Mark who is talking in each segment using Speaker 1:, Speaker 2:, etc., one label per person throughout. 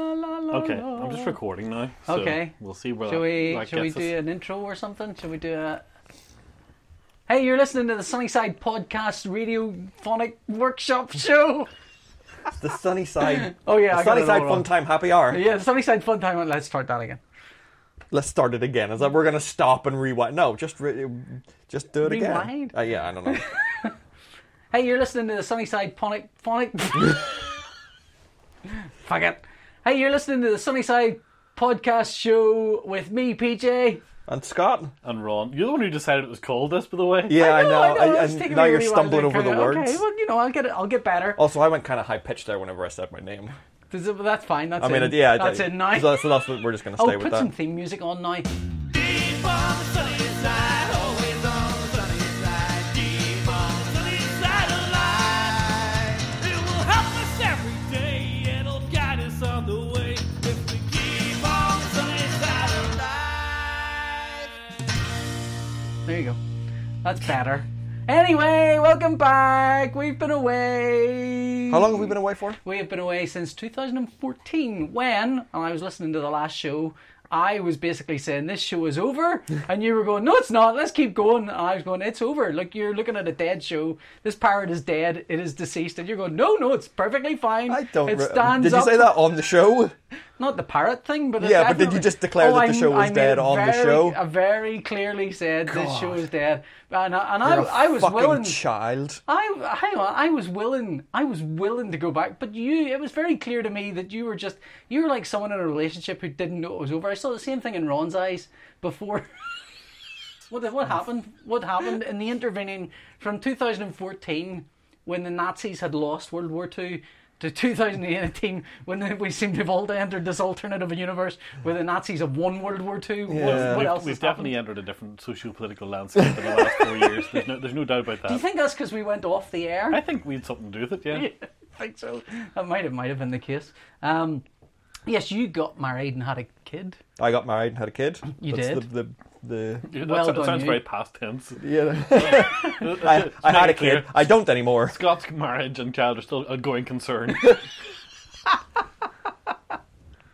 Speaker 1: la,
Speaker 2: Okay,
Speaker 1: la.
Speaker 2: I'm just recording now. so
Speaker 1: Okay.
Speaker 2: We'll see where
Speaker 1: Should
Speaker 2: that,
Speaker 1: we
Speaker 2: that
Speaker 1: should we
Speaker 2: gets
Speaker 1: do
Speaker 2: us.
Speaker 1: an intro or something? Should we do a? Hey, you're listening to the Sunnyside Podcast Radio Phonic Workshop Show.
Speaker 3: It's the Sunnyside.
Speaker 1: Oh yeah,
Speaker 3: the
Speaker 1: I got it all
Speaker 3: Sunnyside
Speaker 1: wrong.
Speaker 3: Fun Time Happy Hour.
Speaker 1: Yeah, the Sunnyside Fun Time. Let's start that again.
Speaker 3: Let's start it again. Is that we're gonna stop and rewind? No, just re- just do it
Speaker 1: Rewind?
Speaker 3: again. Uh, yeah, I don't know.
Speaker 1: Hey, you're listening to the Sunnyside Phonic Phonic. Fuck it. Hey, you're listening to the Sunnyside Podcast Show with me, PJ.
Speaker 3: and Scott.
Speaker 2: And Ron, you're the one who decided it was called this, by the way.
Speaker 3: Yeah, I know.
Speaker 1: Oh, I know,
Speaker 3: I-
Speaker 1: it's
Speaker 3: and
Speaker 1: taking
Speaker 3: now
Speaker 1: me a
Speaker 3: you're
Speaker 1: wee while
Speaker 3: stumbling
Speaker 1: to
Speaker 3: over the
Speaker 1: kinda-
Speaker 3: words. Oh.
Speaker 1: Okay, well, you know, I'll get it. I'll get better.
Speaker 3: Also, I went kind of high pitched there whenever I said my name.
Speaker 1: Does it- that's fine. That's
Speaker 3: I mean,
Speaker 1: in.
Speaker 3: it- yeah,
Speaker 1: that's
Speaker 3: it,
Speaker 1: in now.
Speaker 3: So, so that's what we're just gonna
Speaker 1: Oh,
Speaker 3: stay with
Speaker 1: put some
Speaker 3: that.
Speaker 1: theme music on now. There you go. That's better. Anyway, welcome back. We've been away.
Speaker 3: How long have we been away for?
Speaker 1: We have been away since 2014 when, and I was listening to the last show, I was basically saying this show is over, and you were going, no, it's not, let's keep going. And I was going, it's over. Look, you're looking at a dead show. This parrot is dead, it is deceased. And you're going, no, no, it's perfectly fine.
Speaker 3: I don't.
Speaker 1: It
Speaker 3: re-
Speaker 1: stands
Speaker 3: did you
Speaker 1: up.
Speaker 3: say that on the show?
Speaker 1: Not the parrot thing, but it
Speaker 3: Yeah, but did
Speaker 1: definitely-
Speaker 3: you
Speaker 1: Oh,
Speaker 3: just declare that the show was
Speaker 1: made
Speaker 3: dead
Speaker 1: it
Speaker 3: on the
Speaker 1: very-
Speaker 3: show?
Speaker 1: I very clearly said this show
Speaker 3: God.
Speaker 1: is dead, and I, and
Speaker 3: You're a
Speaker 1: I, I was
Speaker 3: fucking
Speaker 1: willing.
Speaker 3: child.
Speaker 1: I hang on. I was willing. I was willing to go back, but you. It was very clear to me that you were just. You were like someone in a relationship who didn't know it was over. I saw the same thing in Ron's eyes before. what what happened? What happened in the intervening from 2014 when the Nazis had lost World War Two to 2018 when the, we seem to have all entered this alternative universe where the Nazis have won World War Two.
Speaker 3: Yeah.
Speaker 1: What, what
Speaker 2: We've,
Speaker 1: else?
Speaker 2: we've
Speaker 1: has happened?
Speaker 2: definitely entered a different socio-political landscape in the last four years. There's no, there's no doubt about that.
Speaker 1: Do you think that's because we went off the air?
Speaker 2: I think we had something to do with it. Yeah.
Speaker 1: I think so. That might have might have been the case. Um, yes, you got married and had a kid.
Speaker 3: I got married and had a kid.
Speaker 1: You
Speaker 3: That's
Speaker 1: did?
Speaker 3: The, the,
Speaker 2: Yeah, that
Speaker 1: Well
Speaker 2: so-
Speaker 1: done,
Speaker 2: sounds
Speaker 1: you.
Speaker 2: very past tense.
Speaker 3: the, yeah. I, I had a kid. I don't anymore.
Speaker 2: Scott's marriage and child are still a going concern.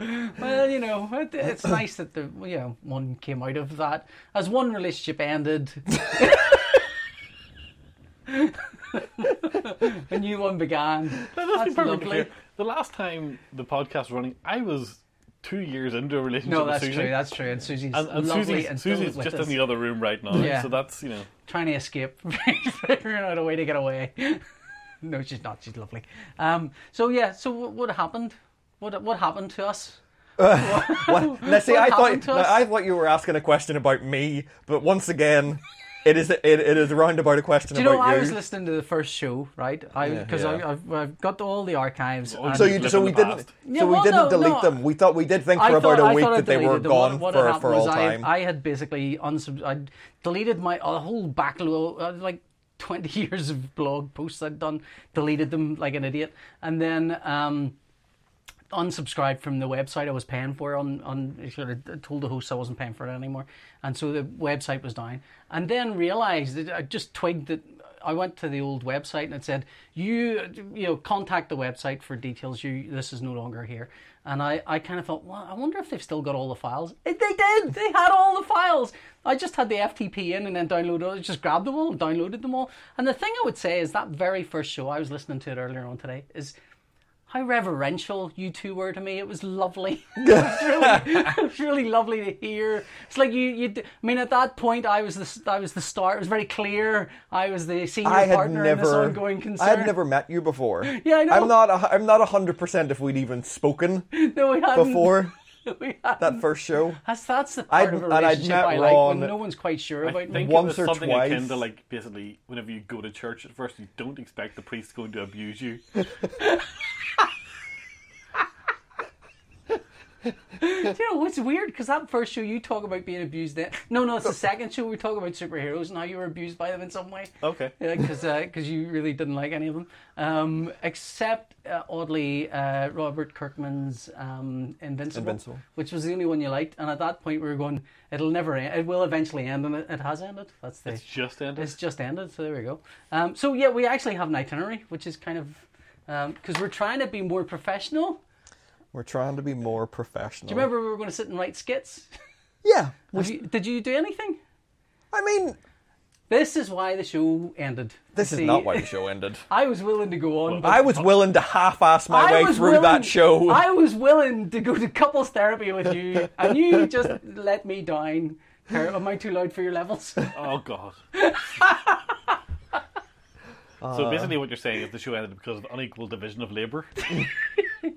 Speaker 1: Well, you know, it, it's nice that the you know one came out of that as one relationship ended. a new one began.
Speaker 2: Let's be
Speaker 1: That's
Speaker 2: perfectly
Speaker 1: lovely.
Speaker 2: clear. The last time the podcast was running, I was two years into a relationship
Speaker 1: No,
Speaker 2: with
Speaker 1: that's
Speaker 2: Susan.
Speaker 1: true. That's true. And Susie's
Speaker 2: and, and
Speaker 1: lovely
Speaker 2: Susie's,
Speaker 1: and filled
Speaker 2: Susie's
Speaker 1: with
Speaker 2: just
Speaker 1: us,
Speaker 2: in the other room right now,
Speaker 1: Yeah.
Speaker 2: so that's you know.
Speaker 1: trying to escape, figuring out a way to get away. no, she's not. She's lovely. Um, so yeah. So what, what happened? What what happened to us?
Speaker 3: What? Now, see,
Speaker 1: What
Speaker 3: I
Speaker 1: happened
Speaker 3: thought
Speaker 1: to
Speaker 3: now,
Speaker 1: us?
Speaker 3: I thought you were asking a question about me, but once again, it is it, it is round about a question
Speaker 1: Do you know,
Speaker 3: about
Speaker 1: I was listening to the first show, right?
Speaker 3: Yeah.
Speaker 1: Because
Speaker 3: Yeah.
Speaker 1: I've, I've got all the archives.
Speaker 2: Oh,
Speaker 1: and
Speaker 3: so
Speaker 2: Just
Speaker 3: you
Speaker 2: live
Speaker 3: so
Speaker 2: in
Speaker 3: we
Speaker 2: the
Speaker 3: didn't
Speaker 2: past.
Speaker 3: so
Speaker 1: Yeah,
Speaker 3: we
Speaker 1: well,
Speaker 3: didn't
Speaker 1: no,
Speaker 3: delete
Speaker 1: no.
Speaker 3: them. We thought we did think for about
Speaker 1: I
Speaker 3: a week
Speaker 1: I
Speaker 3: that they were
Speaker 1: deleted them. What-
Speaker 3: gone
Speaker 1: what
Speaker 3: for,
Speaker 1: happened
Speaker 3: for all
Speaker 1: was
Speaker 3: time.
Speaker 1: I, I had basically unsub- I deleted my a whole backlog, uh, like 20 years of blog posts I'd done, deleted them like an idiot, and then um, unsubscribed from the website I was paying for. On on sort of told the host I wasn't paying for it anymore, and so the website was down. And then realized that I just twigged that. I went to the old website and it said, "You, you know, contact the website for details. You, this is no longer here." And I, I kind of thought, well, I wonder if they've still got all the files. Eh, They did. They had all the files. I just had the FTP in and then downloaded. I just grabbed them all, downloaded them all. And the thing I would say is that very first show I was listening to it earlier on today is how reverential you two were to me. It was lovely. it, was really, it was really lovely to hear. It's like you, you. d- I mean, at that point, I was the, s- I was the star. It was very clear. I was the senior
Speaker 3: I had
Speaker 1: partner in this
Speaker 3: never,
Speaker 1: ongoing concern.
Speaker 3: I had never met you before.
Speaker 1: Yeah, I know.
Speaker 3: I'm not, a, I'm not hundred percent if we'd even spoken
Speaker 1: no, we hadn't.
Speaker 3: before
Speaker 1: we hadn't.
Speaker 3: that first show.
Speaker 1: that's that's the part
Speaker 3: I'd-
Speaker 1: of a
Speaker 3: and I'd
Speaker 1: relationship
Speaker 3: met
Speaker 1: I like when
Speaker 3: Ron-
Speaker 1: no one's quite sure
Speaker 2: I
Speaker 1: about me.
Speaker 2: think
Speaker 3: once
Speaker 2: it
Speaker 3: or
Speaker 2: was something
Speaker 3: twice.
Speaker 2: akin to like basically whenever you go to church at first, you don't expect the priest going to abuse you.
Speaker 1: Do you know what's weird? Because that first show you talk about being abused. Then no, no, it's the second show we talk about superheroes and how you were abused by them in some way.
Speaker 3: Oh,
Speaker 2: Okay.
Speaker 1: because because uh, you really didn't like any of them, um, except uh, oddly uh, Robert Kirkman's um, Invincible,
Speaker 3: Invincible.
Speaker 1: which was the only one you liked. And at that point, we were going, it'll never end. It will eventually end, and it, it has ended. That's the.
Speaker 2: It's just ended.
Speaker 1: It's just ended, so there we go. Um, so yeah, um,
Speaker 3: Oh.
Speaker 1: we actually have an itinerary, which is kind of because we're trying to be more professional.
Speaker 3: We're trying to be more professional.
Speaker 1: Do you remember we were going to sit and write skits?
Speaker 3: Yeah.
Speaker 1: Have you- did you do anything?
Speaker 3: I mean,
Speaker 1: This is why the show ended.
Speaker 3: this is
Speaker 1: See,
Speaker 3: not why the show ended.
Speaker 1: I was willing to go on, but
Speaker 3: I was willing to half-ass my
Speaker 1: I
Speaker 3: way
Speaker 1: was
Speaker 3: through
Speaker 1: willing-
Speaker 3: that show.
Speaker 1: I was willing to go to couples therapy with you, and you just let me down. Kurt, Am I too loud for your levels?
Speaker 2: Oh God.
Speaker 1: Uh.
Speaker 2: so basically, what you're saying is the show ended because of unequal division of labour.
Speaker 3: yeah,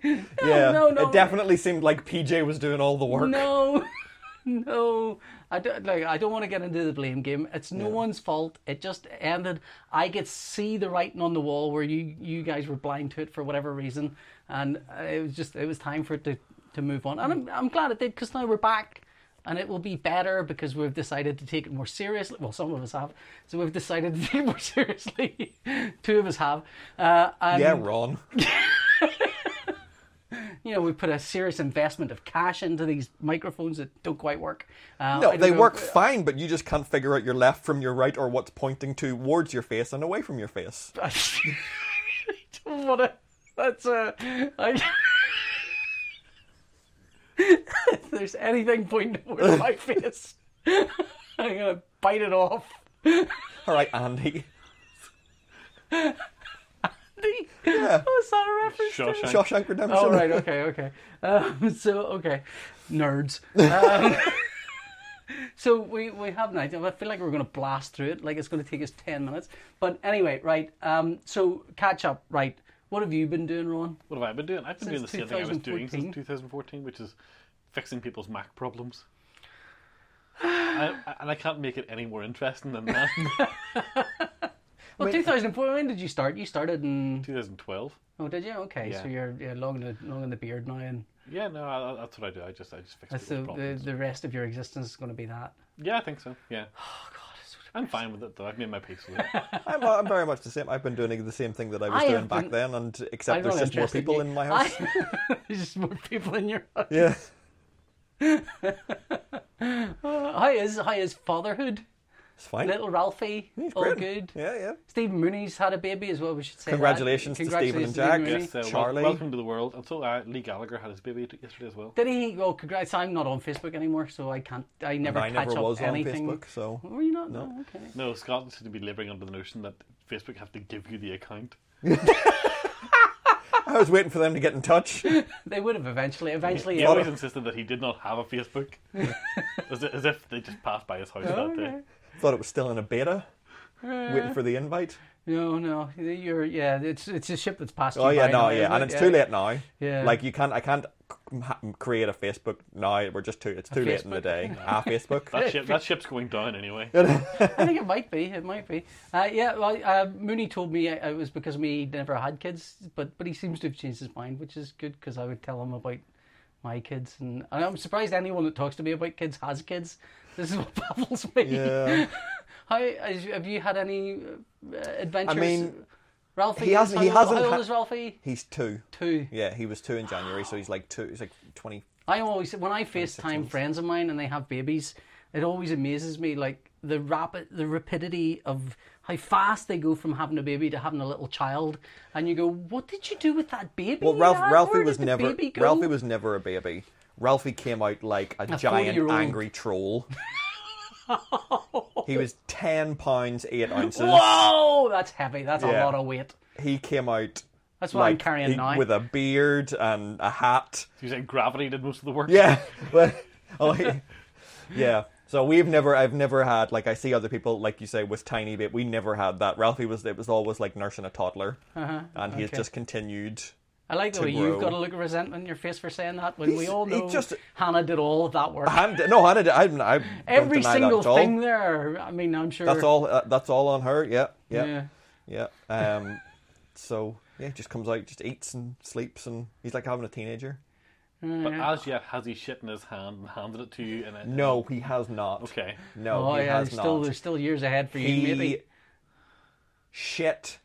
Speaker 1: no, no.
Speaker 3: it definitely seemed like PJ was doing all the work.
Speaker 1: No, no. I don't like. I don't want to get into the blame game. It's no one's fault. It just ended. I could see the writing on the wall where you you guys were blind to it for whatever reason, and uh, it was just it was time for it to to move on. And I'm I'm glad it did because now we're back. And it will be better because we've decided to take it more seriously. Well, some of us have, so we've decided to take it more seriously. Two of us have, uh, and
Speaker 3: Yeah, Ron.
Speaker 1: you know, we put a serious investment of cash into these microphones that don't quite work. Uh, I
Speaker 3: No,
Speaker 1: don't
Speaker 3: they
Speaker 1: know
Speaker 3: work
Speaker 1: if-
Speaker 3: fine, but you just can't figure out your left from your right or what's pointing towards your face and away from your face.
Speaker 1: what a that's a. I, if there's anything pointing towards my face, I'm gonna bite it off.
Speaker 3: All right, Andy.
Speaker 1: yeah. Was that Oh, a reference? to-
Speaker 2: Shawshank.
Speaker 3: Shawshank Redemption.
Speaker 1: Oh right, okay, okay. Um, so okay, nerds. Um, so we we have an idea. I feel like we're going to blast through it. Like it's going to take us ten minutes. But anyway, right. Um, so catch up. Right. What have you been doing, Ron?
Speaker 2: What have I been doing? I've been doing the
Speaker 1: Since
Speaker 2: same thing I was doing
Speaker 1: 2014.
Speaker 2: since 2014, which is fixing people's Mac problems. I, I- and I can't make it any more interesting than that.
Speaker 1: Well, 2004. When did you start? You started in.
Speaker 2: 2012.
Speaker 1: Oh, did you? Okay.
Speaker 2: Yeah.
Speaker 1: So you're, you're long in the long in the beard now, and
Speaker 2: Yeah, no, I, I- that's what I do. I just, I just fix people's
Speaker 1: so the
Speaker 2: problems.
Speaker 1: the rest of your existence is going to be that.
Speaker 2: Yeah, I think so. Yeah. Oh God, I'm fine with it though. I've made my peace with it.
Speaker 3: I'm, uh, I'm very much the same. I've been doing the same thing that I was
Speaker 1: I
Speaker 3: doing
Speaker 1: have
Speaker 3: back
Speaker 1: been-
Speaker 3: then, and
Speaker 1: I'm
Speaker 3: except there's
Speaker 1: not
Speaker 3: just more
Speaker 1: interested
Speaker 3: people
Speaker 1: you.
Speaker 3: in my house.
Speaker 1: I- there's just more people in your house.
Speaker 3: Yeah.
Speaker 1: How is how is fatherhood?
Speaker 3: It's fine.
Speaker 1: Little Ralphie,
Speaker 3: He's
Speaker 1: all
Speaker 3: great.
Speaker 1: good.
Speaker 3: Yeah, yeah.
Speaker 1: Stephen Mooney's had a baby as well. We should say that.
Speaker 3: Congratulations to
Speaker 1: Congratulations
Speaker 3: Stephen and
Speaker 1: Mooney.
Speaker 3: Jack.
Speaker 2: yes, uh, wel-
Speaker 3: Charlie.
Speaker 2: welcome to the world. And so uh, Lee Gallagher had his baby t- yesterday as well.
Speaker 1: Did he? Well, congrats. I'm not on Facebook anymore, so I can't. I never
Speaker 3: I
Speaker 1: catch
Speaker 3: never
Speaker 1: up
Speaker 3: was
Speaker 1: anything.
Speaker 3: on Facebook, so
Speaker 1: Were you not? No. okay.
Speaker 2: No, Scotland seems to be labouring under the notion that Facebook have to give you the account.
Speaker 3: I was waiting for them to get in touch.
Speaker 1: They would have eventually. Eventually.
Speaker 2: He
Speaker 1: it-
Speaker 2: always insisted that he did not have a Facebook, as, i- as if they just passed by his house that day.
Speaker 1: Okay.
Speaker 3: Thought it was still in a beta, waiting for the invite.
Speaker 1: No, no. You're. Yeah. It's it's a ship that's passed.
Speaker 3: Oh
Speaker 1: you
Speaker 3: yeah,
Speaker 1: by
Speaker 3: no,
Speaker 1: now,
Speaker 3: yeah,
Speaker 1: isn't
Speaker 3: and
Speaker 1: it?
Speaker 3: it's too late now.
Speaker 1: Yeah.
Speaker 3: like you can't, I can't c- ha- create a Facebook now. We're just too, it's too late in the
Speaker 1: Facebook.
Speaker 3: day. Ah, Facebook.
Speaker 2: That, ship, that ship's going down anyway.
Speaker 1: I think it might be. It might be. Uh, yeah. Well, uh, Mooney told me it it was because me never had kids, but but he seems to have changed his mind, which is good because I would tell him about my kids, and, and I'm surprised anyone that talks to me about kids has kids. This is what baffles me.
Speaker 3: Yeah.
Speaker 1: How has- have you had any uh, adventures?
Speaker 3: I mean,
Speaker 1: Ralphie.
Speaker 3: he hasn't-
Speaker 1: how
Speaker 3: he
Speaker 1: old-
Speaker 3: hasn't
Speaker 1: How old
Speaker 3: ha-
Speaker 1: is Ralphie?
Speaker 3: He's two.
Speaker 1: Two.
Speaker 3: Yeah, he was two in January, so he's like two. He's like twenty.
Speaker 1: I always when I FaceTime friends of mine and they have babies, it always amazes me like the rapid the rapidity of how fast they go from having a baby to having a little child and you go, What did you do with that baby?
Speaker 3: Well, Ralph,
Speaker 1: lad?
Speaker 3: Ralphie
Speaker 1: Where
Speaker 3: was
Speaker 1: did the
Speaker 3: never.
Speaker 1: baby go?"
Speaker 3: Ralphie was never a baby. Ralphie came out like a, giant
Speaker 1: 40-year-old.
Speaker 3: angry troll. he was ten pounds eight ounces.
Speaker 1: Whoa, that's heavy. That's
Speaker 3: Yeah.
Speaker 1: a lot of weight.
Speaker 3: He came out.
Speaker 1: That's what I'm
Speaker 3: like,
Speaker 1: carrying
Speaker 3: he-
Speaker 1: now.
Speaker 3: With a beard and a hat.
Speaker 2: You said gravity did most of the work.
Speaker 3: Yeah. Well, oh, he- yeah. So we've never, I've never had like I see other people like you say with tiny bit. We never had that. Ralphie was it was always like nursing a toddler, and he's
Speaker 1: Uh-huh. okay.
Speaker 3: just continued.
Speaker 1: I like the
Speaker 3: to
Speaker 1: way
Speaker 3: grow.
Speaker 1: you've got a look of resentment in your face for saying that when we
Speaker 3: He's-
Speaker 1: all
Speaker 3: he
Speaker 1: know
Speaker 3: just-
Speaker 1: Hannah did all of that work.
Speaker 3: And no, I did. I, I don't
Speaker 1: Every
Speaker 3: deny
Speaker 1: single
Speaker 3: that at all.
Speaker 1: thing there. I mean, I'm sure.
Speaker 3: That's all. Uh, that's all on her. Yeah. Yeah.
Speaker 1: Yeah.
Speaker 3: Yeah. Um. so yeah, just comes out, just eats and sleeps, and he's like having a teenager.
Speaker 2: But as yet, has he shit in his hand and handed it to you? And it,
Speaker 3: No, he has not.
Speaker 2: Okay.
Speaker 3: No,
Speaker 1: Oh
Speaker 3: he
Speaker 1: yeah,
Speaker 3: has
Speaker 1: there's still
Speaker 3: not.
Speaker 1: there's still years ahead for you.
Speaker 3: he
Speaker 1: Maybe
Speaker 3: shit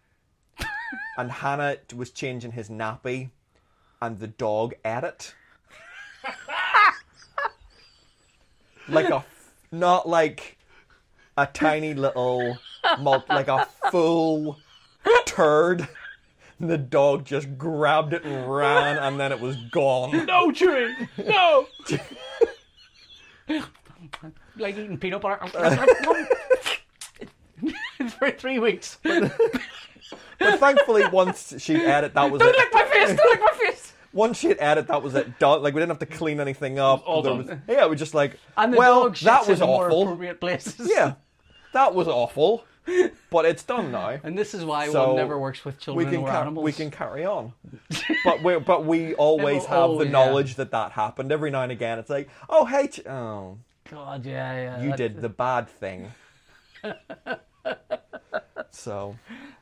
Speaker 3: and Hannah was changing his nappy and the dog ate it like a not like a tiny little mul- like a full turd The dog just grabbed it and ran, and then it was gone.
Speaker 2: No, Chewie! No!
Speaker 1: like eating peanut butter. For three weeks. Don't
Speaker 3: But thankfully, once she'd edit, that was
Speaker 1: lick
Speaker 3: it.
Speaker 1: my face. Don't lick my face.
Speaker 3: Once she'd edit, that was it. Done. Like we didn't have to clean anything up.
Speaker 2: all
Speaker 3: There
Speaker 2: done.
Speaker 3: was- yeah, we just like.
Speaker 1: And the
Speaker 3: well,
Speaker 1: dog shits
Speaker 3: that was
Speaker 1: in the more
Speaker 3: awful.
Speaker 1: appropriate places.
Speaker 3: Yeah, that was awful. But it's done now.
Speaker 1: And this is why
Speaker 3: So,
Speaker 1: one never works with
Speaker 3: we
Speaker 1: children
Speaker 3: can
Speaker 1: or
Speaker 3: ca-
Speaker 1: animals.
Speaker 3: we can carry on, but we but we always
Speaker 1: It'll
Speaker 3: have
Speaker 1: always-
Speaker 3: the knowledge that that happened. Every now and again, it's like, oh hey, ch- oh
Speaker 1: God, yeah, yeah.
Speaker 3: you
Speaker 1: that-
Speaker 3: did the bad thing. so,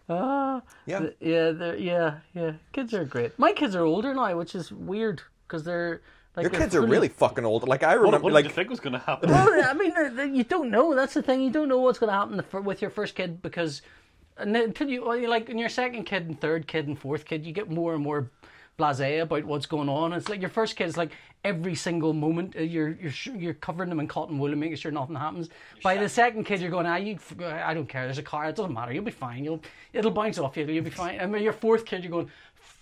Speaker 1: Ah,
Speaker 3: Yeah.
Speaker 1: th- yeah, they're- yeah, yeah. Kids are great. My kids are older now, which is weird because they're like
Speaker 3: your
Speaker 1: they're
Speaker 3: kids are
Speaker 1: fully-
Speaker 3: really fucking old. Like I
Speaker 2: What,
Speaker 3: remember,
Speaker 2: what did you
Speaker 3: like
Speaker 2: think was going to happen?
Speaker 1: Well, I mean, they're- they're- you don't know. That's the thing. You don't know what's going to happen the fir- with your first kid because, and then until you well, you like in your second kid and third kid and fourth kid, you get more and more blasé about what's going on. It's like your first kid is like every single moment uh, you're you're sh- you're covering them in cotton wool and making sure nothing happens. By the second kid, you're going, ah, you, f- I don't care. There's a car. It doesn't matter. You'll be fine. You'll it'll bounce off you. You'll be fine. And then your fourth kid, you're going.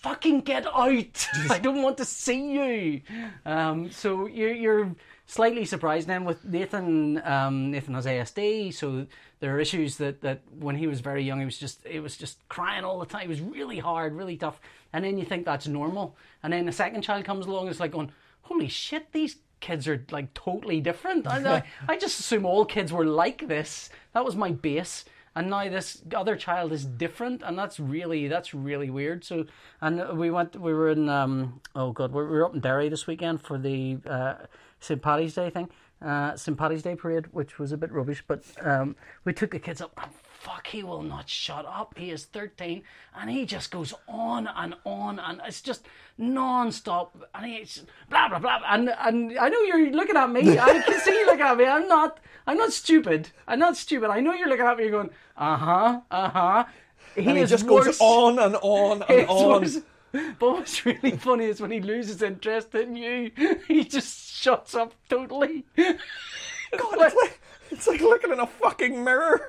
Speaker 1: Fucking get out! I don't want to see you. Um, so you're, you're slightly surprised then with Nathan. Um, Nathan has ASD, so there are issues that, that when he was very young, he was just it was just crying all the time. It was really hard, really tough. And then you think that's normal, and then the second child comes along, it's like going, holy shit, these kids are like totally different. I, I, I just assume all kids were like this. That was my base. And now this other child is different, and that's really that's really weird. So, and we went, we were in, um, oh god, we were up in Derry this weekend for the uh, St. Paddy's Day thing, uh, St. Paddy's Day parade, which was a bit rubbish, but um, we took the kids up. And fuck, he will not shut up. He is 13 and he just goes on and on and it's just non stop. And he's blah, blah, blah. And, and I know you're looking at me. I can see you looking at me. I'm not, I'm not stupid. I'm not stupid. I know you're looking at me. You're going, uh huh, uh huh. He,
Speaker 3: and it
Speaker 1: is
Speaker 3: just
Speaker 1: worse.
Speaker 3: goes on and on and
Speaker 1: It's
Speaker 3: on.
Speaker 1: worse. But what's really funny is when he loses interest in you, he just shuts up totally.
Speaker 3: God, it's like it's like looking in a fucking mirror.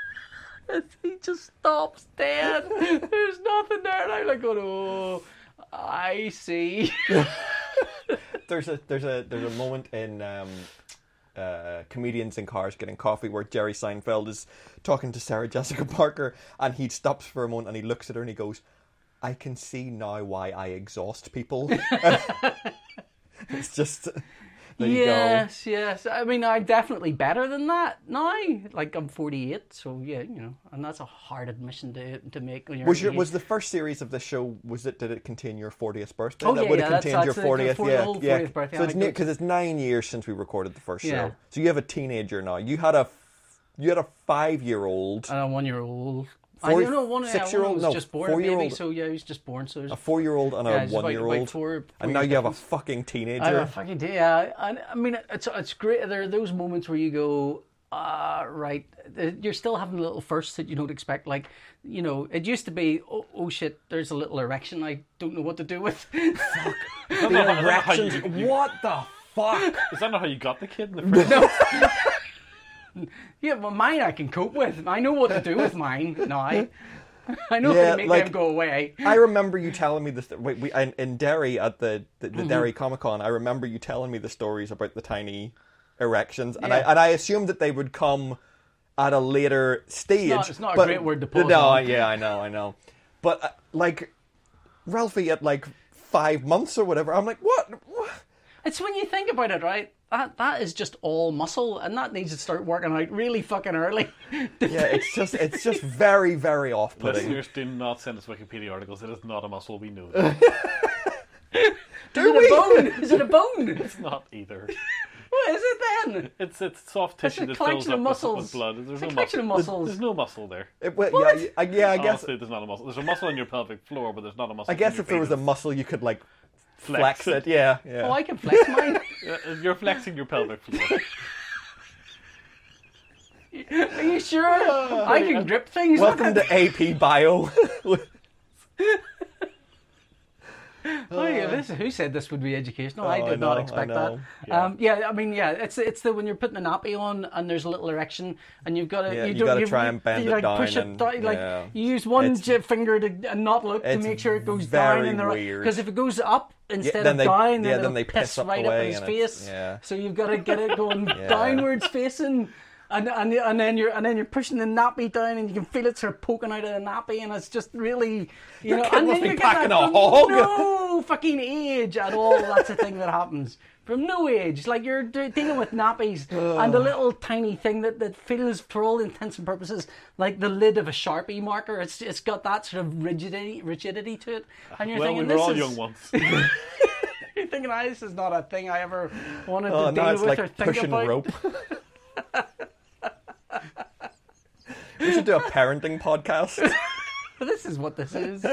Speaker 1: he just stops dead. There's nothing there, and I'm like, going, oh, I see.
Speaker 3: there's a there's a there's a moment in um, uh, comedians in cars getting coffee where Jerry Seinfeld is talking to Sarah Jessica Parker and he stops for a moment and he looks at her and he goes, "I can see now why I exhaust people." it's just there you go.
Speaker 1: yes, yes. I mean, I'm definitely better than that now. Like, I'm 48, so yeah, you know, and that's a hard admission to to make when you're.
Speaker 3: Was your
Speaker 1: at
Speaker 3: was
Speaker 1: the
Speaker 3: the first series of the show? Was it? Did it contain your fortieth birthday?
Speaker 1: Oh,
Speaker 3: that
Speaker 1: yeah,
Speaker 3: would
Speaker 1: yeah,
Speaker 3: have
Speaker 1: that's-
Speaker 3: contained your
Speaker 1: that's the- the
Speaker 3: fortieth.
Speaker 1: 40th
Speaker 3: Yeah,
Speaker 1: old
Speaker 3: yeah.
Speaker 1: 40th birthday,
Speaker 3: so
Speaker 1: I
Speaker 3: it's
Speaker 1: think.
Speaker 3: because it's nine years since we recorded the first
Speaker 1: Yeah.
Speaker 3: show. So you have a teenager now. You had a you had a five year old,
Speaker 1: and a one year old. I
Speaker 3: Four-
Speaker 1: don't know, one
Speaker 3: six-year-old?
Speaker 1: one was
Speaker 3: No,
Speaker 1: just born, a baby,
Speaker 3: four-year-old.
Speaker 1: so yeah, he was just born. So there's
Speaker 3: a four year old, and
Speaker 1: Yeah,
Speaker 3: a
Speaker 1: it's about-
Speaker 3: one year
Speaker 1: about
Speaker 3: old,
Speaker 1: four- four
Speaker 3: and now
Speaker 1: years
Speaker 3: you have a fucking teenager.
Speaker 1: I fucking do. Yeah, and I mean, it's it's great. There are those moments where you go, uh, right, uh, you're still having little firsts that you don't expect. Like, you know, it used to be, oh, oh shit, there's a little erection. I don't know what to do with.
Speaker 2: Is that not- is that not how you- you-
Speaker 3: what the fuck?
Speaker 2: Is that not how you got the kid in the first place?
Speaker 1: yeah, but mine I can cope with. I know what to do with mine now. I know how
Speaker 3: Yeah,
Speaker 1: to make
Speaker 3: like-
Speaker 1: them go away.
Speaker 3: I remember you telling me this. Wait, we in, in Derry at the the, the Derry
Speaker 1: Mm-hmm.
Speaker 3: Comic Con. I remember you telling me the stories about the tiny erections, and I
Speaker 1: Yeah.
Speaker 3: and I assumed that they would come at a later stage.
Speaker 1: not- it's not a
Speaker 3: but-
Speaker 1: great word to pause
Speaker 3: No,
Speaker 1: on.
Speaker 3: yeah, I know, I know, but uh, like Ralphie at like five months or whatever, I'm like, what? what?
Speaker 1: It's when you think about it, right? That that is just all muscle, and that needs to start working out really fucking early.
Speaker 3: Yeah, it's just it's just very very off putting.
Speaker 2: Listeners, do not send us Wikipedia articles. It is not a muscle. We know that.
Speaker 1: is it a bone? Is it a bone?
Speaker 2: It's not either.
Speaker 1: What is it then?
Speaker 2: It's it's soft
Speaker 1: It's
Speaker 2: tissue
Speaker 1: a
Speaker 2: that fills
Speaker 1: collection
Speaker 2: up
Speaker 1: of
Speaker 2: with-
Speaker 1: muscles.
Speaker 2: with blood. There's
Speaker 1: It's
Speaker 2: no
Speaker 1: a collection of
Speaker 2: muscle.
Speaker 1: muscles.
Speaker 2: There's no muscle there.
Speaker 3: It, well,
Speaker 1: What? Oh,
Speaker 3: yeah, I, yeah, I guess
Speaker 2: Honestly, there's not a muscle. There's a muscle in your pelvic floor, but there's not a muscle.
Speaker 3: I guess
Speaker 2: in your
Speaker 3: if there was a
Speaker 2: penis.
Speaker 3: muscle, you could like
Speaker 2: Flex
Speaker 3: flex,
Speaker 2: it.
Speaker 3: it. Yeah, yeah.
Speaker 1: Oh, I can flex mine.
Speaker 2: Uh, you're flexing your pelvic floor.
Speaker 1: Are you sure? I can grip things.
Speaker 3: Welcome to AP Bio.
Speaker 1: Oh yeah, this, who said this would be educational? I
Speaker 3: Uh, Oh, I
Speaker 1: did not
Speaker 3: know, I
Speaker 1: expect that.
Speaker 3: know.
Speaker 1: Yeah. Um, yeah, I mean, yeah, it's it's the when you're putting a nappy on and there's a little erection and you've got to
Speaker 3: Yeah,
Speaker 1: you,
Speaker 3: you
Speaker 1: don't-
Speaker 3: gotta try and bend
Speaker 1: you,
Speaker 3: it
Speaker 1: like,
Speaker 3: down
Speaker 1: push it
Speaker 3: and-
Speaker 1: down, like
Speaker 3: yeah.
Speaker 1: you use one
Speaker 3: It's-
Speaker 1: j- finger to and not look to
Speaker 3: it's
Speaker 1: make sure it goes down
Speaker 3: very
Speaker 1: in the right
Speaker 3: weird.
Speaker 1: because if it goes up instead
Speaker 3: then
Speaker 1: of
Speaker 3: they-
Speaker 1: down,
Speaker 3: yeah,
Speaker 1: then,
Speaker 3: then
Speaker 1: it'll
Speaker 3: they piss up the
Speaker 1: right
Speaker 3: way
Speaker 1: in his
Speaker 3: and it's-
Speaker 1: face.
Speaker 3: yeah.
Speaker 1: So you've got to get it going downwards facing. And, and and then you're and then you're pushing the nappy down and you can feel it sort of poking out of the nappy and it's just really you know
Speaker 3: kid
Speaker 1: and
Speaker 3: must
Speaker 1: then
Speaker 3: be
Speaker 1: you're
Speaker 3: packing
Speaker 1: getting
Speaker 3: a
Speaker 1: that from
Speaker 3: hog.
Speaker 1: no fucking age at all that's a thing that happens from no age like you're de- dealing with nappies and a little tiny thing that, that feels for all intents and purposes like the lid of a sharpie marker it's it's got that sort of rigidity rigidity to it and you're
Speaker 2: well, we
Speaker 1: thinking
Speaker 2: were
Speaker 1: this
Speaker 2: all
Speaker 1: is,
Speaker 2: young once.
Speaker 1: you're thinking "Ah, this is not a thing I ever wanted
Speaker 3: Oh,
Speaker 1: to deal
Speaker 3: now it's
Speaker 1: with or
Speaker 3: like
Speaker 1: think
Speaker 3: pushing
Speaker 1: about
Speaker 3: rope. we should do a parenting podcast.
Speaker 1: this is what this is.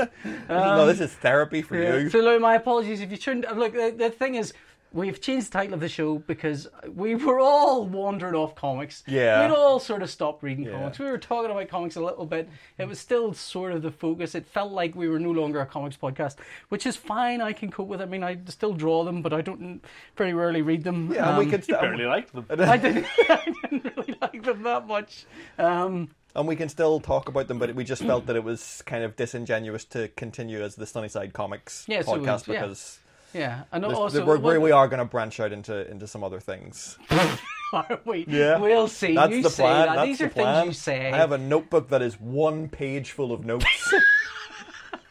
Speaker 3: no, this is therapy for
Speaker 1: Yeah.
Speaker 3: you.
Speaker 1: So, Lou, my apologies if you shouldn't. uh, Look, the, the thing is, we've changed the title of the show because we were all wandering off comics.
Speaker 3: Yeah.
Speaker 1: We'd all sort of stopped reading
Speaker 3: Yeah.
Speaker 1: comics. We were talking about comics a little bit. It was still sort of the focus. It felt like we were no longer a comics podcast, which is fine. I can cope with it. I mean, I still draw them, but I don't very rarely read them.
Speaker 3: yeah, and we
Speaker 1: Um,
Speaker 3: can still
Speaker 2: Barely liked them.
Speaker 1: I didn't, I didn't really like them that much. Um,
Speaker 3: and we can still talk about them, but we just felt that it was kind of disingenuous to continue as the Sunnyside Comics
Speaker 1: Yeah, so we-
Speaker 3: podcast
Speaker 1: yeah.
Speaker 3: because
Speaker 1: yeah, and
Speaker 3: there's-
Speaker 1: also
Speaker 3: we're, we're, we are going to branch out into into some other things.
Speaker 1: are we?
Speaker 3: Yeah.
Speaker 1: We'll see.
Speaker 3: That's
Speaker 1: you
Speaker 3: the
Speaker 1: say
Speaker 3: plan.
Speaker 1: that.
Speaker 3: That's
Speaker 1: These
Speaker 3: the
Speaker 1: are
Speaker 3: plan.
Speaker 1: things you say.
Speaker 3: I have a notebook that is one page full of notes.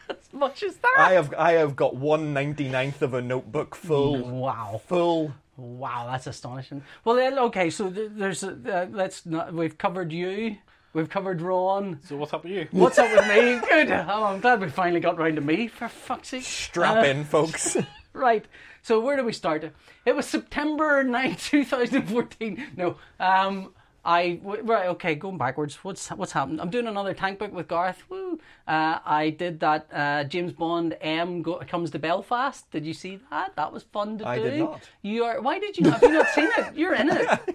Speaker 1: as much as that.
Speaker 3: I have I have got one ninety ninth of a notebook full
Speaker 1: Wow.
Speaker 3: full.
Speaker 1: Wow, that's astonishing. Well, then, okay, so th- there's a- uh, let's not, we've covered you, we've covered Ron.
Speaker 2: So what's up with you?
Speaker 1: What's up with me? Good. Oh, I'm glad we finally got round to me. For fuck's sake.
Speaker 3: Strap
Speaker 1: Uh,
Speaker 3: in, folks.
Speaker 1: Right. So where do we start? It was September 9, 2014. No. Um I w- right okay going backwards. What's what's happened? I'm doing another tank book with Garth. Woo. Uh, I did that. Uh, James Bond M go, comes to Belfast. Did you see that? That was fun to
Speaker 3: I
Speaker 1: do.
Speaker 3: did not.
Speaker 1: You are. Why did you not? Have you not seen it? You're in it.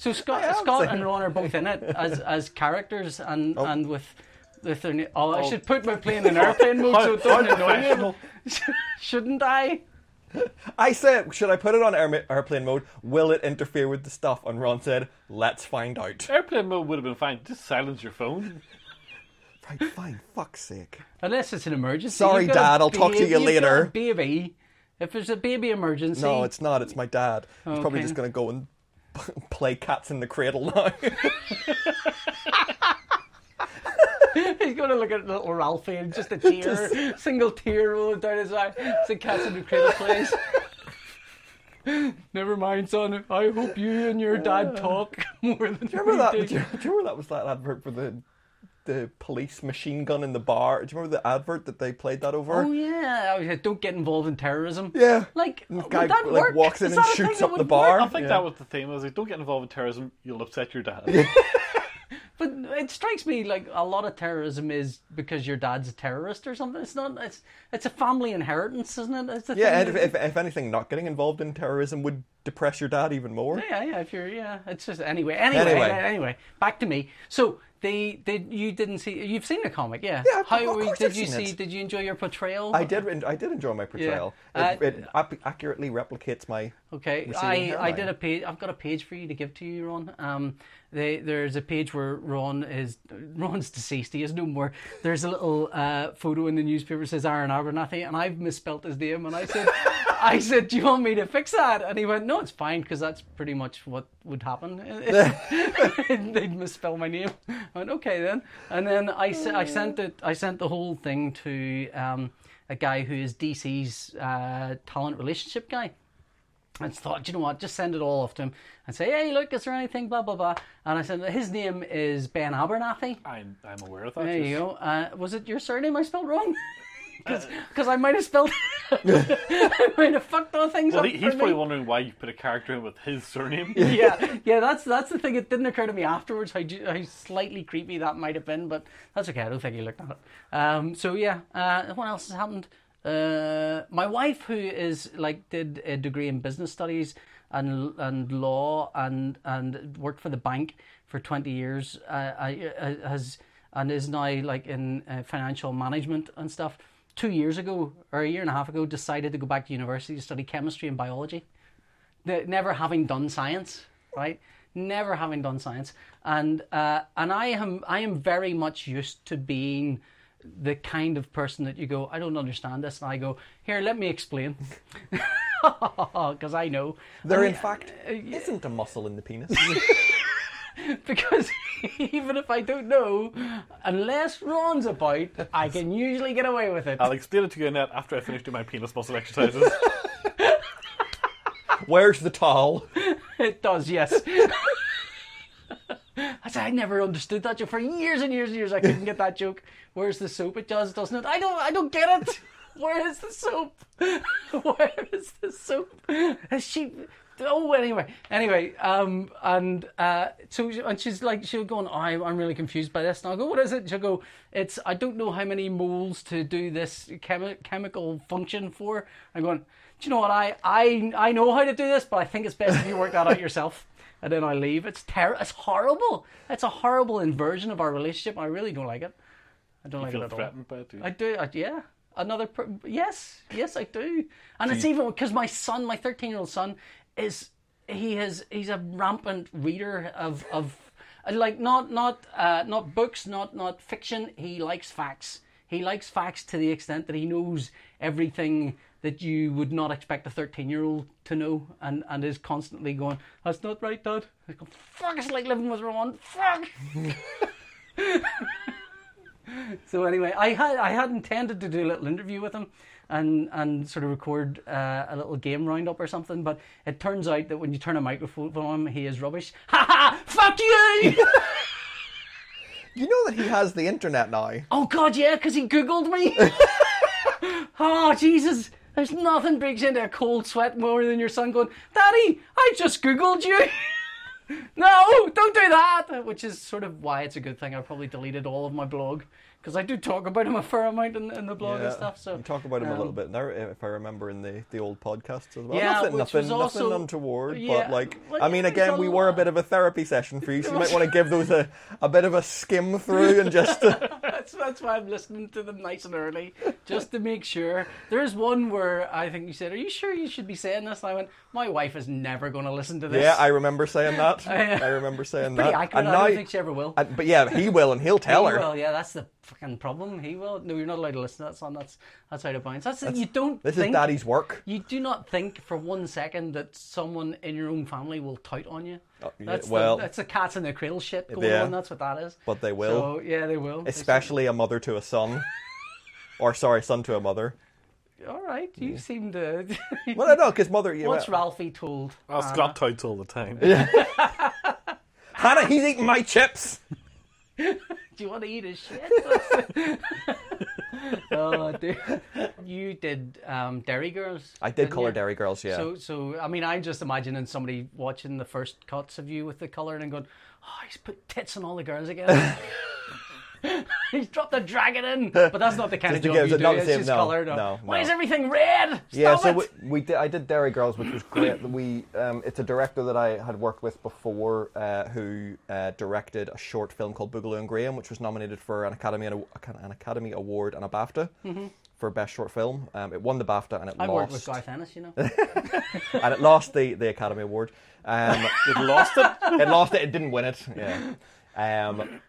Speaker 1: So Scott,
Speaker 3: have
Speaker 1: Scott
Speaker 3: seen
Speaker 1: and
Speaker 3: it. Oh.
Speaker 1: Ron are both in it as as characters and and with. With their, new- oh, I should put my plane in airplane mode so it
Speaker 2: How- how
Speaker 1: doesn't annoy
Speaker 2: professional.
Speaker 1: you. Shouldn't I?
Speaker 3: I said, should I put it on air- airplane mode? Will it interfere with the stuff? And Ron said, let's find out.
Speaker 2: Airplane mode would have been fine. Just silence your phone.
Speaker 3: Right, fine, fuck's sake.
Speaker 1: Unless it's an emergency.
Speaker 3: Sorry,
Speaker 1: You've got a
Speaker 3: Dad, I'll talk to
Speaker 1: baby-
Speaker 3: you
Speaker 1: you've got a
Speaker 3: later.
Speaker 1: Baby, if there's a baby emergency.
Speaker 3: No, it's not. It's my dad. He's probably
Speaker 1: Okay.
Speaker 3: just going to go and play cats in the cradle now.
Speaker 1: He's going to look at little Ralphie and just a tear, single tear rolling down his eye. It's a cat in the cradle place. Never mind, son. I hope you and your dad talk more than
Speaker 3: remember that? Do
Speaker 1: we
Speaker 3: you, do you remember that was that advert for the the police machine gun in the bar? Do you remember the advert that they played that over?
Speaker 1: Oh yeah, Oh, yeah, don't get involved in terrorism.
Speaker 3: Yeah.
Speaker 1: like
Speaker 3: And the
Speaker 1: would
Speaker 3: guy,
Speaker 1: that
Speaker 3: like,
Speaker 1: work?
Speaker 3: walks
Speaker 1: Is
Speaker 3: in and
Speaker 1: that a thing
Speaker 3: shoots
Speaker 1: that
Speaker 3: up the
Speaker 1: would
Speaker 3: bar?
Speaker 1: work?
Speaker 2: I think
Speaker 3: Yeah.
Speaker 2: that was the theme. I was like, don't get involved in terrorism. You'll upset your dad.
Speaker 1: But it strikes me like a lot of terrorism is because your dad's a terrorist or something. It's not. It's it's a family inheritance, isn't it? It's the
Speaker 3: Yeah, and
Speaker 1: thing
Speaker 3: if,
Speaker 1: that-
Speaker 3: if, if anything, not getting involved in terrorism would depress your dad even more.
Speaker 1: yeah, yeah. If you're yeah, it's just anyway, anyway,
Speaker 3: Anyway.
Speaker 1: anyway. back to me. So the the you didn't see you've seen the comic, yeah?
Speaker 3: Yeah, of
Speaker 1: How
Speaker 3: course
Speaker 1: we-
Speaker 3: I've
Speaker 1: did you
Speaker 3: seen
Speaker 1: see?
Speaker 3: it.
Speaker 1: Did you enjoy your portrayal?
Speaker 3: I did. en- I did enjoy my portrayal.
Speaker 1: Yeah. Uh,
Speaker 3: It, it ap- accurately replicates my.
Speaker 1: Okay,
Speaker 3: Receiving
Speaker 1: I, I
Speaker 3: hairline.
Speaker 1: did a page. I've got a page for you to give to you, Ron. Um, they, there's a page where Ron is Ron's deceased. He is no more. There's a little uh, photo in the newspaper that says Aaron Abernathy, and I've misspelt his name. And I said, I said, do you want me to fix that? And he went, No, it's fine because that's pretty much what would happen. They'd misspell my name. I went, Okay then. And then I, se- I sent it. I sent the whole thing to um, a guy who is DC's uh, talent relationship guy and thought, you know what, just send it all off to him and say, hey, look, is there anything, blah, blah, blah. And I said, his name is Ben Abernathy.
Speaker 2: I'm, I'm aware of that.
Speaker 1: There you
Speaker 2: yes.
Speaker 1: go. Uh, was it your surname I spelled wrong?
Speaker 2: Uh,
Speaker 1: Because I might have spelled, I might have fucked all things
Speaker 2: Well,
Speaker 1: up.
Speaker 2: he,
Speaker 1: for
Speaker 2: he's
Speaker 1: me.
Speaker 2: probably wondering why you put a character in with his surname.
Speaker 1: yeah, yeah, that's that's the thing. It didn't occur to me afterwards how, ju- how slightly creepy that might have been, but that's okay. I don't think he looked at it. Um, so yeah, uh, what else has happened? Uh, my wife, who is like did a degree in business studies and and law and and worked for the bank for twenty years, uh, I, uh, has and is now like in uh, financial management and stuff two years ago or a year and a half ago decided to go back to university to study chemistry and biology, the, never having done science, right? Never having done science, and uh, and I am I am very much used to being the kind of person that you go, I don't understand this, and I go, here, let me explain, because I know
Speaker 3: There,
Speaker 1: And
Speaker 3: in
Speaker 1: I- uh,
Speaker 3: fact, isn't a muscle in the penis.
Speaker 1: because even if I don't know, unless Ron's about, I can usually get away with it.
Speaker 2: I'll explain it to you, Annette, after I finish doing my penis muscle exercises.
Speaker 3: Where's the towel?
Speaker 1: It does, yes. I said, I never understood that joke for years and years and years. I couldn't get that joke. Where's the soap? It does, doesn't it? I don't, I don't get it. Where is the soap? Where is the soap? Has she? Oh, anyway, anyway, um, and uh, so and she's like, she'll go on. I, I'm really confused by this, and I'll go, what is it? She'll go, it's I don't know how many moles to do this chemi- chemical function for. I'm going. Do you know what? I, I I know how to do this, but I think it's best if you work that out yourself and then I leave. It's ter- It's horrible. It's a horrible inversion of our relationship. I really don't like it. I don't like it
Speaker 2: feel
Speaker 1: at all.
Speaker 2: threatened by it, do you?
Speaker 1: I do. I, yeah. Another. Per- yes. Yes, I do. And it's even because my son, my thirteen-year-old son, is he has he's a rampant reader of of like not not uh, not books, not not fiction. He likes facts. He likes facts to the extent that he knows everything that you would not expect a 13 year old to know and, and is constantly going, That's not right, Dad. I go, Fuck, it's like living with Ron. Fuck. so anyway, I had I had intended to do a little interview with him, and and sort of record uh, a little game roundup or something. But it turns out that when you turn a microphone on him, he is rubbish. Ha ha! Fuck you!
Speaker 3: You know that he has the internet now.
Speaker 1: oh God, yeah, because he googled me. oh Jesus! There's nothing breaks into a cold sweat more than your son going, Daddy, I just googled you. no, don't do that. Which is sort of why it's a good thing I probably deleted all of my blog. Because I do talk about him a fair amount in, in the blog and stuff. So
Speaker 3: you talk about him a
Speaker 1: um,
Speaker 3: little bit now, if I remember in the, the old podcasts as well.
Speaker 1: Yeah,
Speaker 3: nothing,
Speaker 1: which
Speaker 3: nothing,
Speaker 1: was also-
Speaker 3: nothing untoward,
Speaker 1: yeah,
Speaker 3: but like,
Speaker 1: well,
Speaker 3: I mean,
Speaker 1: yeah,
Speaker 3: again,
Speaker 1: it's a
Speaker 3: we were a
Speaker 1: lot.
Speaker 3: bit of a therapy session for you, so you might want to give those a, a bit of a skim through and just. uh,
Speaker 1: That's that's why I'm listening to them nice and early, just to make sure. There's one where I think you said, "Are you sure you should be saying this?" And I went, "My wife is never going to listen to this."
Speaker 3: yeah, I remember saying that.
Speaker 1: I-
Speaker 3: I remember saying
Speaker 1: pretty
Speaker 3: that.
Speaker 1: accurate.
Speaker 3: And
Speaker 1: I don't
Speaker 3: now-
Speaker 1: think she ever will.
Speaker 3: and- but yeah, he will, and he'll tell
Speaker 1: He
Speaker 3: her.
Speaker 1: will, yeah, that's the fucking problem. He will. No, you're not allowed to listen to that song. That's that's out of bounds. That's, you don't.
Speaker 3: This
Speaker 1: think,
Speaker 3: is daddy's work.
Speaker 1: You do not think for one second that someone in your own family will tout on you.
Speaker 3: Oh, yeah,
Speaker 1: that's
Speaker 3: well-
Speaker 1: the, that's the cats in the cradle shit going
Speaker 3: Yeah.
Speaker 1: on. That's what that is.
Speaker 3: But they will.
Speaker 1: So, yeah, they will. They
Speaker 3: Especially a mother to a son. or, sorry, son to a mother.
Speaker 1: All right, you seem to.
Speaker 3: Well, I know, because mother. Yeah,
Speaker 1: What's
Speaker 3: well,
Speaker 1: Ralphie told? Um,
Speaker 2: I'll scrap touts all the time.
Speaker 3: Hannah, he's eating my chips!
Speaker 1: Do you want to eat his shit? oh, dear. You did um, Dairy Girls.
Speaker 3: I did
Speaker 1: didn't
Speaker 3: colour
Speaker 1: you?
Speaker 3: Dairy Girls, yeah.
Speaker 1: So, so I mean, I'm just imagining somebody watching the first cuts of you with the colouring and going, "Oh, he's put tits on all the girls again." he's dropped a dragon in, but that's not the kind
Speaker 3: Just
Speaker 1: of
Speaker 3: to
Speaker 1: job
Speaker 3: give-
Speaker 1: you do.
Speaker 3: not the
Speaker 1: It's
Speaker 3: same-
Speaker 1: just
Speaker 3: no,
Speaker 1: coloured.
Speaker 3: no,
Speaker 1: Why
Speaker 3: no.
Speaker 1: is everything red? Stop
Speaker 3: Yeah, so
Speaker 1: it!
Speaker 3: we, we did, I did Dairy Girls, which was great. we um, it's a director that I had worked with before, uh, who uh, directed a short film called Boogaloo and Graham, which was nominated for an Academy an Academy Award and a BAFTA for best short film. Um, it won the BAFTA and it
Speaker 1: I Mm-hmm. worked with
Speaker 3: lost
Speaker 1: Garth Ennis, you know.
Speaker 3: and it lost the, the Academy Award. Um,
Speaker 2: It lost it.
Speaker 3: it lost it. It didn't win it. Yeah. Um,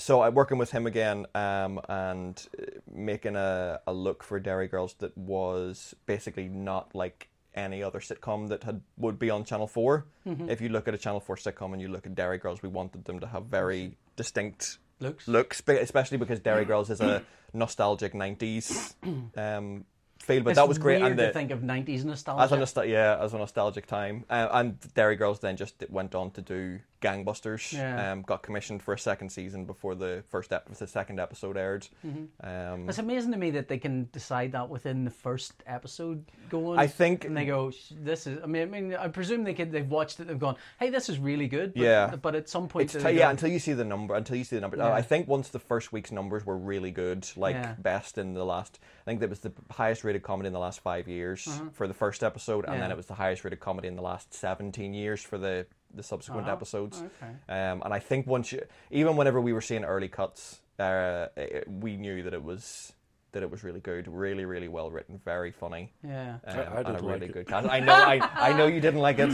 Speaker 3: so I'm working with him again um, and uh, making a, a look for Dairy Girls that was basically not like any other sitcom that had would be on Channel 4
Speaker 1: Mm-hmm.
Speaker 3: If you look at a Channel Four sitcom and you look at Dairy Girls, we wanted them to have very distinct
Speaker 1: Looks.
Speaker 3: looks, spe- especially because Dairy Girls is a nostalgic '90s um, feel. But
Speaker 1: It's
Speaker 3: that was great.
Speaker 1: Weird
Speaker 3: and
Speaker 1: to
Speaker 3: the,
Speaker 1: think of '90s nostalgia.
Speaker 3: as a nostal- yeah, as a nostalgic time. Uh, and Dairy Girls then just went on to do Gangbusters.
Speaker 1: Yeah.
Speaker 3: Um, got commissioned for a second season before the first ep- the second episode aired.
Speaker 1: Mm-hmm.
Speaker 3: Um,
Speaker 1: It's amazing to me that they can decide that within the first episode going.
Speaker 3: I think-
Speaker 1: and they go, "Sh- "This is." I mean, I mean, I presume they could. They've watched it. They've gone, "Hey, this is really good." But,
Speaker 3: Yeah.
Speaker 1: But at some point,
Speaker 3: it's
Speaker 1: they
Speaker 3: t-
Speaker 1: go,
Speaker 3: yeah, until you see the number, until you see the number.
Speaker 1: Yeah.
Speaker 3: I think once the first week's numbers were really good, like
Speaker 1: Yeah.
Speaker 3: best in the last. I think that was the highest rated comedy in the last five years for the first episode, and then
Speaker 1: Uh-huh. Yeah.
Speaker 3: it was the highest rated comedy in the last seventeen years for the the subsequent
Speaker 1: Uh-huh.
Speaker 3: episodes.
Speaker 1: okay.
Speaker 3: Um, and I think once you, even whenever we were seeing early cuts, uh, it, we knew that it was. that that it was really good, really, really well written, very funny.
Speaker 1: Yeah.
Speaker 3: Um,
Speaker 2: I- I did
Speaker 3: and a really
Speaker 2: like it.
Speaker 3: good cast. I know, I, I know you didn't like it.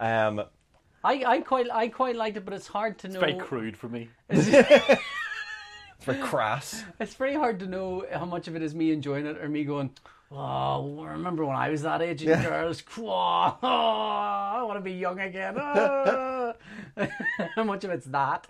Speaker 3: Um,
Speaker 1: I, I quite I quite liked it, but it's hard to know.
Speaker 2: Very crude for me.
Speaker 3: it's very crass.
Speaker 1: It's very hard to know how much of it is me enjoying it or me going, oh, remember when I was that age and girls, oh, I want to be young again. Ah." how much of it's that?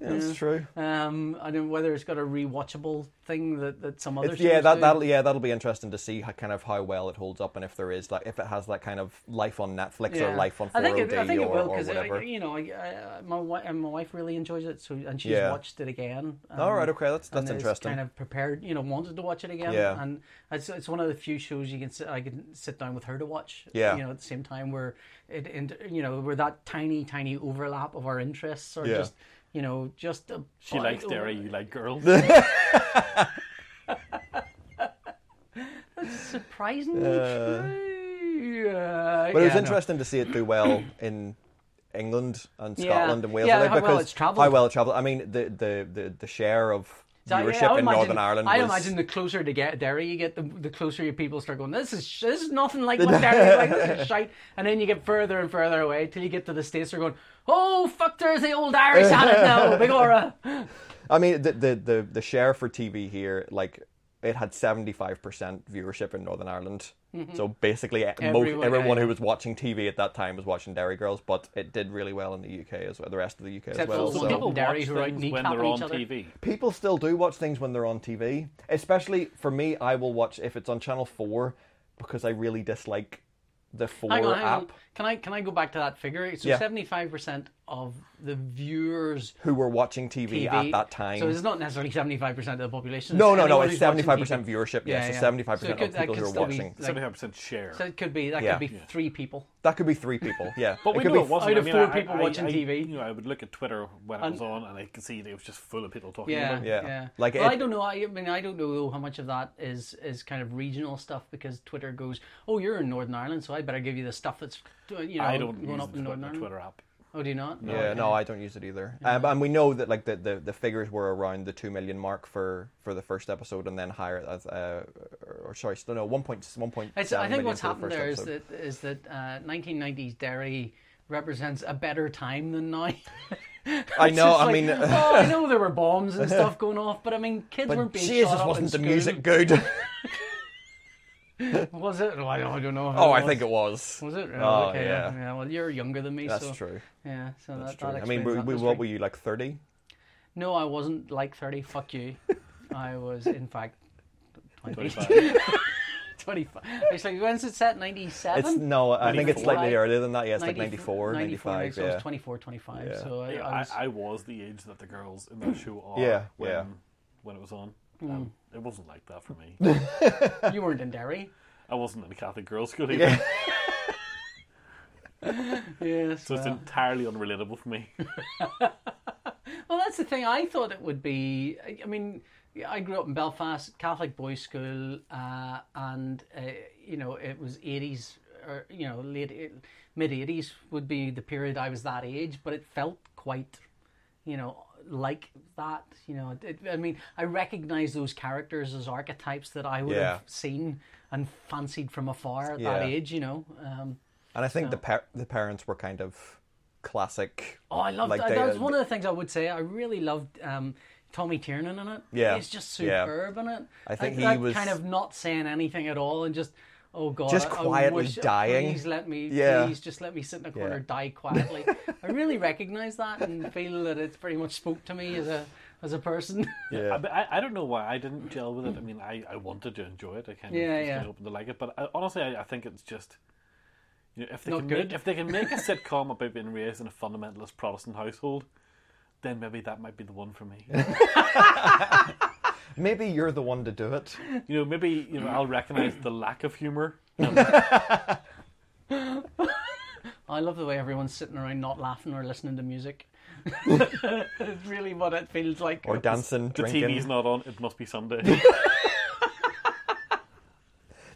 Speaker 3: Yeah, it's true.
Speaker 1: Um, I don't know whether it's got a rewatchable thing that, that some other
Speaker 3: It's- yeah,
Speaker 1: shows
Speaker 3: that
Speaker 1: do.
Speaker 3: that'll yeah that'll be interesting to see how, kind of how well it holds up and if there is like if it has that kind of life on Netflix or life on
Speaker 1: I
Speaker 3: 4OD
Speaker 1: think it, I think
Speaker 3: or,
Speaker 1: it will
Speaker 3: or
Speaker 1: because uh,
Speaker 3: whatever.
Speaker 1: you know I, I, my wife and my wife really enjoys it, so and she's
Speaker 3: Yeah.
Speaker 1: watched it again. um,
Speaker 3: All right, okay, that's that's
Speaker 1: and is
Speaker 3: interesting.
Speaker 1: Kind of prepared, you know, wanted to watch it again.
Speaker 3: Yeah.
Speaker 1: And it's, it's one of the few shows you can sit, I can sit down with her to watch.
Speaker 3: Yeah.
Speaker 1: You know, at the same time where it, and you know, where that tiny, tiny overlap of our interests are
Speaker 3: Yeah.
Speaker 1: just, you know, just a
Speaker 2: She
Speaker 1: bite
Speaker 2: likes
Speaker 1: over-
Speaker 2: dairy, you like girls.
Speaker 1: Surprisingly true. Uh,
Speaker 3: Uh. But it was
Speaker 1: yeah, no.
Speaker 3: interesting to see it do well in England and
Speaker 1: Yeah.
Speaker 3: Scotland and Wales.
Speaker 1: Yeah,
Speaker 3: I think
Speaker 1: how well
Speaker 3: because
Speaker 1: it's travelled.
Speaker 3: How well it travelled. I mean, the, the, the, the share of
Speaker 1: So I- I
Speaker 3: viewership
Speaker 1: would
Speaker 3: in
Speaker 1: imagine-
Speaker 3: Northern Ireland
Speaker 1: I
Speaker 3: was...
Speaker 1: imagine the closer to get Derry you get, the, the closer your people start going. This is sh- this is nothing like what Derry is like. This is shite. And then you get further and further away till you get to the states. They're going, oh fuck, there's the old Irish on it now, big aura.
Speaker 3: I mean, the, the, the, the share for TV here, like, it had 75% viewership in Northern Ireland. So basically, everyone,
Speaker 1: Everyone,
Speaker 3: most,
Speaker 1: yeah,
Speaker 3: everyone
Speaker 1: Mm-hmm. yeah.
Speaker 3: who was watching TV at that time was watching Dairy Girls, but it did really well in the UK as well, the rest of the UK
Speaker 1: Except
Speaker 3: as well.
Speaker 1: for
Speaker 3: so-
Speaker 1: one people
Speaker 2: People
Speaker 1: dairy
Speaker 2: watch
Speaker 1: who are
Speaker 2: things
Speaker 1: kneecapping
Speaker 2: when they're on
Speaker 1: each other.
Speaker 2: TV.
Speaker 3: people still do watch things when they're on TV. Especially for me, I will watch if it's on Channel Four because I really dislike the Four
Speaker 1: Hang on, hang
Speaker 3: app.
Speaker 1: on. Can I can I go back to that figure? So
Speaker 3: Yeah.
Speaker 1: seventy five percent of the viewers.
Speaker 3: Who were watching TV,
Speaker 1: TV,
Speaker 3: at that time?
Speaker 1: So it's not necessarily seventy five percent of the population.
Speaker 3: no, no, no.
Speaker 1: anyone who's
Speaker 3: It's
Speaker 1: watching
Speaker 3: seventy five percent
Speaker 1: TV.
Speaker 3: viewership.
Speaker 1: Yeah,
Speaker 3: Yeah,
Speaker 1: yeah.
Speaker 3: so seventy five percent
Speaker 1: So it
Speaker 3: of
Speaker 1: could- that
Speaker 3: people
Speaker 1: could
Speaker 3: who are
Speaker 1: still be,
Speaker 3: watching.
Speaker 1: like-
Speaker 2: Seventy-five percent share.
Speaker 1: So it could be that
Speaker 3: Yeah.
Speaker 1: could be three people.
Speaker 3: that could be three people. Yeah,
Speaker 2: But
Speaker 3: it
Speaker 2: we
Speaker 3: could
Speaker 2: know
Speaker 3: be
Speaker 2: it wasn't.
Speaker 1: out
Speaker 2: I
Speaker 1: of
Speaker 2: mean,
Speaker 1: four
Speaker 2: I-
Speaker 1: people
Speaker 2: I-
Speaker 1: watching
Speaker 2: I-
Speaker 1: TV.
Speaker 2: You know, I would look at Twitter when it was on, and I could see that it was just full of people talking
Speaker 1: Yeah,
Speaker 2: about it.
Speaker 3: Yeah.
Speaker 1: Like
Speaker 3: Like
Speaker 1: well,
Speaker 3: it-
Speaker 1: I don't know. I mean, I don't know though how much of that is is kind of regional stuff because Twitter goes, "Oh, you're in Northern Ireland, so I better give you the stuff that's uh, you know
Speaker 2: I don't
Speaker 1: going
Speaker 2: use
Speaker 1: up
Speaker 2: the
Speaker 1: in Northern
Speaker 2: Twitter,
Speaker 1: Ireland."
Speaker 2: Twitter app.
Speaker 1: Oh, do you not?
Speaker 3: yeah, no, I don't use it either. Um, and we know that like the, the, the figures were around the two million mark for, for the first episode, and then higher as uh, or sorry, still no one point one point.
Speaker 1: It's, I think what's happened
Speaker 3: the
Speaker 1: there is
Speaker 3: first episode.
Speaker 1: that is that uh, 1990s Derry represents a better time than now.
Speaker 3: I
Speaker 1: It's
Speaker 3: know.
Speaker 1: just
Speaker 3: I
Speaker 1: like,
Speaker 3: mean,
Speaker 1: oh, I know there were bombs and stuff going off, but I mean, kids weren't being shot
Speaker 3: Jesus,
Speaker 1: up
Speaker 3: wasn't
Speaker 1: in
Speaker 3: the
Speaker 1: school.
Speaker 3: music good?
Speaker 1: Was it? Well, I don't I don't know. if
Speaker 3: oh, I think it was.
Speaker 1: was it.
Speaker 3: Oh,
Speaker 1: okay,
Speaker 3: yeah.
Speaker 1: yeah. Well, you're younger than me,
Speaker 3: That's
Speaker 1: so
Speaker 3: true.
Speaker 1: yeah. So
Speaker 3: That's
Speaker 1: that,
Speaker 3: true.
Speaker 1: that
Speaker 3: I mean,
Speaker 1: explains
Speaker 3: we,
Speaker 1: that
Speaker 3: we,
Speaker 1: history.
Speaker 3: what were you like thirty?
Speaker 1: No, I wasn't like 30. Fuck you. I was, in fact, 20,
Speaker 2: 25.
Speaker 1: 25. It's like, when's it set? 97?
Speaker 3: It's no, I think it's
Speaker 2: 94?
Speaker 3: slightly earlier than that. Yeah, it's like
Speaker 1: 94,
Speaker 3: 94, 95,
Speaker 1: So I
Speaker 3: yeah.
Speaker 1: was 24, 25.
Speaker 3: Yeah.
Speaker 1: So I,
Speaker 2: Yeah,
Speaker 1: I
Speaker 2: I,
Speaker 1: was.
Speaker 2: I was the age that the girls in that show are.
Speaker 3: Yeah,
Speaker 2: when,
Speaker 3: yeah.
Speaker 2: When it was on,
Speaker 1: Hmm.
Speaker 2: um, it wasn't like that for me.
Speaker 1: you weren't in Derry.
Speaker 2: I wasn't in a Catholic girls' school either,
Speaker 3: Yeah.
Speaker 1: Yes.
Speaker 2: so it's
Speaker 1: well.
Speaker 2: entirely unrelatable for me.
Speaker 1: Well, that's the thing. I thought it would be. I- I mean, I grew up in Belfast, Catholic boys' school, uh, and uh, you know, it was eighties or you know, late mid eighties would be the period I was that age. But it felt quite, you know, like that. You know, it, I mean, I recognised those characters as archetypes that I would
Speaker 3: Yeah.
Speaker 1: have seen and fancied from afar at that
Speaker 3: Yeah.
Speaker 1: age. You know. Um,
Speaker 3: And I think the par- the parents were kind of classic.
Speaker 1: Oh, I loved
Speaker 3: Like
Speaker 1: that.
Speaker 3: they- uh,
Speaker 1: that was one of the things I would say. I really loved um, Tommy Tiernan in it.
Speaker 3: Yeah.
Speaker 1: he's just
Speaker 3: Yeah.
Speaker 1: superb in it.
Speaker 3: I think
Speaker 1: Like,
Speaker 3: he
Speaker 1: that
Speaker 3: was-
Speaker 1: kind of not saying anything at all and just. Oh God!
Speaker 3: Just
Speaker 1: I- I
Speaker 3: quietly
Speaker 1: wish- oh,
Speaker 3: dying.
Speaker 1: Please let me.
Speaker 3: Yeah.
Speaker 1: Please just let me sit in a corner,
Speaker 3: Yeah.
Speaker 1: die quietly. I really recognise that and feel that it's pretty much spoke to me as a as a person.
Speaker 3: Yeah.
Speaker 2: I, but I, I don't know why I didn't gel with it. I mean, I, I wanted to enjoy it. I kind
Speaker 1: Yeah,
Speaker 2: of was
Speaker 1: yeah.
Speaker 2: kind of hoping to like it, but I, honestly, I, I think it's just you know if they
Speaker 1: Not
Speaker 2: can
Speaker 1: good.
Speaker 2: Make, if they can make a sitcom about being raised in a fundamentalist Protestant household, then maybe that might be the one for me.
Speaker 3: Maybe you're the one to do it.
Speaker 2: you know, maybe you know I'll recognize the lack of humor.
Speaker 1: I love the way everyone's sitting around, not laughing or listening to music. it's really what it feels like.
Speaker 3: Or dancing,
Speaker 2: The
Speaker 3: drinking.
Speaker 2: TV's not on. It must be Sunday.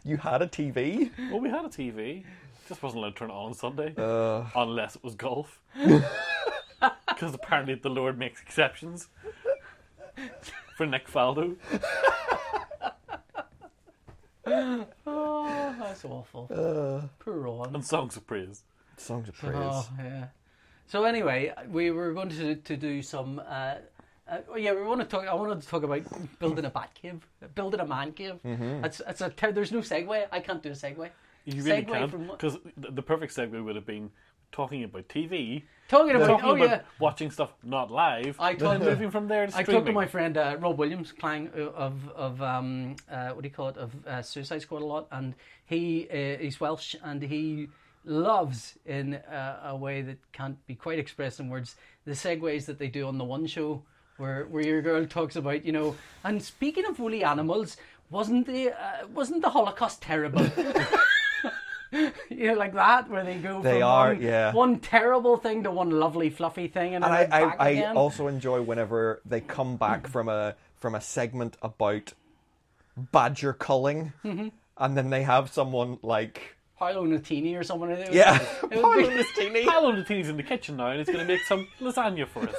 Speaker 3: You had a TV?
Speaker 2: well, we had a TV. Just wasn't allowed to turn it on on Sunday unless it was golf. Because apparently the Lord makes exceptions for Nick Faldo.
Speaker 1: Oh, that's awful.
Speaker 3: Uh.
Speaker 1: Poor Ron.
Speaker 2: and songs of praise.
Speaker 3: Songs of praise.
Speaker 1: Oh, yeah. So anyway, we were going to to do some. Uh, uh, oh, yeah, we want to talk. I wanted to talk about building a bat cave, building a man cave. That's that's a. ter- There's no segue. I can't do a segue.
Speaker 2: Mm-hmm. You really
Speaker 1: Segue
Speaker 2: can
Speaker 1: from what-
Speaker 2: because the perfect segue would have been talking about TV,
Speaker 1: Talking about.
Speaker 2: talking
Speaker 1: oh
Speaker 2: about
Speaker 1: yeah.
Speaker 2: watching stuff not live,
Speaker 1: I
Speaker 2: and
Speaker 1: told-
Speaker 2: then moving from there to
Speaker 1: I
Speaker 2: streaming.
Speaker 1: talked to my friend uh, Rob Williams, Clang uh, of of um, uh, what do you call it of uh, Suicide Squad a lot, and he uh, he's Welsh and he loves in uh, a way that can't be quite expressed in words the segues that they do on the one show where where your girl talks about you know and speaking of woolly animals wasn't the uh, wasn't the Holocaust terrible. You know, like that, where they go
Speaker 3: They
Speaker 1: from
Speaker 3: are,
Speaker 1: one,
Speaker 3: yeah.
Speaker 1: one terrible thing to one lovely fluffy thing, and,
Speaker 3: and I,
Speaker 1: then back
Speaker 3: I, I
Speaker 1: again.
Speaker 3: also enjoy whenever they come back from a from a segment about badger culling,
Speaker 1: Mm-hmm.
Speaker 3: and then they have someone like
Speaker 1: Paolo Nutini or someone. It was-
Speaker 3: yeah,
Speaker 1: it
Speaker 3: Paolo
Speaker 1: would be-
Speaker 3: Nutini.
Speaker 2: Paolo Nutini's in the kitchen now, and he's going to make some lasagna for us.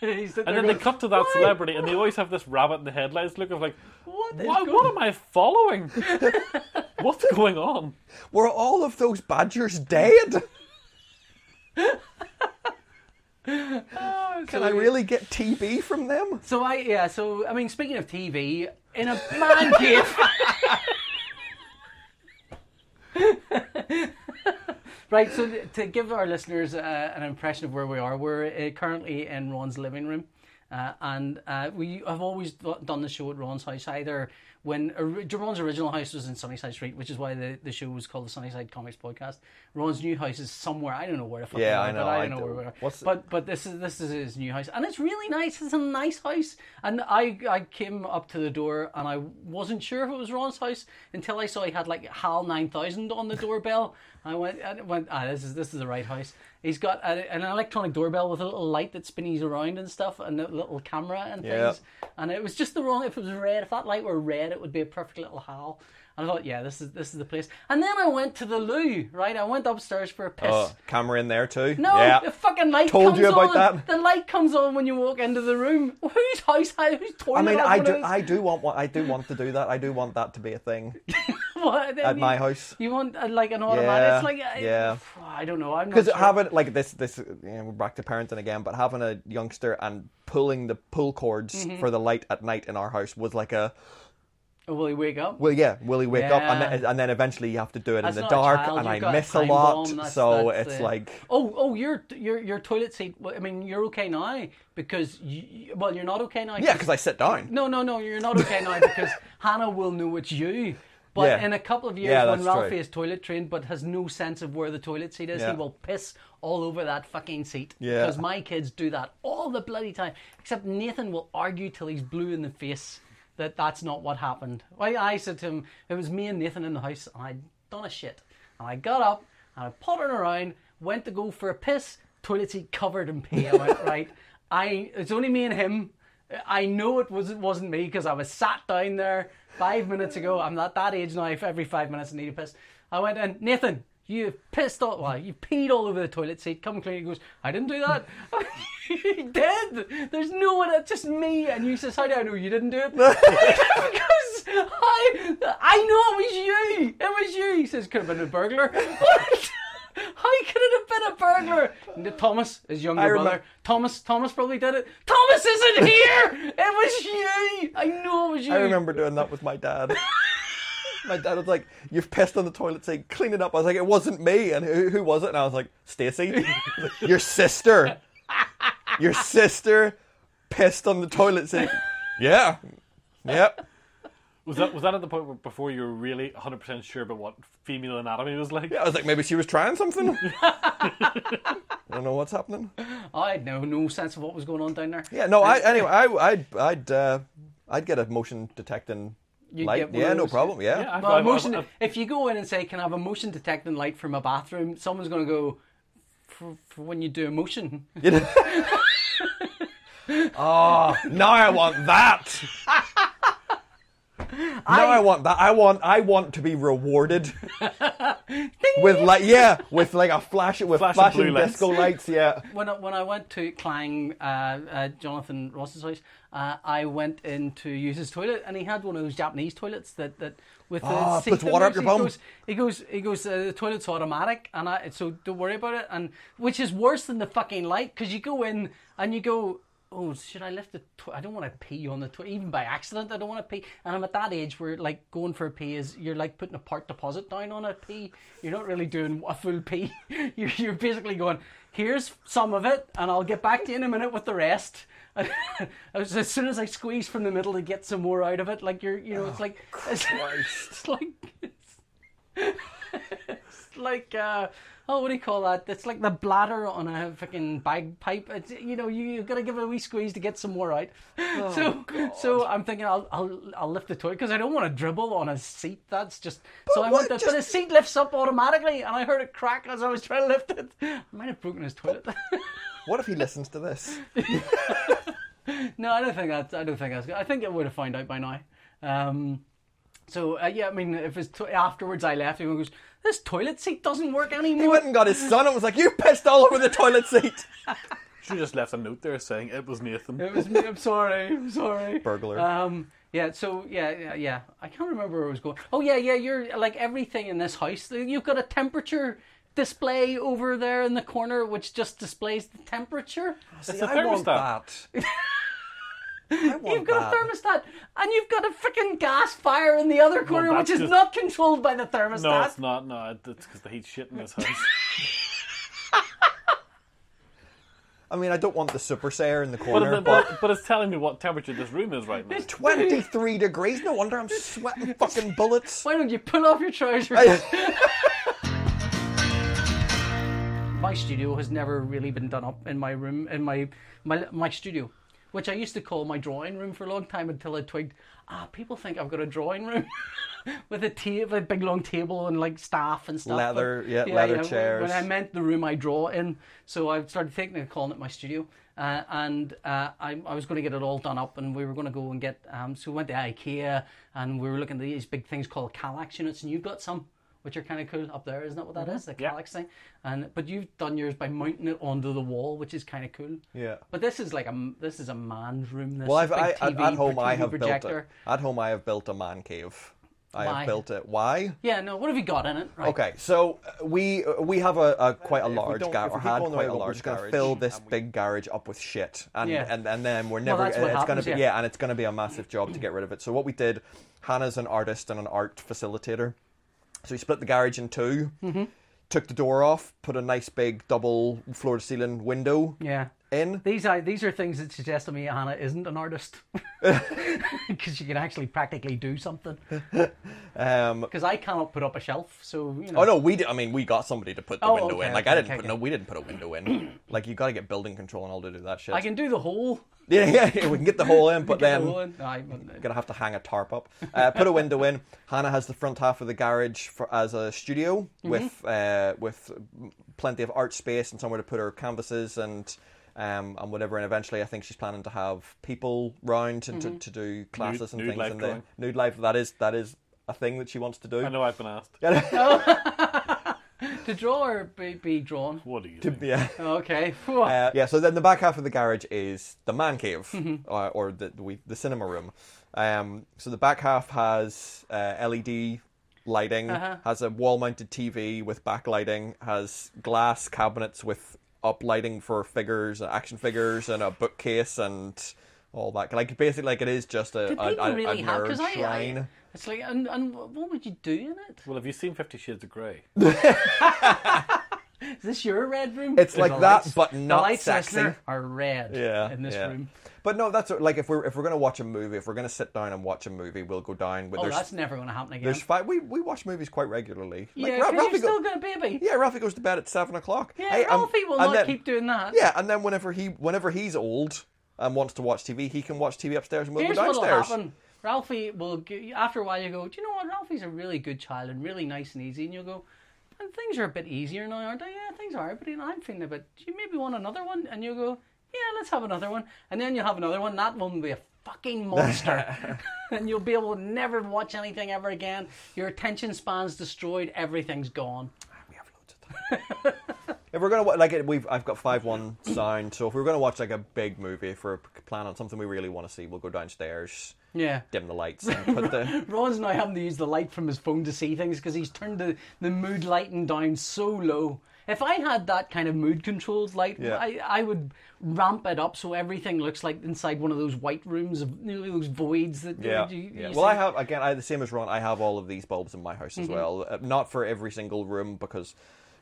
Speaker 1: He's sitting there
Speaker 2: And then they
Speaker 1: going,
Speaker 2: cut to that
Speaker 1: "Why?
Speaker 2: celebrity, and they always have this rabbit in the headlights look of like,
Speaker 1: What is
Speaker 2: why,
Speaker 1: going-
Speaker 2: what am I following? What's going on?
Speaker 3: Were all of those badgers dead?
Speaker 1: Oh,
Speaker 3: Can I really get TB from them?
Speaker 1: So I yeah. So I mean, speaking of TV, in a man cave. right. So th- to give our listeners uh, an impression of where we are, we're uh, currently in Ron's living room. Uh, and uh, we have always d- done the show at Ron's house, either when ori- Ron's original house was in Sunnyside Street, which is why the, the show was called the Sunnyside Comics Podcast. Ron's new house is somewhere I don't know where the fuck.
Speaker 3: Yeah,
Speaker 1: we are,
Speaker 3: I know,
Speaker 1: But I
Speaker 3: I
Speaker 1: don't know
Speaker 3: do-
Speaker 1: where we are.
Speaker 3: what's-
Speaker 1: But but but this is this is his new house, and it's really nice. It's a nice house, and I I came up to the door, and I wasn't sure if it was Ron's house until I saw he had like HAL nine thousand on the doorbell. I went I went ah this is this is the right house. He's got a, an electronic doorbell with a little light that spinnies around and stuff, and a little camera and
Speaker 3: Yeah.
Speaker 1: things. And it was just the wrong. If it was red, if that light were red, it would be a perfect little HAL. And I thought, yeah, this is this is the place. And then I went to the loo. Right, I went upstairs for a piss.
Speaker 3: Oh, camera in there too.
Speaker 1: No,
Speaker 3: yeah.
Speaker 1: the fucking light
Speaker 3: Told
Speaker 1: comes
Speaker 3: you about
Speaker 1: on.
Speaker 3: that.
Speaker 1: The light comes on when you walk into the room. Whose house? Whose toilet?
Speaker 3: I mean,
Speaker 1: that
Speaker 3: I
Speaker 1: one
Speaker 3: do,
Speaker 1: is?
Speaker 3: I do want, what I do want to do that. I do want that to be a thing
Speaker 1: What, then
Speaker 3: at
Speaker 1: you-
Speaker 3: my house.
Speaker 1: You want uh, like an automatic?
Speaker 3: Yeah,
Speaker 1: it's like I,
Speaker 3: yeah.
Speaker 1: I don't know. I'm not
Speaker 3: Because
Speaker 1: sure.
Speaker 3: having like this, this you know, we're back to parenting again, but having a youngster and pulling the pull cords
Speaker 1: Mm-hmm.
Speaker 3: for the light at night in our house was like a
Speaker 1: Oh, will he wake up?
Speaker 3: well, yeah, will he wake up? And
Speaker 1: Yeah.
Speaker 3: then, and then eventually you have to do it
Speaker 1: That's
Speaker 3: in the
Speaker 1: not a
Speaker 3: dark,
Speaker 1: child,
Speaker 3: and
Speaker 1: you've
Speaker 3: I
Speaker 1: got
Speaker 3: miss a
Speaker 1: time
Speaker 3: lot,
Speaker 1: bomb, that's-
Speaker 3: so
Speaker 1: that's,
Speaker 3: it's
Speaker 1: uh,
Speaker 3: like
Speaker 1: Oh, oh, your your your toilet seat. well, I mean, you're okay now because you, you- well, you're not okay now.
Speaker 3: yeah, because I sit down.
Speaker 1: No, no, no, you're not okay now because Hannah will know it's you. But
Speaker 3: Yeah.
Speaker 1: in a couple of years,
Speaker 3: Yeah,
Speaker 1: when
Speaker 3: that's
Speaker 1: Ralphie
Speaker 3: true.
Speaker 1: is toilet trained but has no sense of where the toilet seat is,
Speaker 3: Yeah.
Speaker 1: he will piss all over that fucking seat.
Speaker 3: Yeah.
Speaker 1: Because my kids do that all the bloody time. Except Nathan will argue till he's blue in the face that that's not what happened. I, I said to him, it was me and Nathan in the house, and I'd done a shit. And I got up and I pottered around, went to go for a piss, toilet seat covered in pee. I went, right, I, it's only me and him. I know it was it wasn't me because I was sat down there five minutes ago. I'm not that age now. If every five minutes I need a piss, I went in. Nathan, you pissed all. Well, you peed all over the toilet seat. Come clean. He goes, I didn't do that. he did. There's no one. It's just me. And you says, How do I know you didn't do it? because I, I know it was you. It was you. He says, Could have been a burglar. What? How could it have been a burglar? And the- Thomas, his younger
Speaker 3: I remem-
Speaker 1: brother, Thomas, Thomas probably did it. Thomas isn't here. It was you. I know it was you.
Speaker 3: I remember doing that with my dad. my dad was like, "You've pissed on the toilet seat, clean it up." I was like, "It wasn't me," and who, who was it? And I was like, "Stacy, your sister, your sister pissed on the toilet seat." yeah, yep.
Speaker 2: Was that was that at the point where before you were really 100 percent sure about what female anatomy was like?
Speaker 3: I was like, maybe she was trying something. I don't know what's happening.
Speaker 1: I had no no sense of what was going on down there.
Speaker 3: Yeah, no. I anyway, I, I'd, I'd, uh, I'd get a motion detecting
Speaker 1: You'd
Speaker 3: light.
Speaker 1: get one
Speaker 3: yeah,
Speaker 1: of
Speaker 3: no
Speaker 1: those,
Speaker 3: problem. Yeah.
Speaker 2: Yeah, I've-
Speaker 1: Well,
Speaker 2: I've-
Speaker 1: motion,
Speaker 2: I've-
Speaker 1: if you go in and say, "Can I have a motion detecting light for my bathroom?" Someone's going to go for, for when you do a motion.
Speaker 3: You know? oh, now I want that. Now I want that. I want. I want to be rewarded with like yeah, with like a flash with
Speaker 2: Flash of
Speaker 3: flashing
Speaker 2: blue lights.
Speaker 3: disco lights. Yeah,
Speaker 1: when I, when I went to Clang, uh, uh, Jonathan Ross's house, uh, I went in to use his toilet, and he had one of those Japanese toilets that, that with the
Speaker 3: Ah,
Speaker 1: seat
Speaker 3: puts
Speaker 1: in
Speaker 3: water
Speaker 1: there,
Speaker 3: up your
Speaker 1: so he
Speaker 3: bum.
Speaker 1: Goes, he goes, he goes. Uh, the toilet's automatic, and I so don't worry about it. And which is worse than the fucking light, because you go in and you go. Oh, should I lift the? Tw- I don't want to pee on the toilet, even by accident. I don't want to pee, and I'm at that age where like going for a pee is you're like putting a part deposit down on a pee. You're not really doing a full pee. You're you're basically going, here's some of it, and I'll get back to you in a minute with the rest. as, as soon as I squeeze from the middle to get some more out of it, like you're, you know, it's like it's, it's like it's, it's like uh, oh, what do you call that? It's like the bladder on a fucking bagpipe. It's, you know, you you gotta give it a wee squeeze to get some more out.
Speaker 3: Oh,
Speaker 1: so so I'm thinking I'll I'll, I'll lift the toy because I don't want to dribble on a seat. That's just so I want
Speaker 3: what-
Speaker 1: that.
Speaker 3: just-
Speaker 1: But the seat lifts up automatically, and I heard it crack as I was trying to lift it. I might have broken his toilet.
Speaker 3: what if he listens to this?
Speaker 1: No, I don't think that's. I don't think that's. good. I think I would have found out by now. Um, so uh, yeah, I mean, if it's to- afterwards I left, everyone goes, "This toilet seat doesn't work
Speaker 3: He
Speaker 1: anymore."
Speaker 3: went and got his son and was like, "You pissed all over the toilet seat."
Speaker 2: She just left a note there saying it was Nathan.
Speaker 1: it was me. I'm sorry. I'm sorry.
Speaker 3: Burglar.
Speaker 1: Um, yeah. So yeah, yeah, yeah. I can't remember where I was going. Oh yeah, yeah. You're like everything in this house. You've got a temperature display over there in the corner, which just displays the temperature.
Speaker 3: See,
Speaker 2: a
Speaker 3: I want
Speaker 2: thermostat.
Speaker 3: that. I want
Speaker 1: You've got
Speaker 3: that.
Speaker 1: a thermostat, and you've got a freaking gas fire in the other corner,
Speaker 2: that's
Speaker 1: which is
Speaker 2: just-
Speaker 1: not controlled by the thermostat.
Speaker 2: No, it's not. No, it- it's because the heat's shit in this house.
Speaker 3: I mean, I don't want the super sayer in the
Speaker 2: but,
Speaker 3: corner,
Speaker 2: it-
Speaker 3: but.
Speaker 2: but, but it's telling me what temperature this room is right now.
Speaker 3: 23 degrees. No wonder I'm sweating fucking bullets.
Speaker 1: Why don't you pull off your trousers? my studio has never really been done up in my room, in my, my my studio, which I used to call my drawing room for a long time until I twigged, ah, people think I've got a drawing room with a table, a big long table and like staff and stuff.
Speaker 3: Leather, yeah, leather
Speaker 1: when- When
Speaker 3: chairs.
Speaker 1: I meant the room I draw in, so I started thinking of calling it my studio. Uh, and uh, I, I was going to get it all done up, and we were going to go and get. Um, so we went to IKEA, and we were looking at these big things called Calax units, and you've got some, which are kind of cool up there, isn't that what that
Speaker 3: Mm-hmm.
Speaker 1: is? The
Speaker 2: Yeah.
Speaker 1: Calax thing. And but you've done yours by mounting it onto the wall, which is kind of cool.
Speaker 3: Yeah.
Speaker 1: But this is like a this is a man's room. This
Speaker 3: Well, I've,
Speaker 1: big
Speaker 3: I, at,
Speaker 1: TV,
Speaker 3: at home
Speaker 1: TV
Speaker 3: I have
Speaker 1: projector.
Speaker 3: built it. At home I have built a man cave. I
Speaker 1: Why?
Speaker 3: have built it. Why?
Speaker 1: Yeah, no. What have you got in it? Right.
Speaker 3: Okay, so uh, we uh, we have a, a quite a large
Speaker 4: don't-
Speaker 3: garage,
Speaker 4: if
Speaker 3: or
Speaker 4: we keep
Speaker 3: had
Speaker 4: on the
Speaker 3: quite
Speaker 4: way
Speaker 3: a
Speaker 4: we're
Speaker 3: large
Speaker 4: just gonna
Speaker 3: garage,
Speaker 4: fill
Speaker 3: fill this big garage up with shit, and
Speaker 1: Yeah.
Speaker 3: and, and then we're never.
Speaker 1: that's what
Speaker 3: it's
Speaker 1: happens,
Speaker 3: gonna be
Speaker 1: yeah.
Speaker 3: yeah, and it's gonna be a massive job to get rid of it. So what we did, Hannah's an artist and an art facilitator, so we split the garage in 2
Speaker 1: Mm-hmm.
Speaker 3: took the door off, put a nice big double floor to ceiling window
Speaker 1: Yeah.
Speaker 3: in.
Speaker 1: These are these are things that suggest to me Hannah isn't an artist because she can actually practically do something.
Speaker 3: Um,
Speaker 1: Because I cannot put up a shelf, so you know.
Speaker 3: Oh no, we. Did, I mean, we got somebody to put the
Speaker 1: Oh,
Speaker 3: window
Speaker 1: okay,
Speaker 3: in. Like
Speaker 1: okay,
Speaker 3: I didn't
Speaker 1: okay,
Speaker 3: put
Speaker 1: okay.
Speaker 3: no, we didn't put a window in. like you got to get building control and all to do that shit.
Speaker 1: I can do the whole.
Speaker 3: yeah, yeah, yeah, we can get the hole in, but
Speaker 1: get
Speaker 3: then
Speaker 1: the whole in. No, I-
Speaker 3: gonna have to hang a tarp up. Uh, put a window in. Hannah has the front half of the garage for, as a studio with uh, with plenty of art space and somewhere to put her canvases and. Um, and whatever, and eventually, I think she's planning to have people round and to, to do classes and
Speaker 2: nude
Speaker 3: things.
Speaker 2: life
Speaker 3: in
Speaker 2: drawing.
Speaker 3: the nude life that is that is a thing that she wants to do.
Speaker 2: I know I've been asked.
Speaker 1: to draw or be, be drawn.
Speaker 2: What do you think?
Speaker 3: Yeah.
Speaker 1: Okay.
Speaker 3: Uh, yeah, so then the back half of the garage is the man cave,
Speaker 1: Mm-hmm.
Speaker 3: uh, or the we, the cinema room. Um, so the back half has uh, LED lighting,
Speaker 1: Uh-huh.
Speaker 3: has a wall-mounted TV with backlighting, has glass cabinets with uplighting for figures, action figures, and a bookcase and all that. Like basically, like it is just a,
Speaker 1: Did
Speaker 3: a,
Speaker 1: people
Speaker 3: a,
Speaker 1: really
Speaker 3: a
Speaker 1: have?
Speaker 3: nerd
Speaker 1: Because I,
Speaker 3: shrine.
Speaker 1: I, it's like, and, and what would you do in it?
Speaker 2: Well, have you seen Fifty Shades of Grey?
Speaker 1: Is this your red room?
Speaker 3: It's
Speaker 1: The
Speaker 3: like that,
Speaker 1: lights-
Speaker 3: but
Speaker 1: the
Speaker 3: not
Speaker 1: lights
Speaker 3: sexy.
Speaker 1: listener are red.
Speaker 3: yeah,
Speaker 1: In this
Speaker 3: yeah.
Speaker 1: room.
Speaker 3: But no, that's what- like if we're if we're gonna watch a movie, if we're gonna sit down and watch a movie, we'll go down. With
Speaker 1: Oh,
Speaker 3: there's
Speaker 1: that's never going to happen again.
Speaker 3: There's five. We we watch movies quite regularly. Like,
Speaker 1: yeah,
Speaker 3: Ra-
Speaker 1: 'cause
Speaker 3: Ralphie
Speaker 1: you're still
Speaker 3: go-
Speaker 1: got a baby.
Speaker 3: yeah, Ralphie goes to bed at seven o'clock.
Speaker 1: Yeah,
Speaker 3: Hey, um,
Speaker 1: Ralphie will
Speaker 3: and
Speaker 1: not
Speaker 3: then-
Speaker 1: keep doing that.
Speaker 3: Yeah, and then whenever he whenever he's old and wants to watch TV, he can watch TV upstairs and we'll
Speaker 1: Here's
Speaker 3: go
Speaker 1: what'll
Speaker 3: downstairs.
Speaker 1: happen. Ralphie will, g- after a while, you go, Do you know what? Ralphie's a really good child and really nice and easy. And you'll go, And things are a bit easier now, aren't they? Yeah, things are. But you know, I'm feeling a bit, Do you maybe want another one? And you'll go, Yeah, let's have another one. And then you'll have another one. That one will be a fucking monster. and you'll be able to never watch anything ever again. Your attention span's destroyed. Everything's gone.
Speaker 3: We have loads of time. if we're gonna wa- like it, we've I've got five one sound. So if we we're gonna watch like a big movie, if we're planning on something we really want to see, we'll go downstairs,
Speaker 1: Yeah.
Speaker 3: dim the lights, and put the
Speaker 1: Ron's now having to use the light from his phone to see things because he's turned the, the mood lighting down so low. If I had that kind of mood controlled light,
Speaker 3: Yeah.
Speaker 1: I, I would ramp it up so everything looks like inside one of those white rooms, of you know, those voids that
Speaker 3: Yeah.
Speaker 1: you, you
Speaker 3: yeah.
Speaker 1: see.
Speaker 3: Well, I have again. I the same as Ron. I have all of these bulbs in my house
Speaker 1: Mm-hmm.
Speaker 3: as well. Uh, not for every single room because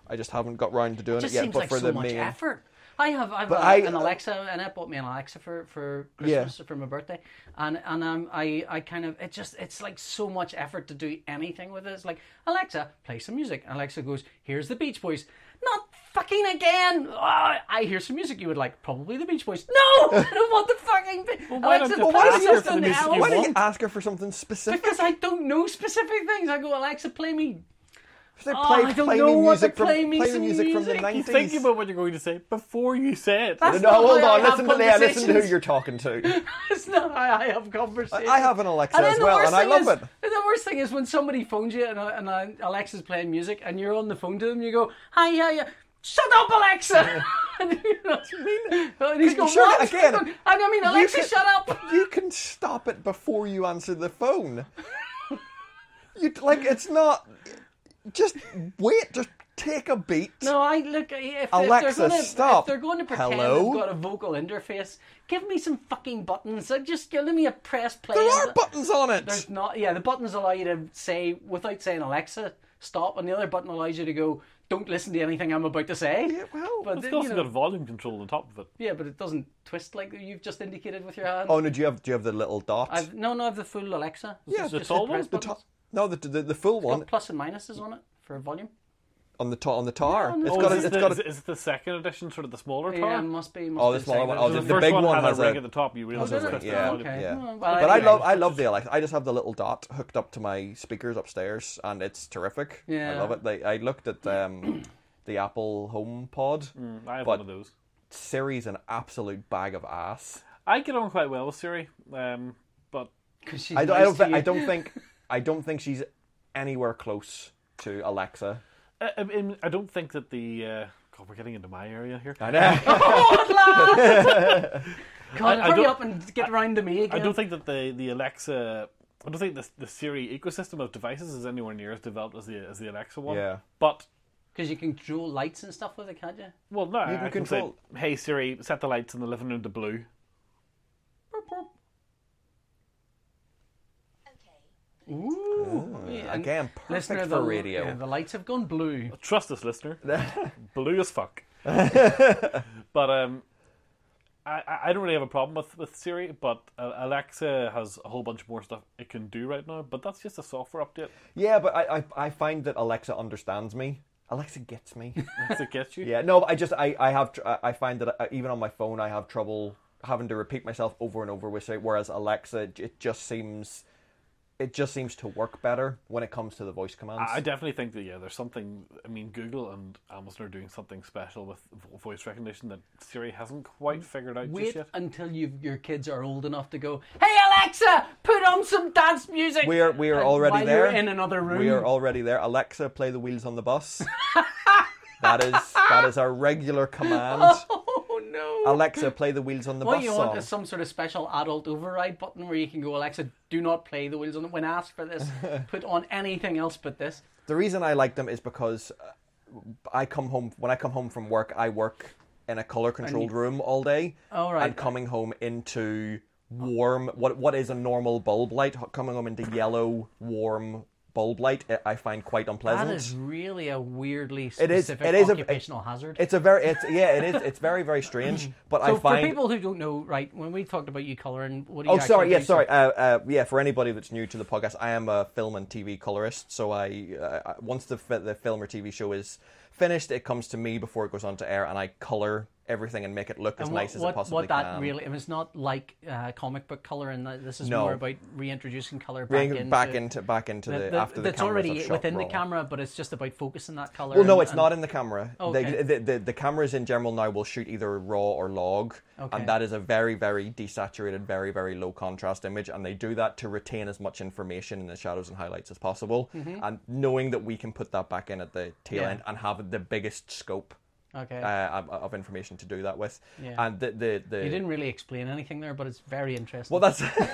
Speaker 3: I just haven't got round to
Speaker 1: It
Speaker 3: doing it,
Speaker 1: just
Speaker 3: yet.
Speaker 1: seems
Speaker 3: but
Speaker 1: like
Speaker 3: for
Speaker 1: so
Speaker 3: the
Speaker 1: much
Speaker 3: main,
Speaker 1: effort. I have I've
Speaker 3: But
Speaker 1: a-
Speaker 3: I-
Speaker 1: an Alexa and it bought me an Alexa for, for Christmas for my birthday, and and um, I I kind of it just it's like so much effort to do anything with it. It's like Alexa, play some music. And Alexa goes, here's the Beach Boys. Not fucking again. Ah, I hear some music you would like, probably the Beach Boys. No, I don't want the fucking. Be-
Speaker 2: why
Speaker 1: Alexa,
Speaker 2: don't you
Speaker 1: play
Speaker 2: ask her for the
Speaker 1: something
Speaker 2: music you
Speaker 1: else."
Speaker 3: Why did you
Speaker 2: want?
Speaker 3: ask her for something specific?
Speaker 1: Because I don't know specific things. I go, Alexa, play me.
Speaker 3: They
Speaker 1: Oh,
Speaker 3: play,
Speaker 1: I don't
Speaker 3: play
Speaker 1: know
Speaker 3: me
Speaker 1: what
Speaker 3: music
Speaker 1: to
Speaker 3: from
Speaker 1: play me
Speaker 3: the
Speaker 1: some
Speaker 3: music, from the
Speaker 1: music.
Speaker 2: You
Speaker 3: nineties.
Speaker 2: think about what you're going to say before you say it.
Speaker 1: That's
Speaker 3: no,
Speaker 1: not
Speaker 3: hold
Speaker 1: how I
Speaker 3: on.
Speaker 1: have
Speaker 3: Listen to Leah. Listen to who
Speaker 1: conversations.
Speaker 3: you're talking to.
Speaker 1: It's not how I have conversations.
Speaker 3: I have an Alexa
Speaker 1: And then
Speaker 3: as
Speaker 1: the
Speaker 3: well,
Speaker 1: worst
Speaker 3: and I
Speaker 1: thing
Speaker 3: love
Speaker 1: is-
Speaker 3: it.
Speaker 1: The worst thing is when somebody phones you and, uh, and uh, Alexa's playing music and you're on the phone to them, you go, hi, hi, hi. Shut up, Alexa! and you know what I mean? And he's going,
Speaker 3: Sure,
Speaker 1: what?
Speaker 3: again,
Speaker 1: And I mean, Alexa,
Speaker 3: can-
Speaker 1: shut up!
Speaker 3: You can stop it before you answer the phone. you like it's not. Just wait. Just take a beat.
Speaker 1: No, I look. If
Speaker 3: Alexa,
Speaker 1: they're gonna, If
Speaker 3: stop.
Speaker 1: they're going to pretend
Speaker 3: Hello?
Speaker 1: they've got a vocal interface, give me some fucking buttons. Like, Just give me a press play.
Speaker 3: There
Speaker 1: and-
Speaker 3: are buttons on it.
Speaker 1: There's not. Yeah, the buttons allow you to say without saying Alexa stop, and the other button allows you to go don't listen to anything I'm about to say.
Speaker 3: Yeah, well,
Speaker 1: but
Speaker 2: It's
Speaker 1: then, you
Speaker 2: also
Speaker 1: know,
Speaker 2: got volume control on top of it.
Speaker 1: yeah, but it doesn't twist like you've just indicated with your hand.
Speaker 3: Oh no! Do you have do you have the little dot?
Speaker 1: I've, no, no, I have the full Alexa.
Speaker 3: Yeah, the
Speaker 1: just
Speaker 2: tall
Speaker 1: hit press
Speaker 2: one? The
Speaker 1: buttons.
Speaker 3: To- no, the, the the full one
Speaker 1: Got plus and minuses on it for volume.
Speaker 3: on the tar on the tar.
Speaker 1: no.
Speaker 3: It's
Speaker 1: Oh,
Speaker 2: is,
Speaker 3: got a,
Speaker 2: this
Speaker 3: it's
Speaker 2: the,
Speaker 3: got
Speaker 2: is,
Speaker 3: a,
Speaker 2: is it the second edition, sort of the smaller car?
Speaker 1: Yeah, it must be. Must
Speaker 3: Oh,
Speaker 1: be
Speaker 3: the smaller one.
Speaker 1: second
Speaker 3: Oh,
Speaker 1: edition.
Speaker 3: the
Speaker 2: first
Speaker 3: big
Speaker 2: one,
Speaker 3: one
Speaker 2: had
Speaker 3: has
Speaker 2: a ring
Speaker 3: a- Oh,
Speaker 2: at the top. You realize
Speaker 1: did
Speaker 2: it's
Speaker 1: it?
Speaker 2: just
Speaker 3: yeah,
Speaker 2: the volume.
Speaker 1: okay. Oh,
Speaker 3: yeah.
Speaker 1: Well, I
Speaker 3: but I
Speaker 1: anyway,
Speaker 3: love I love the Alexa. I just have the little dot hooked up to my speakers upstairs, and it's terrific. I
Speaker 1: Yeah.
Speaker 3: love it. They, I looked at um, the Apple Home Pod.
Speaker 1: Mm.
Speaker 2: I have
Speaker 3: But-
Speaker 2: one of those.
Speaker 3: Siri's an absolute bag of ass.
Speaker 2: I get on quite well with Siri, um, but
Speaker 1: 'Cause she's
Speaker 3: I don't I don't,
Speaker 1: nice to
Speaker 3: thi- I
Speaker 1: you.
Speaker 3: don't think I don't think she's anywhere close to Alexa.
Speaker 2: uh, I, I, mean, I don't think that the. Uh, God, we're getting into my area here.
Speaker 3: I know.
Speaker 1: Oh, at last! God,
Speaker 2: I- I
Speaker 1: hurry
Speaker 2: don't-
Speaker 1: up and get round to me again.
Speaker 2: I don't think that the, the Alexa. I don't think the, the Siri ecosystem of devices is anywhere near as developed as the as the Alexa one.
Speaker 3: Yeah.
Speaker 2: But
Speaker 1: Because you can control lights and stuff with it, can't you?
Speaker 2: well, no,
Speaker 3: You
Speaker 2: I
Speaker 3: can
Speaker 2: can say,
Speaker 3: control-
Speaker 2: hey Siri, set the lights in the living room to blue.
Speaker 1: Ooh. and
Speaker 3: Again, Oh, perfect
Speaker 1: listener,
Speaker 3: for
Speaker 1: the,
Speaker 3: radio.
Speaker 1: yeah, the lights have gone blue.
Speaker 2: Trust us, listener. blue as fuck. but um, I I- I don't really have a problem with with Siri, but uh, Alexa has a whole bunch more stuff it can do right now. But that's just a software update.
Speaker 3: Yeah, but I, I I find that Alexa understands me. Alexa gets me.
Speaker 2: Does it get you?
Speaker 3: yeah, no, but I just I I have tr- I I find that I, even on my phone I have trouble having to repeat myself over and over with it. Whereas Alexa, it- it just seems it just seems to work better when it comes to the voice commands.
Speaker 2: I I definitely think that yeah, there's something. I mean, Google and Amazon are doing something special with vo- voice recognition that Siri hasn't quite figured out
Speaker 1: Wait
Speaker 2: just yet.
Speaker 1: until you your kids are old enough to go, Hey Alexa, put on some dance music.
Speaker 3: we are we are
Speaker 1: And
Speaker 3: already
Speaker 1: while
Speaker 3: there
Speaker 1: You're in another room.
Speaker 3: We are already there. Alexa, play the wheels on the bus. that is that is our regular command.
Speaker 1: Oh no.
Speaker 3: Alexa, play the wheels on the
Speaker 1: what
Speaker 3: bus
Speaker 1: you
Speaker 3: song.
Speaker 1: want is some sort of special adult override button where you can go, Alexa, do not play the wheels on. When asked for this, put on anything else but this.
Speaker 3: The reason I like them is because uh, I come home when I come home from work, I work in a color controlled room all day.
Speaker 1: All right.
Speaker 3: And coming home into warm what what is a normal bulb light ho- coming home into yellow warm bulb light eh, I- I find quite
Speaker 1: That
Speaker 3: unpleasant.
Speaker 1: is really a weirdly
Speaker 3: is-
Speaker 1: specific
Speaker 3: it is a-
Speaker 1: occupational hazard.
Speaker 3: It's a very it's yeah it is it's very very strange but
Speaker 1: So
Speaker 3: I find
Speaker 1: for people who don't know, right, when we talked about you coloring, what do you
Speaker 3: Oh, sorry.
Speaker 1: actually
Speaker 3: Yeah,
Speaker 1: do?
Speaker 3: sorry. Uh, uh, yeah, for anybody that's new to the podcast, I am a film and TV colorist. So I, uh, I- once the fi- the film or TV show is finished, it comes to me before it goes on to air, and I color everything and make it look as
Speaker 1: And
Speaker 3: nice as it possibly
Speaker 1: what that
Speaker 3: can.
Speaker 1: really, it was not like uh, comic book color, and that this is
Speaker 3: No.
Speaker 1: more about reintroducing color back,
Speaker 3: Bring it
Speaker 1: into,
Speaker 3: back into back into the,
Speaker 1: that- that-
Speaker 3: after the
Speaker 1: that's
Speaker 3: cameras
Speaker 1: already
Speaker 3: have shot
Speaker 1: within the
Speaker 3: raw.
Speaker 1: camera, but it's just about focusing that color.
Speaker 3: Well, no,
Speaker 1: and-
Speaker 3: it's
Speaker 1: and-
Speaker 3: not in the camera.
Speaker 1: Okay.
Speaker 3: The, the, the, the cameras in general now will shoot either raw or log,
Speaker 1: Okay.
Speaker 3: and that is a very, very desaturated, very, very low contrast image. And they do that to retain as much information in the shadows and highlights as possible. And knowing that we can put that back in at the
Speaker 1: Mm-hmm.
Speaker 3: tail
Speaker 1: Yeah.
Speaker 3: end and have the biggest scope
Speaker 1: Okay.
Speaker 3: uh, of, of information to do that with.
Speaker 1: Yeah.
Speaker 3: And the the, the
Speaker 1: you didn't really explain anything there, but it's very interesting.
Speaker 3: well, that's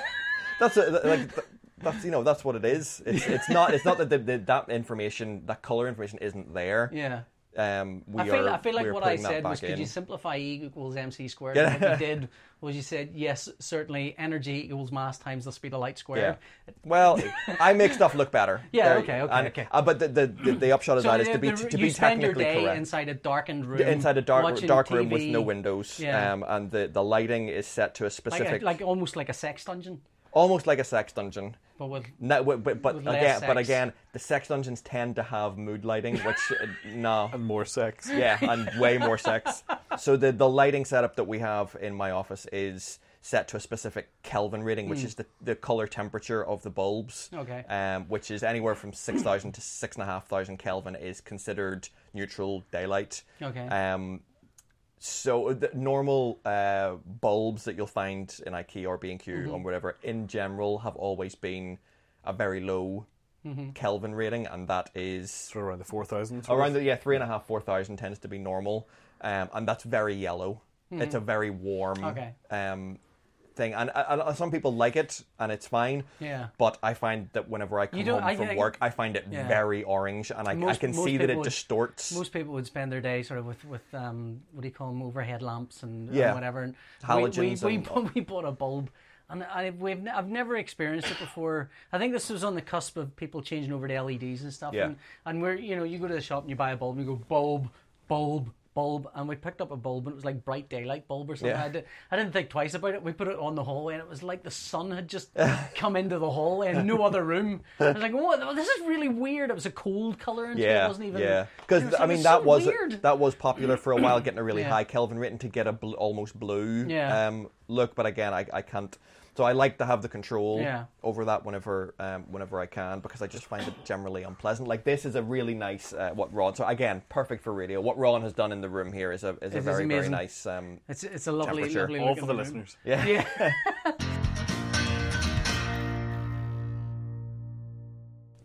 Speaker 3: that's a, like th- that's you know that's what it is. It's, it's not it's not that the, the, that information that color information isn't there.
Speaker 1: yeah.
Speaker 3: Um, we
Speaker 1: I feel,
Speaker 3: are,
Speaker 1: I feel
Speaker 3: we
Speaker 1: like
Speaker 3: are
Speaker 1: what I
Speaker 3: putting that
Speaker 1: said was,
Speaker 3: back
Speaker 1: could you
Speaker 3: in.
Speaker 1: simplify E equals MC squared? And what you did was you said, yes, certainly, energy equals mass times the speed of light
Speaker 3: Yeah.
Speaker 1: squared.
Speaker 3: Well, I make stuff look better.
Speaker 1: Yeah,
Speaker 3: There-
Speaker 1: okay, okay,
Speaker 3: and-
Speaker 1: okay.
Speaker 3: uh, but the, the, the, the upshot of that is to be
Speaker 1: the-
Speaker 3: to
Speaker 1: you
Speaker 3: be
Speaker 1: spend your
Speaker 3: technically
Speaker 1: day
Speaker 3: correct.
Speaker 1: inside a darkened room,
Speaker 3: Inside a dark
Speaker 1: watching
Speaker 3: dark room with
Speaker 1: TV,
Speaker 3: no windows,
Speaker 1: Yeah.
Speaker 3: um, and the, the lighting is set to a
Speaker 1: like, a-
Speaker 3: specific,
Speaker 1: like almost like a sex dungeon,
Speaker 3: almost like a sex dungeon.
Speaker 1: but with
Speaker 3: No, but but, but
Speaker 1: With less
Speaker 3: again, but
Speaker 1: sex.
Speaker 3: again, the sex dungeons tend to have mood lighting, which uh, no,
Speaker 2: and more sex.
Speaker 3: yeah, and way more sex. So the the lighting setup that we have in my office is set to a specific Kelvin rating, which is the, the color temperature of the bulbs.
Speaker 1: Hmm. Okay.
Speaker 3: Um, which is anywhere from six thousand to six and a half thousand Kelvin is considered neutral daylight.
Speaker 1: Okay.
Speaker 3: Um, so the normal uh, bulbs that you'll find in IKEA or B and Q
Speaker 1: Mm-hmm.
Speaker 3: and whatever, in general, have always been a very low
Speaker 1: Mm-hmm.
Speaker 3: Kelvin rating, and that is
Speaker 2: Sort of around the four thousand.
Speaker 3: around the yeah three and a half four thousand tends to be normal um, and that's very yellow it's a very warm
Speaker 1: Hmm. Okay.
Speaker 3: um, thing and, and, and some people like it and it's fine
Speaker 1: Yeah.
Speaker 3: but i find that whenever i come
Speaker 1: don't-
Speaker 3: home
Speaker 1: I-
Speaker 3: from
Speaker 1: I-
Speaker 3: work i find it
Speaker 1: Yeah.
Speaker 3: very orange and i, I
Speaker 1: Most-
Speaker 3: can
Speaker 1: most
Speaker 3: see that it
Speaker 1: people-
Speaker 3: distorts
Speaker 1: most people would spend their day sort of with with um, what do you call them overhead lamps and, and
Speaker 3: Yeah.
Speaker 1: whatever. And
Speaker 3: Halogens
Speaker 1: We we,
Speaker 3: and-
Speaker 1: we, we bought a bulb, and I, we've ne- I've never experienced it before. I think this was on the cusp of people changing over to LEDs and stuff.
Speaker 3: Yeah.
Speaker 1: And, and we're you know you go to the shop and you buy a bulb and you go bulb bulb bulb and we picked up a bulb and it was like bright daylight bulb or something.
Speaker 3: Yeah.
Speaker 1: I, did, I didn't think twice about it. We put it on the hallway and it was like the sun had just come into the hallway and no other room. I was like, what? This is really weird. It was a cold color and
Speaker 3: yeah
Speaker 1: it wasn't even
Speaker 3: yeah
Speaker 1: it
Speaker 3: because
Speaker 1: was-
Speaker 3: i
Speaker 1: it
Speaker 3: mean
Speaker 1: was
Speaker 3: that
Speaker 1: so
Speaker 3: was
Speaker 1: weird.
Speaker 3: that was popular for a while getting a really
Speaker 1: Yeah.
Speaker 3: high kelvin rating to get a bl- almost blue
Speaker 1: Yeah.
Speaker 3: um, look but again I, I can't so i like to have the control
Speaker 1: Yeah.
Speaker 3: over that whenever um, whenever i can because i just find it generally unpleasant like this is a really nice uh, what ron so again perfect for radio what ron has done in the room here is a is a
Speaker 1: is
Speaker 3: very very
Speaker 1: amazing.
Speaker 3: nice um,
Speaker 1: It's it's a lovely,
Speaker 3: Temperature.
Speaker 1: lovely
Speaker 2: All
Speaker 1: look
Speaker 2: for
Speaker 1: in
Speaker 2: the
Speaker 1: room.
Speaker 2: listeners.
Speaker 3: yeah
Speaker 1: Yeah,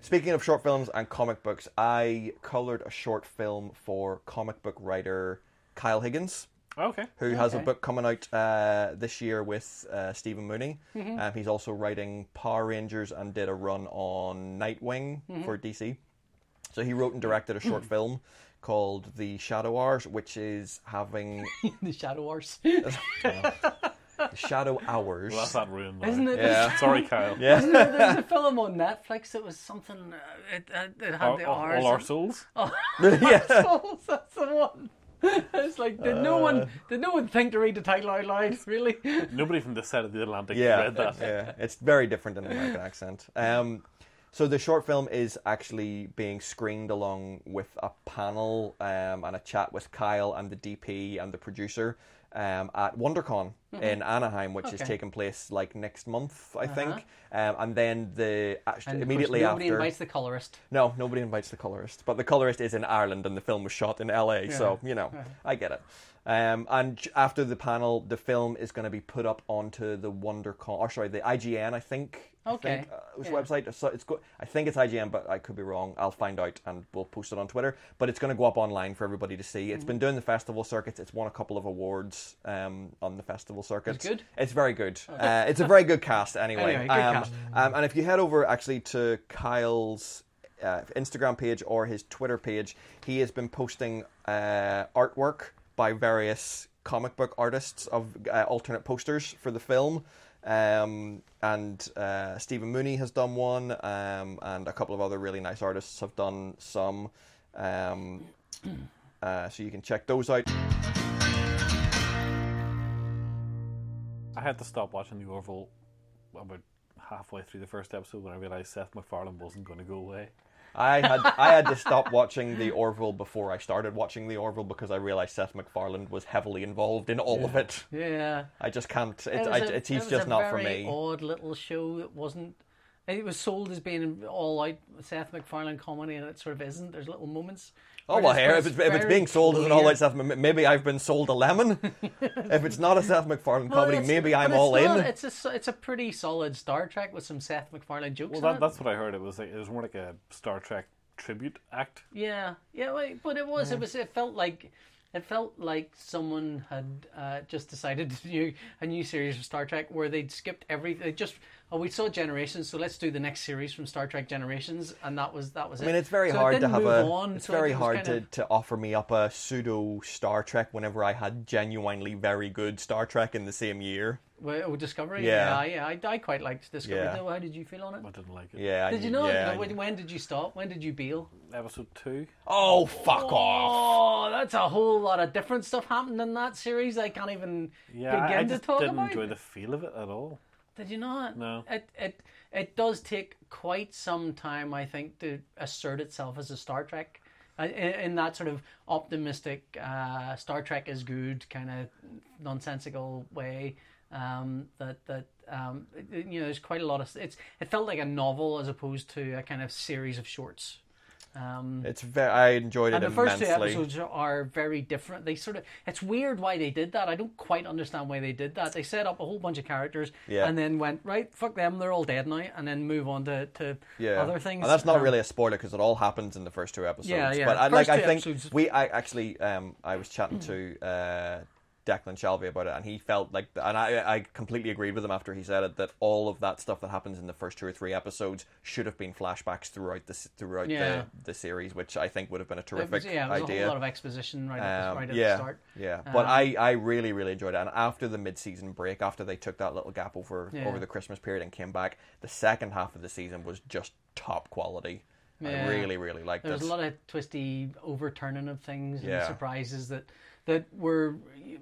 Speaker 3: Speaking of short films and comic books, I coloured a short film for comic book writer Kyle Higgins,
Speaker 2: Oh, Okay.
Speaker 3: who has a
Speaker 1: Okay.
Speaker 3: book coming out uh, this year with uh, Stephen Mooney. Um, he's also writing Power Rangers and did a run on Nightwing for DC. So he wrote and directed a short film called The Shadow Hours, which is having
Speaker 1: the Shadow Wars.
Speaker 3: Shadow Hours.
Speaker 2: Well, that's that ruined. now.
Speaker 1: Isn't it?
Speaker 3: Yeah.
Speaker 2: Sorry, Kyle.
Speaker 3: Yeah.
Speaker 1: Isn't there, there's a film on Netflix that was something. Uh, it, uh, it had
Speaker 2: All,
Speaker 1: the
Speaker 2: all-
Speaker 1: R's. Oh.
Speaker 2: all our souls.
Speaker 3: yeah.
Speaker 1: souls. That's the one. It's like did no
Speaker 3: Uh.
Speaker 1: one did no one think to read the title out loud? Really?
Speaker 2: Nobody from this side of the Atlantic
Speaker 3: yeah,
Speaker 2: read that.
Speaker 3: yeah, it's very different in an American accent. Um, so the short film is actually being screened along with a panel um, and a chat with Kyle and the DP and the producer um, at WonderCon in Anaheim, which is
Speaker 1: Hmm. Okay. Uh-huh.
Speaker 3: taking place like next month, I think. Um, and then the act-
Speaker 1: And of course,
Speaker 3: immediately
Speaker 1: nobody
Speaker 3: after,
Speaker 1: invites the colorist.
Speaker 3: no, nobody invites the colorist, but the colorist is in Ireland, and the film was shot in LA, so you know, I get it. Um, and j- after the panel, the film is going to be put up onto the WonderCon, or sorry, the IGN, I think. I
Speaker 1: Okay.
Speaker 3: think, uh, it's
Speaker 1: Yeah.
Speaker 3: website. So it's go- I think it's IGN, but I could be wrong. I'll find out, and we'll post it on Twitter. But it's going to go up online for everybody to see.
Speaker 1: Mm-hmm.
Speaker 3: It's been doing the festival circuits. It's won a couple of awards um, on the festival circuits.
Speaker 1: good? Oh.
Speaker 3: It's very good. Uh, it's a very good cast, anyway.
Speaker 1: Anyway, good
Speaker 3: um,
Speaker 1: cast.
Speaker 3: um, and if you head over actually to Kyle's uh, Instagram page or his Twitter page, he has been posting uh, artwork by various comic book artists of uh, alternate posters for the film. Um, and uh, Stephen Mooney has done one, um, and a couple of other really nice artists have done some. Um, uh, so you can check those out.
Speaker 2: I had to stop watching The Orville about halfway through the first episode when I realised Seth MacFarlane wasn't going to go away.
Speaker 3: I had I had to stop watching the Orville before I started watching the Orville because I realized Seth MacFarlane was heavily involved in all of it.
Speaker 1: Yeah.
Speaker 3: I just can't. It's,
Speaker 1: It
Speaker 3: I,
Speaker 1: was a-
Speaker 3: it's
Speaker 1: it
Speaker 3: he's
Speaker 1: was
Speaker 3: just
Speaker 1: a
Speaker 3: not for
Speaker 1: very
Speaker 3: me.
Speaker 1: Odd little show that wasn't. It was sold as being all out Seth MacFarlane comedy, and it sort of isn't. There's little moments.
Speaker 3: Oh
Speaker 1: where
Speaker 3: well,
Speaker 1: it's-
Speaker 3: here
Speaker 1: where
Speaker 3: if it's, if it's
Speaker 1: very
Speaker 3: being sold as an
Speaker 1: clear-
Speaker 3: all-out Seth, Mac- maybe I've been sold a lemon. if it's not a Seth MacFarlane
Speaker 1: Well,
Speaker 3: comedy,
Speaker 1: it's-
Speaker 3: maybe
Speaker 1: but
Speaker 3: I'm
Speaker 1: it's
Speaker 3: all
Speaker 1: not-
Speaker 3: in.
Speaker 1: It's a s- it's a pretty solid Star Trek with some Seth MacFarlane jokes.
Speaker 2: Well,
Speaker 1: in
Speaker 2: that,
Speaker 1: it.
Speaker 2: that's what I heard. It was like, it was more like a Star Trek tribute act.
Speaker 1: Yeah, yeah, wait, but it was. It was. It felt like. It felt like someone had uh, just decided to do a new series of Star Trek where they'd skipped everything. They just oh, we saw Generations, so let's do the next series from Star Trek Generations, and that was that was.
Speaker 3: I mean, it's very
Speaker 1: so it
Speaker 3: hard to
Speaker 1: didn't
Speaker 3: have
Speaker 1: move
Speaker 3: a.
Speaker 1: On,
Speaker 3: it's
Speaker 1: so
Speaker 3: very
Speaker 1: it was
Speaker 3: hard
Speaker 1: kind
Speaker 3: to,
Speaker 1: of-
Speaker 3: to offer me up a pseudo Star Trek whenever I had genuinely very good Star Trek in the same year.
Speaker 1: Well, oh, Discovery.
Speaker 3: Yeah.
Speaker 1: yeah, I, I quite liked Discovery.
Speaker 3: Yeah.
Speaker 1: Though, how did you feel on
Speaker 2: I
Speaker 1: it?
Speaker 2: didn't like it.
Speaker 3: Yeah. I
Speaker 1: Did you
Speaker 3: knew-
Speaker 1: know?
Speaker 3: Yeah, I
Speaker 1: like,
Speaker 3: knew-
Speaker 1: when did you stop? When did you bail?
Speaker 2: Episode two.
Speaker 3: oh, fuck off!
Speaker 1: Oh, that's a whole lot of different stuff happened in that series. I can't even
Speaker 2: Yeah, I-
Speaker 1: begin
Speaker 2: I
Speaker 1: to
Speaker 2: just
Speaker 1: talk
Speaker 2: didn't
Speaker 1: about.
Speaker 2: enjoy the feel of it at all.
Speaker 1: Did you not?
Speaker 2: No.
Speaker 1: It it it does take quite some time, I think, to assert itself as a Star Trek, uh, in, in that sort of optimistic uh, Star Trek is good kind of nonsensical way. Um, that that um, it- it- you know, there's quite a lot of it's. It felt like a novel as opposed to a kind of series of shorts. Um,
Speaker 3: It's very. I enjoyed it
Speaker 1: and the first two
Speaker 3: immensely.
Speaker 1: episodes are very different. They sort of it's weird why they did that. I don't quite understand why they did that. They set up a whole bunch of characters
Speaker 3: Yeah.
Speaker 1: and then went, right, fuck them, they're all dead now and then move on to, to
Speaker 3: yeah.
Speaker 1: other things.
Speaker 3: And that's not
Speaker 1: Um,
Speaker 3: really a spoiler because it all happens in the first two episodes.
Speaker 1: Yeah, yeah.
Speaker 3: But I,
Speaker 1: First
Speaker 3: like, I
Speaker 1: two
Speaker 3: think
Speaker 1: episodes-
Speaker 3: we, I actually, um, I was chatting to uh, Declan Shalvey about it, and he felt like, and I, I completely agreed with him after he said it that all of that stuff that happens in the first two or three episodes should have been flashbacks throughout the s- throughout
Speaker 1: Yeah.
Speaker 3: the, the series, which I think would have been a
Speaker 1: it was-
Speaker 3: terrific
Speaker 1: yeah, it was
Speaker 3: idea.
Speaker 1: a whole lot of exposition right at,
Speaker 3: Um,
Speaker 1: the, right at
Speaker 3: yeah,
Speaker 1: the start. Um,
Speaker 3: Yeah, but I, I really really enjoyed it. And after the mid season break, after they took that little gap over
Speaker 1: Yeah.
Speaker 3: over the Christmas period and came back, the second half of the season was just top quality. I
Speaker 1: Yeah.
Speaker 3: really really liked
Speaker 1: There was
Speaker 3: it.
Speaker 1: a lot of twisty overturning of things and
Speaker 3: Yeah.
Speaker 1: surprises that that were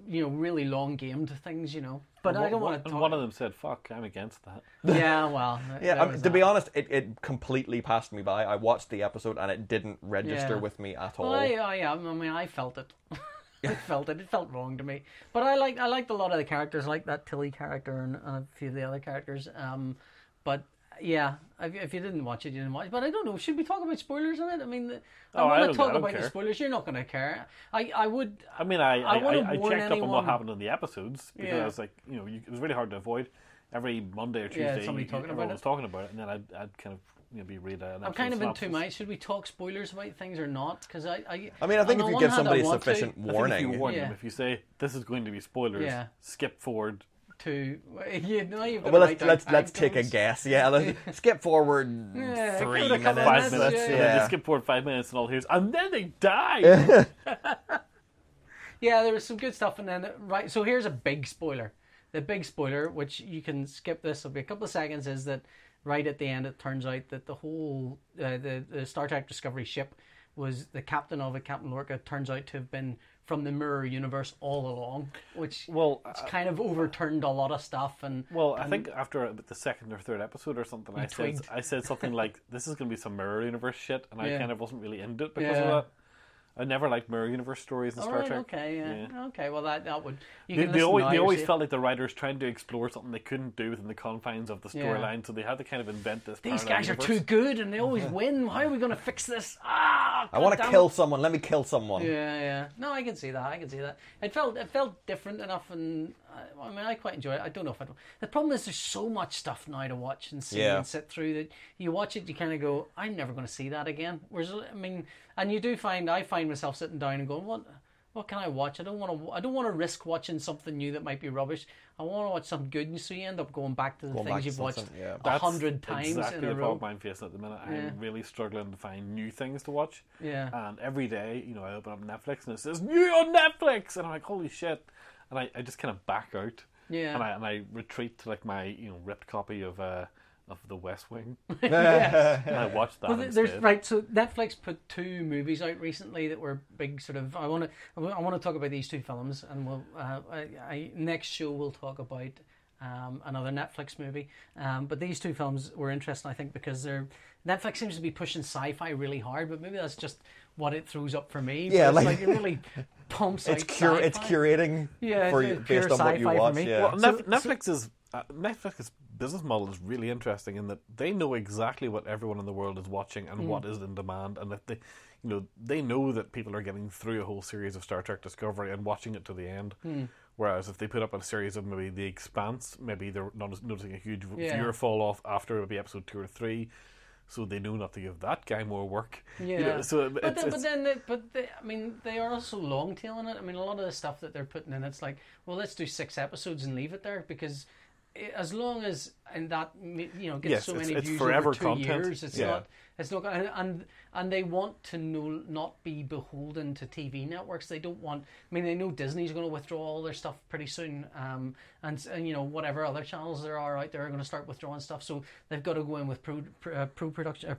Speaker 1: you know really long gamed things, you know. But I don't want to
Speaker 2: And
Speaker 1: talk.
Speaker 2: one of them said, "Fuck, I'm against that."
Speaker 1: yeah, well,
Speaker 3: yeah,
Speaker 1: there
Speaker 3: I mean,
Speaker 1: was
Speaker 3: to be
Speaker 1: that.
Speaker 3: honest, it, it completely passed me by. I watched the episode and it didn't register
Speaker 1: Yeah.
Speaker 3: with me at all.
Speaker 1: Well, I, I, am. I mean, I felt it. I felt it. It felt wrong to me. But I like I liked a lot of the characters, I like that Tilly character and a few of the other characters. Um, but yeah, if, if you didn't watch it, you didn't watch. it. But I don't know. Should we talk about spoilers on it? I mean, the- I
Speaker 2: Oh, I
Speaker 1: want
Speaker 2: don't-
Speaker 1: to talk
Speaker 2: I don't
Speaker 1: about the
Speaker 2: care.
Speaker 1: spoilers. You're not going to care. I, I would.
Speaker 2: I mean, I I,
Speaker 1: I
Speaker 2: I,
Speaker 1: wouldn't
Speaker 2: I
Speaker 1: warn
Speaker 2: checked up on what
Speaker 1: anyone.
Speaker 2: happened in the episodes because
Speaker 1: Yeah.
Speaker 2: I was like, you know, you, it was really hard to avoid. Every Monday or Tuesday,
Speaker 1: somebody
Speaker 2: you-
Speaker 1: talking about
Speaker 2: everyone
Speaker 1: it.
Speaker 2: was talking about it, and then I'd, I'd kind of you know be read out.
Speaker 1: I'm kind of in two minds. Should we talk spoilers about things or not? Because I, I.
Speaker 3: I mean, I think
Speaker 1: on the
Speaker 3: if you
Speaker 1: one
Speaker 3: give
Speaker 1: hand, I
Speaker 3: somebody a
Speaker 1: want to-
Speaker 3: sufficient warning,
Speaker 2: I think if you warn them,
Speaker 1: Yeah.
Speaker 2: if you say this is going to be spoilers,
Speaker 1: Yeah.
Speaker 2: skip forward.
Speaker 1: to you know you've got
Speaker 3: well,
Speaker 1: to
Speaker 3: let's
Speaker 1: write down
Speaker 3: let's let's
Speaker 1: time
Speaker 3: take a
Speaker 1: codes.
Speaker 3: guess. Yeah, let's skip forward
Speaker 1: Yeah,
Speaker 3: three
Speaker 1: give it a
Speaker 3: minutes.
Speaker 1: couple
Speaker 2: Five
Speaker 1: that's-
Speaker 2: minutes,
Speaker 1: yeah,
Speaker 2: and
Speaker 1: yeah.
Speaker 2: then they skip forward five minutes, and all here's, and then they die.
Speaker 1: Yeah, there was some good stuff, and then right. So here's a big spoiler. The big spoiler, which you can skip this, will be a couple of seconds, is that right at the end it turns out that the whole uh, the the Star Trek Discovery ship was the captain of it, Captain Lorca, turns out to have been from the mirror universe all along, which
Speaker 2: well,
Speaker 1: it's kind of overturned a lot of stuff and
Speaker 2: Well, I think after about the second or third episode or something, I said
Speaker 1: twigged.
Speaker 2: I said something like, "This is going to be some mirror universe shit," and
Speaker 1: Yeah.
Speaker 2: I kind of wasn't really into it because
Speaker 1: Yeah.
Speaker 2: of that. I never liked mirror universe stories in
Speaker 1: all
Speaker 2: Star
Speaker 1: right,
Speaker 2: Trek.
Speaker 1: oh, okay, yeah. okay. Well, that that would you
Speaker 2: They,
Speaker 1: can
Speaker 2: they
Speaker 1: listen
Speaker 2: always,
Speaker 1: now,
Speaker 2: they
Speaker 1: you'll
Speaker 2: always
Speaker 1: see it.
Speaker 2: felt like the writers trying to explore something they couldn't do within the confines of the
Speaker 1: Yeah.
Speaker 2: storyline, so they had to kind of invent this.
Speaker 1: these
Speaker 2: parallel
Speaker 1: guys are too
Speaker 2: universe.
Speaker 1: good and they always win. How are we going to fix this? Ah,
Speaker 3: I want to
Speaker 1: goddammit.
Speaker 3: kill someone. Let me kill someone.
Speaker 1: Yeah, yeah. No, I can see that. I can see that. It felt it felt different enough, and uh, I, I mean, I quite enjoy it. I don't know if I. The problem is, there's so much stuff now to watch and see
Speaker 3: Yeah.
Speaker 1: and sit through that you watch it, you kind of go, "I'm never going to see that again." Whereas, I mean, and you do find I find myself sitting down and going, "What?" What can I watch? I don't want to. I don't want to risk watching something new that might be rubbish. I want to watch something good, and so you end up going back to the
Speaker 3: Going back
Speaker 1: things
Speaker 3: to
Speaker 1: you've watched
Speaker 3: something, yeah.
Speaker 1: a
Speaker 2: That's
Speaker 1: hundred times
Speaker 2: exactly
Speaker 1: in a
Speaker 2: the
Speaker 1: row.
Speaker 2: problem I'm facing at the minute.
Speaker 1: Yeah.
Speaker 2: I'm really struggling to find new things to watch.
Speaker 1: Yeah.
Speaker 2: And every day, you know, I open up Netflix and it says new on Netflix, and I'm like, holy shit! And I, I just kind of back out.
Speaker 1: Yeah.
Speaker 2: And I and I retreat to like my you know ripped copy of uh of The West Wing,
Speaker 1: Yes.
Speaker 2: and I watch that.
Speaker 1: Well, th- there's
Speaker 2: instead.
Speaker 1: right. So Netflix put two movies out recently that were big. Sort of. I want to. I want to talk about these two films, and we'll. Uh, I, I next show we'll talk about um, another Netflix movie. Um, but these two films were interesting, I think, because they're Netflix seems to be pushing sci-fi really hard, but maybe that's just what it throws up for me. But
Speaker 3: Yeah,
Speaker 1: it's
Speaker 3: like-
Speaker 1: like, it really pumps.
Speaker 3: It's
Speaker 1: out
Speaker 3: cur- it's
Speaker 1: sci-fi.
Speaker 3: curating
Speaker 1: Yeah,
Speaker 3: for
Speaker 1: it's
Speaker 3: you
Speaker 1: a
Speaker 3: based
Speaker 1: pure
Speaker 3: on what you
Speaker 1: sci-fi for
Speaker 3: watch.
Speaker 1: me.
Speaker 3: Yeah.
Speaker 2: Well,
Speaker 1: So-
Speaker 2: Nef- Netflix is uh, Netflix's business model is really interesting in that they know exactly what everyone in the world is watching and
Speaker 1: Hmm.
Speaker 2: what is in demand, and that they, you know, they know that people are getting through a whole series of Star Trek Discovery and watching it to the end.
Speaker 1: Hmm.
Speaker 2: Whereas if they put up a series of maybe The Expanse, maybe they're not noticing a huge v-
Speaker 1: Yeah.
Speaker 2: viewer fall off after maybe episode two or three. So they know not to give that guy more work.
Speaker 1: Yeah.
Speaker 2: You know, so it-
Speaker 1: but,
Speaker 2: it's,
Speaker 1: then,
Speaker 2: it's,
Speaker 1: but then, they, but they, I mean, they are also long tailing it. I mean, a lot of the stuff that they're putting in, it's like, well, let's do six episodes and leave it there because i as long as and that m- you know gets
Speaker 2: Yes,
Speaker 1: so
Speaker 2: it's-
Speaker 1: many
Speaker 2: it's
Speaker 1: views
Speaker 2: forever
Speaker 1: over two
Speaker 2: content.
Speaker 1: years, it's
Speaker 3: Yeah.
Speaker 1: not, it's not, gonna- and and they want to know, not be beholden to TV networks. They don't want. I mean, they know Disney's going to withdraw all their stuff pretty soon, um, and s- and you know whatever other channels there are out there are going to start withdrawing stuff. So they've got to go in with pro, pro, uh, pro production. Uh,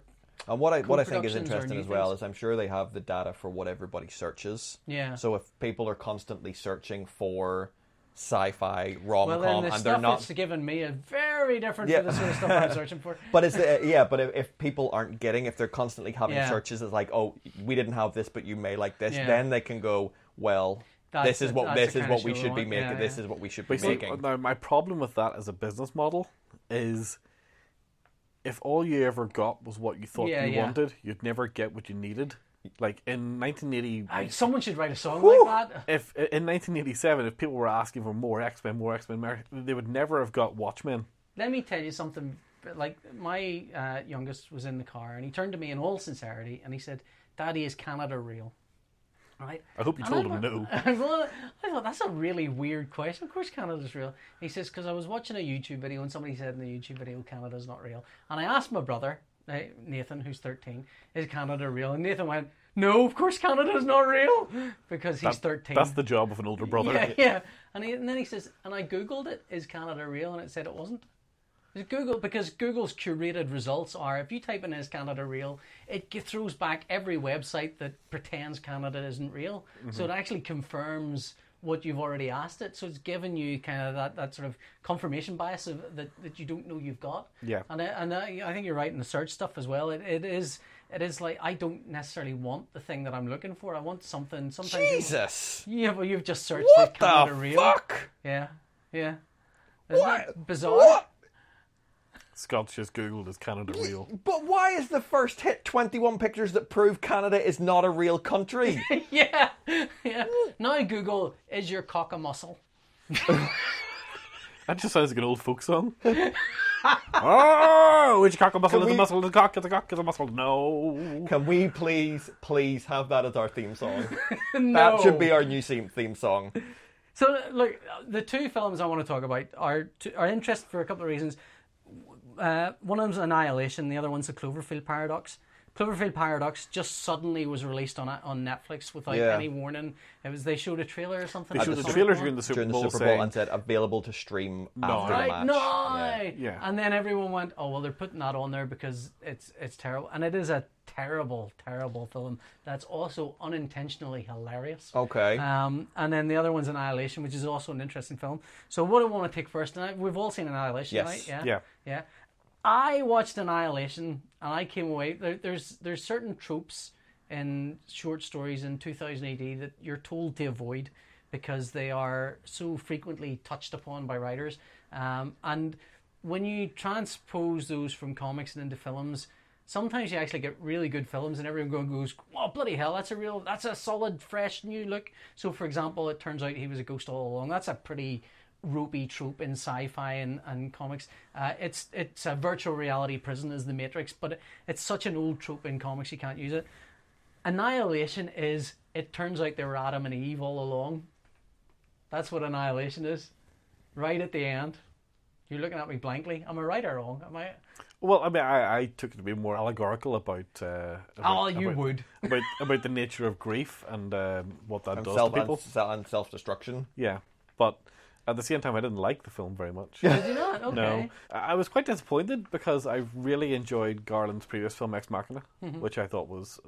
Speaker 3: And what I what I think is
Speaker 1: Co-productions or
Speaker 3: interesting
Speaker 1: new
Speaker 3: as well is I'm sure they have the data for what everybody searches.
Speaker 1: yeah.
Speaker 3: So if people are constantly searching for sci-fi rom
Speaker 1: Well,
Speaker 3: com
Speaker 1: then the
Speaker 3: and they're
Speaker 1: stuff
Speaker 3: not
Speaker 1: it's given me is very different
Speaker 3: Yeah.
Speaker 1: from the sort of stuff I'm searching for.
Speaker 3: But it's uh, yeah. But if, if people aren't getting, if they're constantly having
Speaker 1: Yeah.
Speaker 3: searches, it's like, oh, we didn't have this, but you may like this.
Speaker 1: Yeah.
Speaker 3: Then they can go, well,
Speaker 1: That's
Speaker 3: this is
Speaker 1: the-
Speaker 3: what
Speaker 1: that's
Speaker 3: this
Speaker 1: the
Speaker 3: is
Speaker 1: kind of
Speaker 3: what
Speaker 1: show
Speaker 3: we
Speaker 1: we
Speaker 3: should be
Speaker 1: want. Yeah,
Speaker 3: making. This
Speaker 1: yeah.
Speaker 3: is what we should be
Speaker 2: But see,
Speaker 3: making.
Speaker 2: now my problem with that as a business model is if all you ever got was what you thought
Speaker 1: Yeah,
Speaker 2: you
Speaker 1: yeah.
Speaker 2: wanted, you'd never get what you needed. Like in 1980,
Speaker 1: I, someone should write a song like that.
Speaker 2: if in 1987, if people were asking for more X Men, more X Men, they would never have got Watchmen.
Speaker 1: Let me tell you something. Like my uh, youngest was in the car, and he turned to me in all sincerity, and he said, "Daddy, is Canada real?" Right.
Speaker 2: I hope you
Speaker 1: And
Speaker 2: told
Speaker 1: I
Speaker 2: him no.
Speaker 1: went- I thought- I thought that's a really weird question. Of course, Canada's real. He says because I was watching a YouTube video and somebody said in the YouTube video Canada's not real, and I asked my brother uh, Nathan, who's thirteen, is Canada real? And Nathan went, No, of course Canada's not real because he's thirteen.
Speaker 2: That's the job of an older brother.
Speaker 1: Yeah, yeah. And, he, and then he says, and I googled it. Is Canada real? And it said it wasn't. It's Google because Google's curated results are if you type in "Is Canada real," it g- throws back every website that pretends Canada isn't real. So it
Speaker 2: Mm-hmm.
Speaker 1: actually confirms what you've already asked it. So it's giving you kind of that, that sort of confirmation bias of, that that you don't know you've got.
Speaker 2: Yeah.
Speaker 1: And I, and I, I think you're right in the search stuff as well. It, it is it is like I don't necessarily want the thing that I'm looking for. I want something. Sometimes you-
Speaker 3: Jesus,
Speaker 1: yeah, well, you've just searched
Speaker 3: what
Speaker 1: like
Speaker 3: the
Speaker 1: Canada Real.
Speaker 3: fuck?
Speaker 1: Yeah, yeah. Isn't
Speaker 3: What?
Speaker 1: that bizarre?
Speaker 3: What?
Speaker 2: Scott's just googled is Canada real?
Speaker 3: But why is the first hit 21 pictures that prove Canada is not a real country?
Speaker 1: Yeah, yeah. Now Google is your cock a muscle.
Speaker 2: That just sounds like an old folk song. oh, which cock a muscle
Speaker 3: Can
Speaker 2: is a
Speaker 3: we-
Speaker 2: muscle? The cock is a cock is a muscle. No.
Speaker 3: Can we please, please have that as our theme song?
Speaker 1: No.
Speaker 3: That should be our new theme theme song.
Speaker 1: So look, the two films I want to talk about are t- are interesting for a couple of reasons. Uh, one of them's Annihilation, the other one's the Cloverfield Paradox. Cloverfield Paradox just suddenly was released on on Netflix without
Speaker 3: Yeah.
Speaker 1: any warning. It was they showed a trailer or something.
Speaker 2: They
Speaker 1: at
Speaker 2: showed
Speaker 1: the start
Speaker 2: the
Speaker 1: of
Speaker 2: trailer
Speaker 1: one.
Speaker 2: during the Super
Speaker 3: During the
Speaker 2: Bowl.
Speaker 3: Super Bowl
Speaker 2: saying,
Speaker 3: and said available to stream after the
Speaker 1: Right?
Speaker 3: match.
Speaker 1: No.
Speaker 3: Yeah.
Speaker 2: Yeah.
Speaker 1: And then everyone went, "Oh well, they're putting that on there because it's it's terrible." And it is a terrible, terrible film that's also unintentionally hilarious.
Speaker 3: Okay.
Speaker 2: Uh,
Speaker 1: Um, and then the other one's Annihilation, which is also an interesting film. So what I want to take first, and I, we've all seen Annihilation,
Speaker 3: Yes.
Speaker 1: right? Yeah.
Speaker 2: Yeah.
Speaker 1: Yeah. I watched Annihilation, and I came away. There, there's there's certain tropes in short stories in 2000 AD that you're told to avoid because they are so frequently touched upon by writers. Um, and when you transpose those from comics and into films, sometimes you actually get really good films and everyone go- goes oh bloody hell that's a real that's a solid fresh new look so for example it turns out he was a ghost all along that's a pretty ropey trope in sci-fi and, and comics uh, it's it's a virtual reality prison is the matrix but it, it's such an old trope in comics you can't use it annihilation is it turns out they were adam and eve all along that's what annihilation is right at the end you're looking at me blankly am i right or wrong am i
Speaker 2: Well, I mean, I, I took it to be more allegorical about. Uh, about
Speaker 1: oh you
Speaker 2: about,
Speaker 1: would
Speaker 2: about about the nature of grief and um, what that
Speaker 3: and
Speaker 2: does
Speaker 3: self
Speaker 2: to people.
Speaker 3: and, se- and self destruction.
Speaker 2: Yeah, but at the same time, I didn't like the film very much.
Speaker 1: Did you not? Okay.
Speaker 2: No, I I was quite disappointed because I really enjoyed Garland's previous film Ex Machina,
Speaker 1: Mm-hmm.
Speaker 2: which I thought was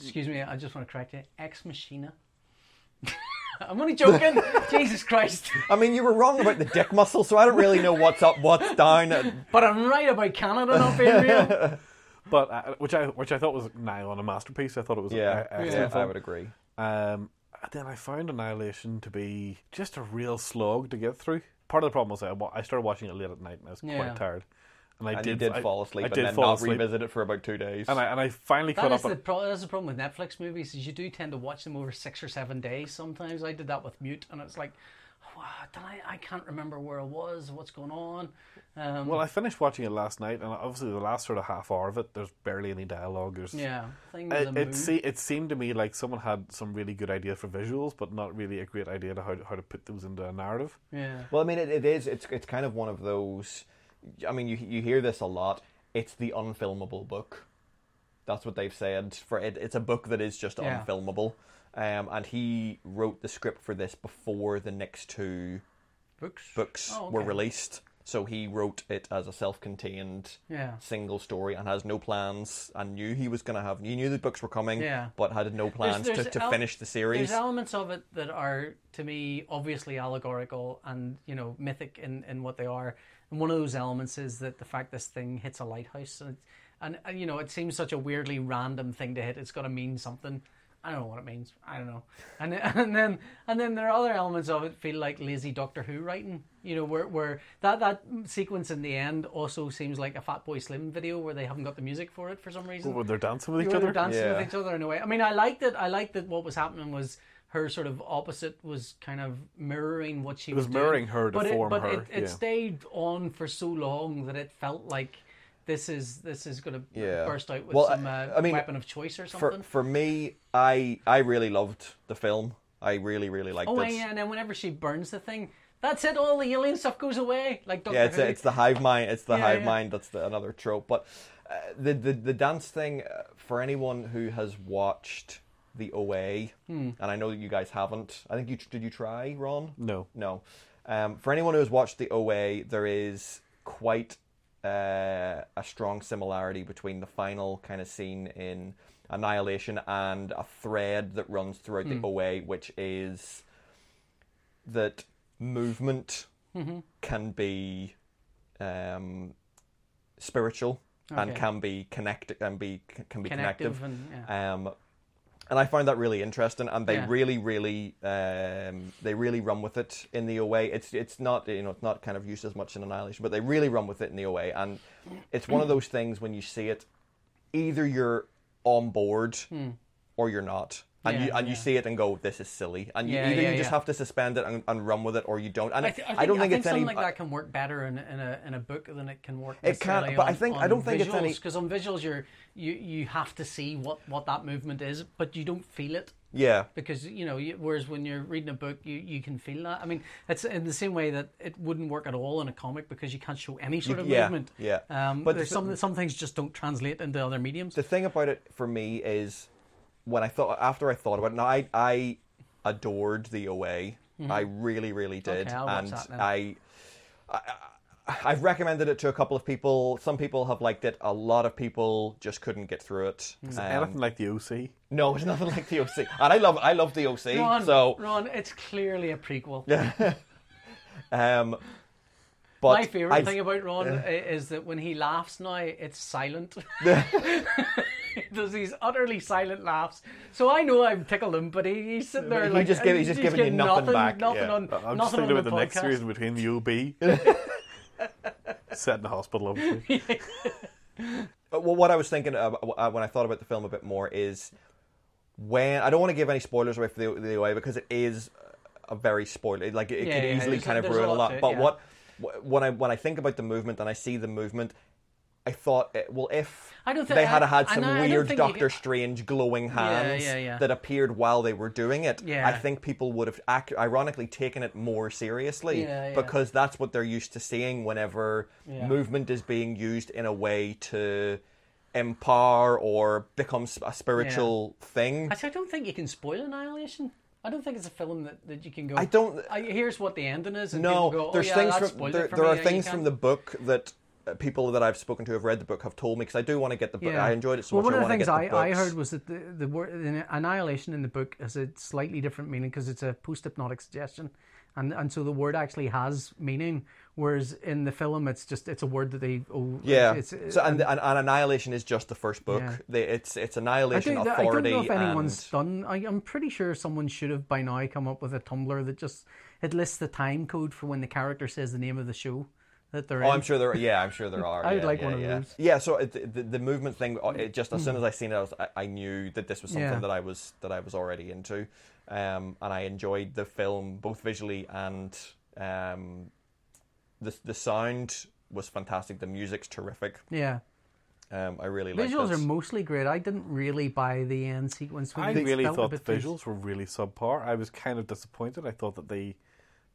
Speaker 1: Excuse me, I just want to correct you. Ex Machina. I'm only joking. Jesus Christ.
Speaker 3: I mean, you were wrong about the dick muscle, so I don't really know what's up, what's down.
Speaker 1: But I'm right about Canada not being real.
Speaker 2: But uh, which I which I thought was nigh on a masterpiece. I thought it was
Speaker 3: Yeah,
Speaker 2: e- excellent
Speaker 3: yeah, I
Speaker 2: film.
Speaker 3: would agree.
Speaker 2: Um, and then I found Annihilation to be just a real slog to get through. Part of the problem was I, wa- I started watching it late at night and I was
Speaker 1: Yeah.
Speaker 2: quite tired. And I
Speaker 3: And
Speaker 2: did,
Speaker 3: you did
Speaker 2: I-
Speaker 3: fall asleep
Speaker 2: I
Speaker 3: and
Speaker 2: did
Speaker 3: then
Speaker 2: fall
Speaker 3: not
Speaker 2: asleep.
Speaker 3: revisit it for about two days.
Speaker 2: And I and I finally
Speaker 1: That
Speaker 2: caught
Speaker 1: is
Speaker 2: up.
Speaker 1: the
Speaker 2: on-
Speaker 1: pro- that's the problem with Netflix movies is you do tend to watch them over six or seven days. Sometimes I did that with Mute, and it's like, wow, did I, I can't remember where I was, what's going on. Um,
Speaker 2: Well, I finished watching it last night, and obviously the last sort of half hour of it, there's barely any dialogue. There's
Speaker 1: yeah, thing
Speaker 2: It,
Speaker 1: with a
Speaker 2: it,
Speaker 1: mood.
Speaker 2: se- it seemed to me like someone had some really good idea for visuals, but not really a great idea to how to, how to put those into a narrative.
Speaker 1: yeah.
Speaker 3: Well, I mean, it, it is. It's it's kind of one of those. I mean, you you hear this a lot. It's the unfilmable book. That's what they've said for it. It's a book that is just
Speaker 1: Yeah.
Speaker 3: unfilmable. Um, and he wrote the script for this before the next two
Speaker 1: Books.
Speaker 3: books
Speaker 1: Oh,
Speaker 3: were
Speaker 1: okay.
Speaker 3: released. So he wrote it as a self-contained
Speaker 1: Yeah.
Speaker 3: single story and has no plans. And knew he was going to have. He knew the books were coming,
Speaker 1: Yeah.
Speaker 3: but had no plans
Speaker 1: there's
Speaker 3: to, to
Speaker 1: el-
Speaker 3: finish the series.
Speaker 1: There's elements of it that are, to me, obviously allegorical and you know mythic in, in what they are. And one of those elements is that the fact this thing hits a lighthouse, and, and, and you know it seems such a weirdly random thing to hit. It's got to mean something. I don't know what it means. I don't know. And then- and then and then there are other elements of it feel like lazy Doctor Who writing. You know where where that that sequence in the end also seems like a Fat Boy Slim video where they haven't got the music for it for some reason.
Speaker 2: Well, they're dancing with each
Speaker 1: You were
Speaker 2: other.
Speaker 1: dancing
Speaker 3: Yeah.
Speaker 1: with each other in a way. I mean, I liked it. I liked that what was happening was her sort of opposite was kind of mirroring what she
Speaker 2: was
Speaker 1: doing.
Speaker 2: mirroring her to
Speaker 1: but
Speaker 2: form
Speaker 1: it, but
Speaker 2: her,
Speaker 1: It, it
Speaker 2: yeah.
Speaker 1: stayed on for so long that it felt like this is this is going to
Speaker 3: Yeah.
Speaker 1: burst out with
Speaker 3: Well,
Speaker 1: some
Speaker 3: I-
Speaker 1: uh,
Speaker 3: I mean,
Speaker 1: weapon of choice or something.
Speaker 3: for for me, I I really loved the film. I really really liked
Speaker 1: oh,
Speaker 3: it.
Speaker 1: yeah, and then whenever she burns the thing, that's it. All the alien stuff goes away. Like Doctor
Speaker 3: Yeah, it's
Speaker 1: Who.
Speaker 3: it's the hive mind. It's the
Speaker 1: Yeah,
Speaker 3: hive
Speaker 1: yeah.
Speaker 3: mind. That's the, another trope. But uh, the, the the dance thing uh, for anyone who has watched the OA, and I know that you guys haven't. I think you did. You try, Ron?
Speaker 2: No.
Speaker 3: no. Um, for anyone who has watched the OA, there is quite uh, a strong similarity between the final kind of scene in Annihilation and a thread that runs throughout
Speaker 1: Hmm.
Speaker 3: the OA, which is that movement
Speaker 1: Mm-hmm.
Speaker 3: can be um, spiritual and
Speaker 1: Okay.
Speaker 3: can be connect and be can be
Speaker 1: connective,
Speaker 3: connective.
Speaker 1: and yeah.
Speaker 3: Um, and I found that really interesting, and they
Speaker 1: Yeah.
Speaker 3: really, really, um, they really run with it in the OA. It's it's not you know it's not kind of used as much in Annihilation, but they really run with it in the OA, and it's one of those things when you see it, either you're on board or you're not, and you
Speaker 1: Hmm. Yeah,
Speaker 3: and you
Speaker 1: yeah.
Speaker 3: see it and go this is silly, and
Speaker 1: Yeah,
Speaker 3: you, either
Speaker 1: yeah,
Speaker 3: you just
Speaker 1: yeah.
Speaker 3: have to suspend it and, and run with it, or you don't. And I,
Speaker 1: I, th-
Speaker 3: I don't think, it's
Speaker 1: something
Speaker 3: any.
Speaker 1: like that can work better in, in a in a book than it can work.
Speaker 3: It can,
Speaker 1: necessarily
Speaker 3: but I
Speaker 1: on-
Speaker 3: think- I
Speaker 1: on
Speaker 3: don't think it's any-
Speaker 1: because on visuals you're you you have to see what what that movement is, but you don't feel it
Speaker 3: yeah,
Speaker 1: because you know. You, whereas when you're reading a book, you you can feel that. I mean, it's in the same way that it wouldn't work at all in a comic because you can't show any sort of
Speaker 3: yeah,
Speaker 1: movement.
Speaker 3: yeah.
Speaker 1: Um,
Speaker 3: But
Speaker 1: but there's
Speaker 3: the-
Speaker 1: some some things just don't translate into other mediums.
Speaker 3: the thing about it for me is when I thought after I thought about it, and I I adored the OA. I really, really did,
Speaker 1: Mm-hmm. Okay, I'll watch
Speaker 3: and
Speaker 1: that then.
Speaker 3: I, I I've recommended it to a couple of people. Some people have liked it. A lot of people just couldn't get through it. Um,
Speaker 2: Anything like the OC.
Speaker 3: no, it's nothing like the OC, and I love I love the OC.
Speaker 1: Ron,
Speaker 3: so,
Speaker 1: Ron, it's clearly a prequel.
Speaker 3: um, but
Speaker 1: My favorite
Speaker 3: I-
Speaker 1: thing about Ron i- is that when he laughs now, it's silent. he does these utterly silent laughs. So I know I've tickled him, but he, he's sitting there
Speaker 3: He
Speaker 1: like
Speaker 3: just give- he's just giving you
Speaker 1: getting
Speaker 3: nothing back,
Speaker 1: Nothing
Speaker 3: yeah.
Speaker 1: on.
Speaker 2: I'm just
Speaker 1: nothing
Speaker 2: thinking
Speaker 1: on
Speaker 2: about the next
Speaker 1: podcast.
Speaker 2: series in between the OB. Set in the hospital, obviously.
Speaker 3: But wh- what I was thinking of, uh, when I thought about the film a bit more is when I don't want to give any spoilers away for the, the away because it is a very spoiler. Like it
Speaker 1: Yeah,
Speaker 3: could
Speaker 1: yeah,
Speaker 3: easily
Speaker 1: there's-
Speaker 3: kind of
Speaker 1: there's
Speaker 3: ruin
Speaker 1: a
Speaker 3: a
Speaker 1: lot
Speaker 3: lot.
Speaker 1: to it,
Speaker 3: but
Speaker 1: yeah.
Speaker 3: what wh- when I when I think about the movement and I see the movement, I thought, eh, well, if
Speaker 1: I don't thi-
Speaker 3: they had
Speaker 1: I-
Speaker 3: had
Speaker 1: I
Speaker 3: some
Speaker 1: know- I don't
Speaker 3: weird
Speaker 1: think you
Speaker 3: Doctor
Speaker 1: could-
Speaker 3: Strange glowing hands
Speaker 1: yeah, yeah.
Speaker 3: that appeared while they were doing it,
Speaker 1: Yeah.
Speaker 3: I think people would have ac- ironically taken it more seriously
Speaker 1: Yeah, yeah.
Speaker 3: because that's what they're used to seeing whenever
Speaker 1: Yeah.
Speaker 3: movement is being used in a way to empower or become s- a spiritual thing.
Speaker 1: Actually, I don't think you can spoil Annihilation. I don't think it's a film that, that you can go.
Speaker 3: I don't-
Speaker 1: I, here's what the ending is. And
Speaker 3: No,
Speaker 1: people go, oh,
Speaker 3: there's
Speaker 1: yeah,
Speaker 3: things
Speaker 1: that
Speaker 3: from
Speaker 1: spoiled
Speaker 3: there,
Speaker 1: it for
Speaker 3: there
Speaker 1: me.
Speaker 3: are
Speaker 1: Yeah, you
Speaker 3: things from
Speaker 1: can't-
Speaker 3: the book that uh, people that I've spoken to have read the book have told me because I do want to get the book.
Speaker 1: Yeah.
Speaker 3: I enjoyed it so
Speaker 1: well,
Speaker 3: much.
Speaker 1: one of the
Speaker 3: I
Speaker 1: things
Speaker 3: want
Speaker 1: I,
Speaker 3: to get the
Speaker 1: I
Speaker 3: books.
Speaker 1: heard was that the, the word the annihilation in the book has a slightly different meaning because it's a post hypnotic suggestion. And, and so the word actually has meaning, whereas in the film it's just it's a word that they oh
Speaker 3: Yeah.
Speaker 1: it's, um,
Speaker 3: so and, and, and Annihilation is just the first book.
Speaker 1: Yeah.
Speaker 3: They, it's it's
Speaker 1: I,
Speaker 3: Annihilation
Speaker 1: do, I don't
Speaker 3: Authority.
Speaker 1: know if anyone's
Speaker 3: and,
Speaker 1: done. I, I'm pretty sure someone should have by now come up with a Tumblr that just it lists the time code for when the character says the name of the show that they're
Speaker 3: Oh,
Speaker 1: in.
Speaker 3: I'm sure there. Are, yeah, I'm sure there are.
Speaker 1: I would
Speaker 3: yeah,
Speaker 1: like
Speaker 3: yeah,
Speaker 1: one of
Speaker 3: yeah.
Speaker 1: those. Mm.
Speaker 3: Yeah. So it, the, the movement thing. uh, It just as soon as I seen it, I, was, I, I knew that this was something
Speaker 1: Yeah.
Speaker 3: that I was that I was already into, um, and I enjoyed the film both visually and um, the the sound was fantastic. The music's terrific.
Speaker 1: Yeah,
Speaker 3: Um, I really liked
Speaker 1: visuals
Speaker 3: it.
Speaker 1: are mostly great. I didn't really buy the end sequence. when
Speaker 2: I
Speaker 1: they
Speaker 2: really
Speaker 1: felt a
Speaker 2: thought the
Speaker 1: bit too-
Speaker 2: visuals were really subpar. I was kind of disappointed. I thought that they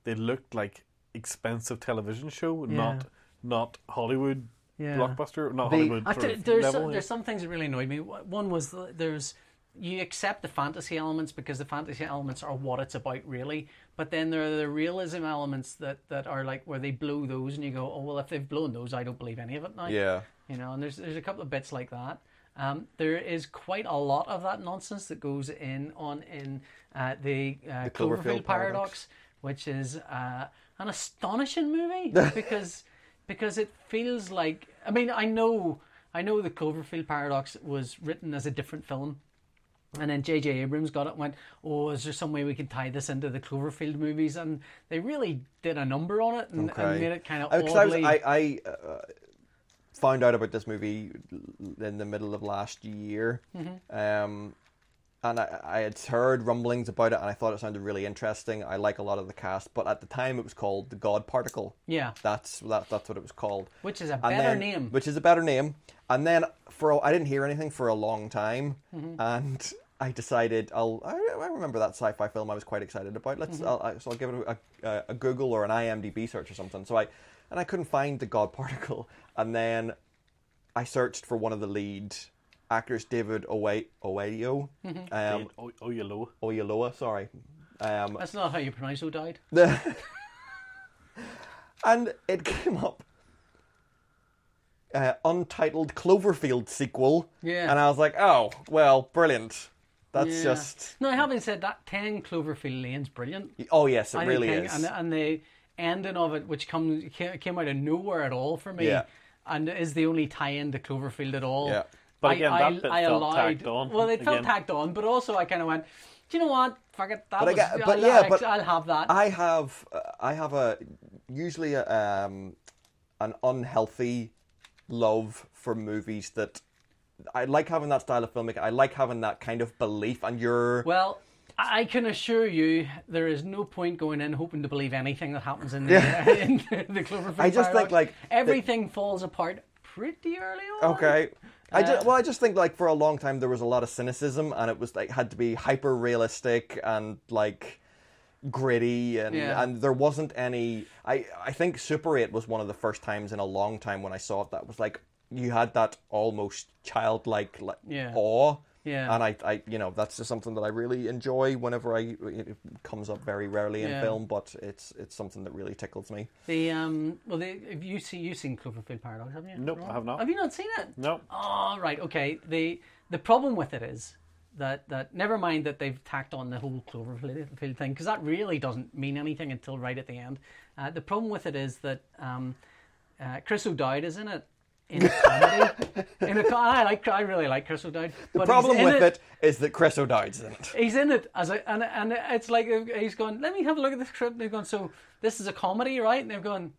Speaker 2: they looked like expensive television show, not not Hollywood
Speaker 1: Yeah.
Speaker 2: blockbuster, not
Speaker 1: They-
Speaker 2: Hollywood
Speaker 1: I
Speaker 2: sort
Speaker 1: th-
Speaker 2: of
Speaker 1: there's
Speaker 2: level.
Speaker 1: some, there's some things that really annoyed me. Wh- One was th- there's you accept the fantasy elements because the fantasy elements are what it's about really, but then there are the realism elements that that are like where they blow those and you go, oh well, if they've blown those, I don't believe any of it now.
Speaker 3: Yeah.
Speaker 1: You know, and there's there's a couple of bits like that. Um, there is quite a lot of that nonsense that goes in on in uh, the, uh, Cloverfield,
Speaker 3: Cloverfield
Speaker 1: paradox,
Speaker 3: Paradox.
Speaker 1: which is uh, an astonishing movie because because it feels like I mean I know I know the Cloverfield Paradox was written as a different film and then J.J. Abrams got it and went, Oh, is there some way we could tie this into the Cloverfield movies? And they really did a number on it and, and made it kind of
Speaker 3: Uh, 'cause I, was,
Speaker 1: oddly.
Speaker 3: I, I uh, found out about this movie in the middle of last year,
Speaker 1: Mm-hmm.
Speaker 3: um, and I, I had heard rumblings about it, and I thought it sounded really interesting. I like a lot of the cast, but at the time it was called the God Particle.
Speaker 1: Yeah.
Speaker 3: that's that, that's what it was called.
Speaker 1: Which is a
Speaker 3: And
Speaker 1: better
Speaker 3: then-
Speaker 1: name.
Speaker 3: Which is a better name. And then for a- I didn't hear anything for a long time,
Speaker 1: Mm-hmm.
Speaker 3: and I decided I'll I, I remember that sci-fi film I was quite excited about. Let's
Speaker 1: Mm-hmm.
Speaker 3: I'll, I, so I'll give it a, a, a Google or an IMDb search or something. So I and I couldn't find the God Particle, and then I searched for one of the lead actors, David Owe- Oyelowo,
Speaker 1: Mm-hmm.
Speaker 3: um,
Speaker 2: oh, oh, you low.
Speaker 3: Oyelowo, sorry. Um,
Speaker 1: That's not how you pronounce who died.
Speaker 3: the- and it came up. Uh, untitled Cloverfield sequel.
Speaker 1: Yeah.
Speaker 3: And I was like, oh, well, brilliant. That's
Speaker 1: Yeah.
Speaker 3: just.
Speaker 1: No, having said that, 10 Cloverfield Lane's brilliant.
Speaker 3: Oh, yes, it
Speaker 1: I
Speaker 3: really
Speaker 1: think,
Speaker 3: is.
Speaker 1: And, uh, and the ending of it, which comes ca- came out of nowhere at all for me,
Speaker 3: Yeah.
Speaker 1: and is the only tie-in to Cloverfield at all.
Speaker 3: Yeah.
Speaker 2: But again, that bit felt tacked on
Speaker 1: Well, it felt
Speaker 2: again.
Speaker 1: tacked on, but also I kind of went, do you know what? Fuck it, that
Speaker 3: But I
Speaker 1: was.
Speaker 3: get- but
Speaker 1: I'll,
Speaker 3: yeah,
Speaker 1: I'll-
Speaker 3: but
Speaker 1: I'll have that.
Speaker 3: I have, uh, I have a usually a, um, an unhealthy love for movies that I like having that style of filmmaking. I like having that kind of belief, and you're
Speaker 1: Well, I I can assure you, there is no point going in hoping to believe anything that happens in the, in the Cloverfield.
Speaker 3: I just think,
Speaker 1: paradox.
Speaker 3: like, the-
Speaker 1: everything falls apart pretty early on.
Speaker 3: Okay.
Speaker 1: Uh,
Speaker 3: I just, well, I just think like for a long time there was a lot of cynicism, and it was like had to be hyper realistic and like gritty, and
Speaker 1: Yeah.
Speaker 3: and there wasn't any. I I think Super Eight was one of the first times in a long time when I saw it that was like you had that almost childlike like
Speaker 1: Yeah.
Speaker 3: awe.
Speaker 1: Yeah.
Speaker 3: And I, I, you know, that's just something that I really enjoy. Whenever I, it comes up very rarely in
Speaker 1: Yeah.
Speaker 3: film, but it's it's something that really tickles me.
Speaker 1: The um, well, the, have you see you seen Cloverfield Paradox? Haven't you?
Speaker 2: Nope, I have not.
Speaker 1: Have you not seen it?
Speaker 2: No.
Speaker 1: Oh, right. Okay. The the problem with it is that that never mind that they've tacked on the whole Cloverfield thing because that really doesn't mean anything until right at the end. Uh, the problem with it is that um, uh, Chris O'Dowd is in it. In a comedy, in a co- I like, I really like Chris O'Dowd. But
Speaker 3: The
Speaker 1: he's
Speaker 3: problem
Speaker 1: in
Speaker 3: with it is that Chris O'Dowd's in it.
Speaker 1: he's in it as a and and it's like he's going. Let me have a look at the script. And they've gone. So this is a comedy, right? And they've gone.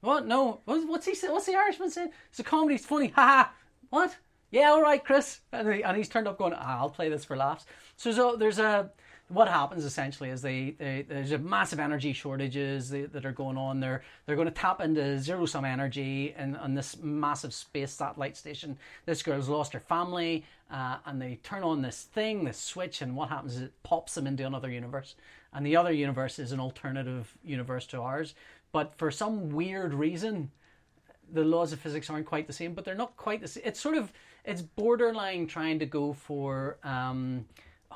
Speaker 1: What? No. What's, what's he? say- What's the Irishman saying? It's a comedy. It's funny. Ha ha. What? Yeah. All right, Chris. And, he, and he's turned up going. Ah, I'll play this for laughs. So, so there's a. What happens essentially is they, they there's a massive energy shortages that that are going on. They're they're going to tap into zero sum energy and on this massive space satellite station. This girl's lost her family, uh, and they turn on this thing, this switch, and what happens is it pops them into another universe. And the other universe is an alternative universe to ours, but for some weird reason, the laws of physics aren't quite the same, but they're not quite the same. It's sort of it's borderline trying to go for um,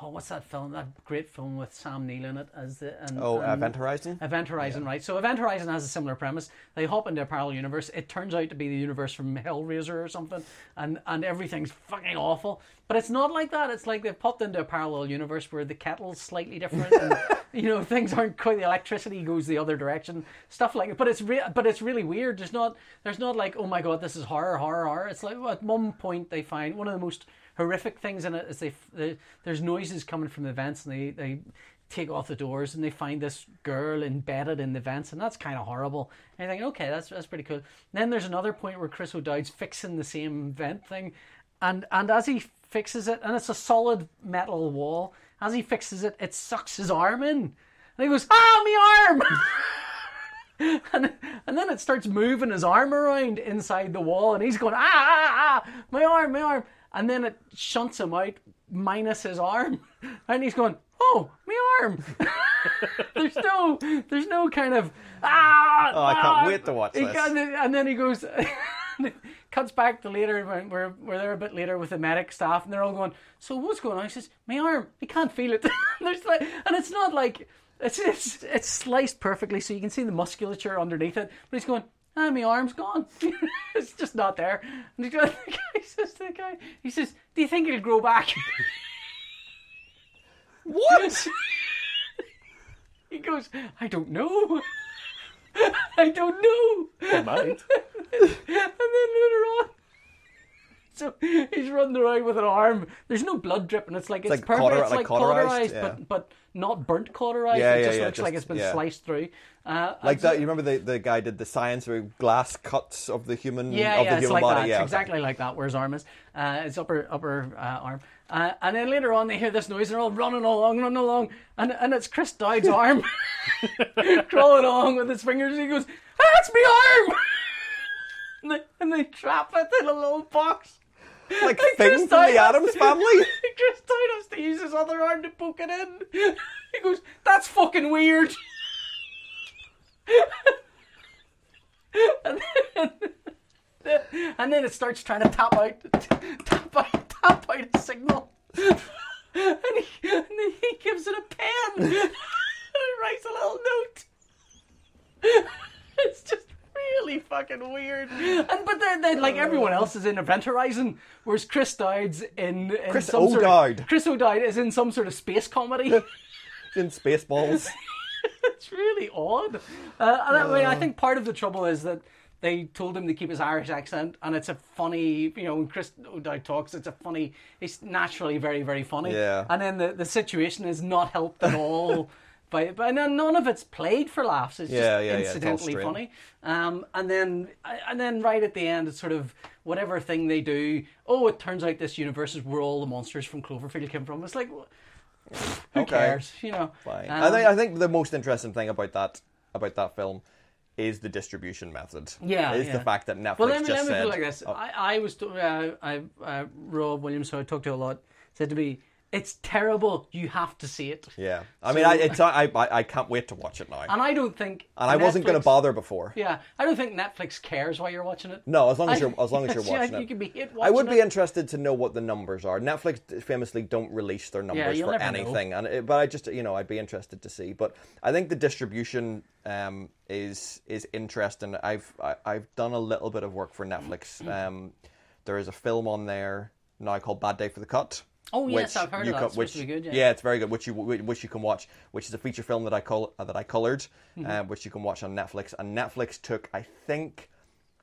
Speaker 1: oh, what's that film? That great film with Sam Neill in it as the and,
Speaker 3: Oh,
Speaker 1: and-
Speaker 3: Event Horizon?
Speaker 1: Event Horizon, right? So Event Horizon has a similar premise. They hop into a parallel universe. It turns out to be the universe from Hellraiser or something, and and everything's fucking awful. But it's not like that. It's like they've popped into a parallel universe where the kettle's slightly different, and you know things aren't quite. The electricity goes the other direction, stuff like. But it's re- but it's really weird. There's not there's not like oh my god this is horror horror horror. It's like well, at one point they find one of the most horrific things in it is they, they there's noises coming from the vents and they they take off the doors and they find this girl embedded in the vents and that's kind of horrible and you're thinking okay that's that's pretty cool then there's another point where chris o'dowd's fixing the same vent thing and and as he fixes it and it's a solid metal wall as he fixes it it sucks his arm in and he goes ah my arm and, and then it starts moving his arm around inside the wall, and he's going, ah, ah, ah, my arm, my arm. And then it shunts him out, minus his arm. And he's going, oh, my arm. there's no, there's no kind of, ah.
Speaker 3: Oh, I can't
Speaker 1: ah."
Speaker 3: wait to watch
Speaker 1: He
Speaker 3: this.
Speaker 1: can't- And then he goes, cuts back to later, when we're, we're there a bit later with the medic staff, and they're all going, so what's going on? He says, my arm, I can't feel it. there's like, and it's not like, it's, it's it's sliced perfectly, so you can see the musculature underneath it. But he's going, ah, my arm's gone. it's just not there. And he's going, the guy says to the guy, he says, do you think it'll grow back? what? he goes, I don't know. I don't know.
Speaker 2: It might.
Speaker 1: And then later on. So he's running around with an arm. There's no blood dripping. It's like it's,
Speaker 3: like
Speaker 1: perfect.
Speaker 3: cauter-
Speaker 1: it's
Speaker 3: like
Speaker 1: like
Speaker 3: cauterized,
Speaker 1: cauterized,
Speaker 3: yeah.
Speaker 1: but but not burnt cauterized.
Speaker 3: Yeah,
Speaker 1: it
Speaker 3: yeah,
Speaker 1: just
Speaker 3: yeah,
Speaker 1: looks like
Speaker 3: just-
Speaker 1: it's been
Speaker 3: yeah.
Speaker 1: sliced through. Uh,
Speaker 3: Like
Speaker 1: and-
Speaker 3: that, you remember the, the guy did the science where glass cuts of the human
Speaker 1: Yeah,
Speaker 3: Mm,
Speaker 1: yeah,
Speaker 3: of the
Speaker 1: it's
Speaker 3: human
Speaker 1: like
Speaker 3: body.
Speaker 1: that.
Speaker 3: yeah,
Speaker 1: it's
Speaker 3: okay.
Speaker 1: exactly like that. Where his arm is, uh, his upper upper uh, arm. Uh, and then later on, they hear this noise, and they're all running along, running along, and and it's Chris Dowd's arm crawling along with his fingers. And he goes, ah, "That's my arm," and, they, and they trap it in a little box.
Speaker 3: Like
Speaker 1: Like
Speaker 3: thing
Speaker 1: Chris
Speaker 3: from
Speaker 1: Dowd
Speaker 3: the
Speaker 1: has
Speaker 3: Adams
Speaker 1: to-
Speaker 3: family.
Speaker 1: Chris Dowd has to use his other arm to poke it in. He goes, "That's fucking weird." and, then, and then it starts trying to tap out, tap out, tap out a signal. And he, and then he gives it a pen. and he writes a little note it's just really fucking weird. And but then, then like everyone else is in Event Horizon, whereas Chris Dowd's in, in
Speaker 3: Chris
Speaker 1: some sort
Speaker 3: O'Dowd.
Speaker 1: of, Chris O'Dowd is in some sort of space comedy.
Speaker 3: in Spaceballs.
Speaker 1: it's really odd. Uh, and I mean, I think part of the trouble is that. They told him to keep his Irish accent, and it's a funny, you know, when Chris O'Dowd talks, it's a funny, it's naturally very, very funny.
Speaker 3: Yeah.
Speaker 1: And then the, the situation is not helped at all by, but none of it's played for laughs. It's
Speaker 3: Yeah,
Speaker 1: just
Speaker 3: yeah, yeah, it's all
Speaker 1: incidentally
Speaker 3: straight.
Speaker 1: funny. Um, and then and then right at the end, it's sort of whatever thing they do. Oh, it turns out this universe is where all the monsters from Cloverfield came from. It's like who
Speaker 3: Okay.
Speaker 1: cares, you know?
Speaker 3: Fine.
Speaker 1: Um,
Speaker 3: I think I think the most interesting thing about that about that film is the distribution method.
Speaker 1: Yeah,
Speaker 3: is
Speaker 1: yeah.
Speaker 3: the fact that Netflix
Speaker 1: Well, let me,
Speaker 3: just
Speaker 1: let me put
Speaker 3: said oh.
Speaker 1: it like this. I, I was, t- uh, I, uh, Rob Williams, who I talked to a lot, said to me, "It's terrible. You have to see it."
Speaker 3: Yeah, I mean, I, it's I, I I can't wait to watch it now, and
Speaker 1: And I don't think.
Speaker 3: I wasn't going to
Speaker 1: Netflix-
Speaker 3: bother before.
Speaker 1: Yeah, I don't think Netflix cares why you're watching it.
Speaker 3: No, as long as
Speaker 1: I-
Speaker 3: you're as long as you're
Speaker 1: Yeah,
Speaker 3: watching
Speaker 1: you
Speaker 3: it,
Speaker 1: could be hit
Speaker 3: I would
Speaker 1: watching
Speaker 3: be
Speaker 1: it.
Speaker 3: interested to know what the numbers are. Netflix famously don't release their numbers
Speaker 1: you'll
Speaker 3: for
Speaker 1: never know.
Speaker 3: anything, and it, but I just you know I'd be interested to see. But I think the distribution um, is is interesting. I've I, I've done a little bit of work for Netflix. Um, there is a film on there now called Bad Day for the Cut.
Speaker 1: Oh, yes, I've heard of that.
Speaker 3: can-
Speaker 1: It's supposed to be good, yeah.
Speaker 3: it's very good. Which you which you can watch, which is a feature film that I call uh, that I colored,
Speaker 1: Mm-hmm.
Speaker 3: uh, which you can watch on Netflix. And Netflix took, I think,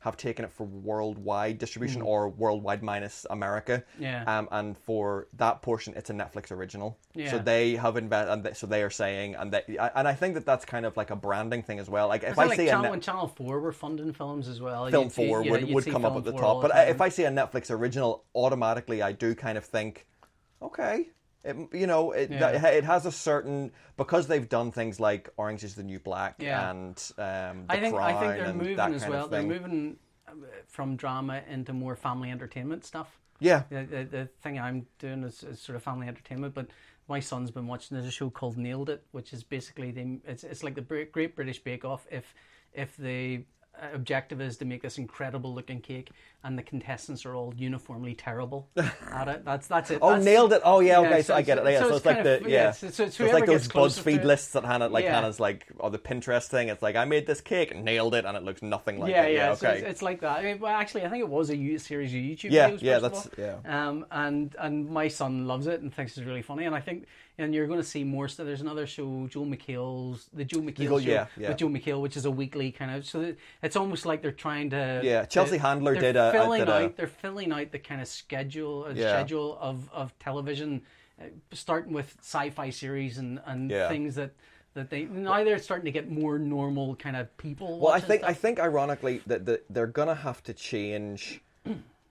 Speaker 3: have taken it for worldwide distribution or worldwide minus America.
Speaker 1: Mm. Yeah.
Speaker 3: Um, and for that portion, it's a Netflix original. So
Speaker 1: Yeah.
Speaker 3: they have invested, and they, so they are saying, and they, I- and I think that that's kind of like a branding thing as well. Like if
Speaker 1: I
Speaker 3: I
Speaker 1: like
Speaker 3: see
Speaker 1: Channel,
Speaker 3: a Net-
Speaker 1: when Channel Four were funding films as well.
Speaker 3: film
Speaker 1: you'd see-
Speaker 3: four
Speaker 1: yeah,
Speaker 3: would,
Speaker 1: you'd
Speaker 3: would
Speaker 1: see
Speaker 3: come up
Speaker 1: Film
Speaker 3: at the
Speaker 1: 4 all
Speaker 3: top. But
Speaker 1: time.
Speaker 3: if I see a Netflix original, automatically I do kind of think, okay, it, you know, it,
Speaker 1: Yeah.
Speaker 3: that- it has a certain because they've done things like Orange is the New Black
Speaker 1: Yeah.
Speaker 3: and um, the
Speaker 1: I think
Speaker 3: Crown
Speaker 1: I think they're
Speaker 3: and
Speaker 1: moving
Speaker 3: that
Speaker 1: as
Speaker 3: kind
Speaker 1: well.
Speaker 3: of
Speaker 1: They're
Speaker 3: thing.
Speaker 1: moving uh, from drama into more family entertainment stuff.
Speaker 3: Yeah,
Speaker 1: The, the, the thing I'm doing is, is sort of family entertainment, but my son's been watching. There's a show called Nailed It, which is basically the it's it's like the Br- Great British Bake Off if if the uh, objective is to make this incredible looking cake, and the contestants are all uniformly terrible at it. That's that's it.
Speaker 3: Oh,
Speaker 1: That's-
Speaker 3: nailed it! Oh, yeah,
Speaker 1: yeah,
Speaker 3: okay,
Speaker 1: so
Speaker 3: so, I get it.
Speaker 1: it's-
Speaker 3: Yeah,
Speaker 1: so
Speaker 3: so,
Speaker 1: it's
Speaker 3: it's like
Speaker 1: kind
Speaker 3: the
Speaker 1: of- yeah,
Speaker 3: yeah,
Speaker 1: so- so it's
Speaker 3: it's
Speaker 1: whoever
Speaker 3: like those
Speaker 1: gets closer to
Speaker 3: BuzzFeed
Speaker 1: it.
Speaker 3: lists that Hannah, like
Speaker 1: Yeah.
Speaker 3: Hannah's like, or the Pinterest thing. It's like I made this cake, nailed it, and it looks nothing like
Speaker 1: yeah,
Speaker 3: it.
Speaker 1: yeah.
Speaker 3: Yeah,
Speaker 1: so
Speaker 3: okay.
Speaker 1: it's, it's like that. I mean, well, actually, I think it was a U- series of YouTube
Speaker 3: Yeah,
Speaker 1: videos.
Speaker 3: yeah,
Speaker 1: first of
Speaker 3: that's-
Speaker 1: all. Um, and and my son loves it and thinks it's really funny. And I think, and you're going to see more. So there's another show, Joe McHale's, the Joe McHale
Speaker 3: go-
Speaker 1: show
Speaker 3: yeah, yeah.
Speaker 1: with Joe McHale, which is a weekly kind of. So that- it's almost like they're trying to.
Speaker 3: Yeah, Chelsea
Speaker 1: to-
Speaker 3: Handler
Speaker 1: they're
Speaker 3: did a- a-
Speaker 1: filling
Speaker 3: did a-
Speaker 1: out. They're filling out the kind of schedule, uh,
Speaker 3: Yeah.
Speaker 1: schedule of of television, uh, starting with sci-fi series and and
Speaker 3: Yeah.
Speaker 1: things that. That they now they're starting to get more normal kind of people.
Speaker 3: Well, I
Speaker 1: watching
Speaker 3: think
Speaker 1: stuff.
Speaker 3: I think ironically that that they're gonna have to change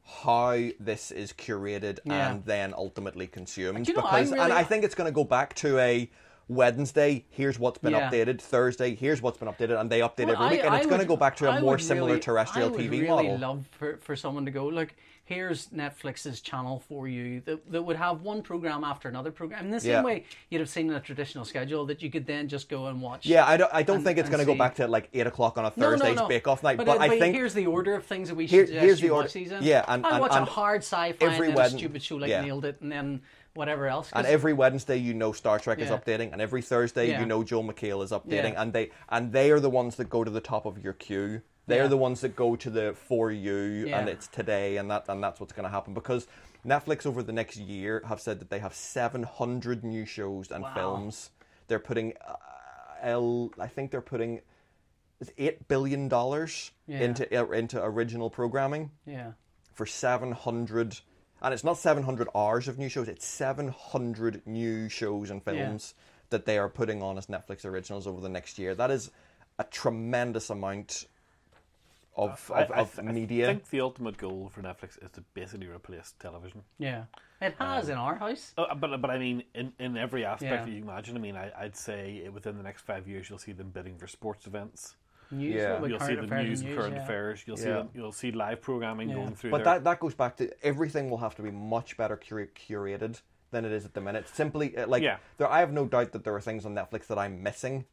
Speaker 3: how this is curated
Speaker 1: Yeah.
Speaker 3: and then ultimately consumed
Speaker 1: you know, I
Speaker 3: because and
Speaker 1: really-
Speaker 3: I think it's gonna go back to a Wednesday, here's what's been
Speaker 1: Yeah.
Speaker 3: updated. Thursday, here's what's been updated, and they update
Speaker 1: Well,
Speaker 3: every week, and it's going to
Speaker 1: would-
Speaker 3: go back to
Speaker 1: I
Speaker 3: a more
Speaker 1: would
Speaker 3: similar
Speaker 1: really-
Speaker 3: terrestrial
Speaker 1: I
Speaker 3: TV
Speaker 1: would really
Speaker 3: model.
Speaker 1: love for, for someone to go, look, here's Netflix's channel for you that, that would have one program after another program. In the same
Speaker 3: Yeah.
Speaker 1: way you'd have seen in a traditional schedule that you could then just go and watch.
Speaker 3: yeah, I don't, I don't
Speaker 1: and-
Speaker 3: think it's
Speaker 1: and
Speaker 3: going to go
Speaker 1: see.
Speaker 3: back to like eight o'clock on a
Speaker 1: No, no,
Speaker 3: Thursday's
Speaker 1: no.
Speaker 3: Bake Off night, but,
Speaker 1: it-
Speaker 3: I think
Speaker 1: here's the order of things that we
Speaker 3: Here-
Speaker 1: should
Speaker 3: here's
Speaker 1: suggest you
Speaker 3: the
Speaker 1: watch
Speaker 3: order.
Speaker 1: these in.
Speaker 3: Yeah, and-
Speaker 1: I
Speaker 3: and-
Speaker 1: watch
Speaker 3: and
Speaker 1: a hard sci-fi and
Speaker 3: every
Speaker 1: then a
Speaker 3: Wednesday-
Speaker 1: stupid show like
Speaker 3: yeah.
Speaker 1: Nailed It, and then whatever else. 'cause-
Speaker 3: and every Wednesday you know Star Trek is
Speaker 1: Yeah.
Speaker 3: updating, and every Thursday
Speaker 1: Yeah.
Speaker 3: you know Joel McHale is updating,
Speaker 1: Yeah.
Speaker 3: and they and they are the ones that go to the top of your queue. They're
Speaker 1: Yeah.
Speaker 3: the ones that go to the for you, and
Speaker 1: Yeah.
Speaker 3: it's today, and that and that's what's going to happen because Netflix over the next year have said that they have seven hundred new shows and
Speaker 1: Wow.
Speaker 3: films. They're putting, uh, L, I think they're putting it's eight billion dollars
Speaker 1: Yeah.
Speaker 3: into uh, into original programming
Speaker 1: yeah.
Speaker 3: for 700 and it's not 700 hours of new shows it's 700 new shows and films that they are putting on as netflix originals over the next year that is a tremendous amount
Speaker 1: Uh,
Speaker 3: of,
Speaker 2: I-
Speaker 3: of,
Speaker 2: I-
Speaker 3: of media
Speaker 2: I think the ultimate goal for Netflix is to basically replace television.
Speaker 1: Yeah. It has
Speaker 3: Um,
Speaker 1: in our house.
Speaker 2: Uh, but but I mean, in, in every aspect
Speaker 1: Yeah.
Speaker 2: that you can imagine. I mean, I, I'd say it- within the next five years, you'll see them bidding for sports events.
Speaker 1: News,
Speaker 3: Yeah.
Speaker 1: what we
Speaker 2: You'll see
Speaker 1: current
Speaker 2: the
Speaker 1: affairs
Speaker 2: news and current
Speaker 1: yeah.
Speaker 2: affairs. You'll see
Speaker 3: Yeah.
Speaker 2: them, you'll see live programming
Speaker 1: Yeah.
Speaker 2: going through.
Speaker 3: but
Speaker 2: there.
Speaker 3: that, that goes back to everything will have to be much better cura- curated than it is at the minute simply uh, like
Speaker 2: Yeah.
Speaker 3: there i have no doubt that there are things on netflix that i'm missing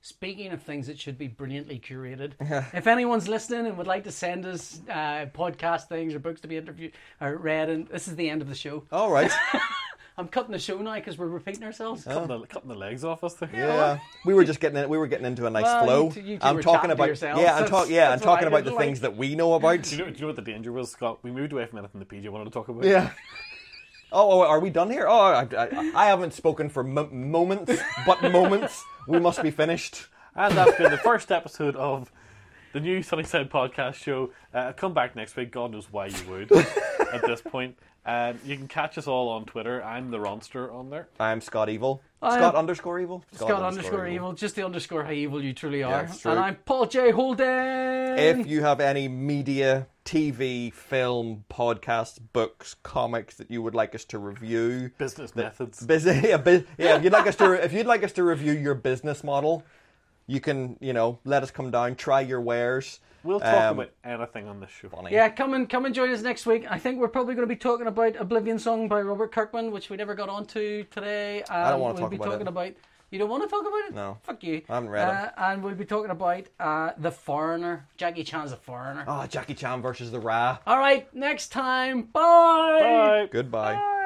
Speaker 1: Speaking of things that should be brilliantly curated, if anyone's listening and would like to send us uh, podcast things or books to be interviewed or read, and this is the end of the show.
Speaker 3: all right
Speaker 1: I'm cutting the show now because we're repeating ourselves.
Speaker 3: Oh,
Speaker 2: cutting, the, cutting the legs off us there.
Speaker 3: Yeah, we were just getting in, we were getting into a nice
Speaker 1: Well,
Speaker 3: flow.
Speaker 1: you two- you two
Speaker 3: I'm
Speaker 1: were chatting
Speaker 3: talking
Speaker 1: to
Speaker 3: about
Speaker 1: yourselves.
Speaker 3: yeah, I'm
Speaker 1: That's-
Speaker 3: talk, yeah, I'm
Speaker 1: that's what I
Speaker 3: talking about the
Speaker 1: didn't
Speaker 3: things that we know about.
Speaker 2: Do you, know, do you know what the danger was, Scott? We moved away from anything that PJ wanted to talk about.
Speaker 3: yeah. Oh, oh, are we done here? Oh, I, I, I haven't spoken for m- moments, but moments. We must be finished.
Speaker 2: And that's been the first episode of the new Sunnyside podcast show. Uh, come back next week. God knows why you would at this point. Um, you can catch us all on Twitter. I'm the Ronster on there.
Speaker 3: I'm Scott Evil.
Speaker 1: I am-
Speaker 3: Scott underscore Evil.
Speaker 1: Scott underscore evil, just to underscore how evil you truly are.
Speaker 3: it's true.
Speaker 1: and I'm Paul J. Holden.
Speaker 3: If you have any media, TV, film, podcasts, books, comics that you would like us to review,
Speaker 2: Business methods.
Speaker 3: Busy, yeah, bu- yeah. If you'd like us to, if you'd like us to review your business model, you can, you know, let us come down, try your wares.
Speaker 2: We'll talk
Speaker 3: Um,
Speaker 2: about anything on this show.
Speaker 3: funny.
Speaker 1: yeah, come and come and join us next week. I think we're probably going to be talking about Oblivion Song by Robert Kirkman, which we never got onto today. Um,
Speaker 3: don't wanna
Speaker 1: we'll
Speaker 3: talk
Speaker 1: be
Speaker 3: about
Speaker 1: talking
Speaker 3: it.
Speaker 1: about. You don't want to talk about it?
Speaker 3: No.
Speaker 1: Fuck you.
Speaker 3: I haven't read
Speaker 1: uh,
Speaker 3: it.
Speaker 1: And we'll be talking about uh, the Foreigner. Jackie Chan's a
Speaker 3: Oh.
Speaker 1: foreigner.
Speaker 3: Ah, Jackie Chan versus the Ra.
Speaker 1: All right, next time. Bye.
Speaker 2: Bye.
Speaker 3: Goodbye.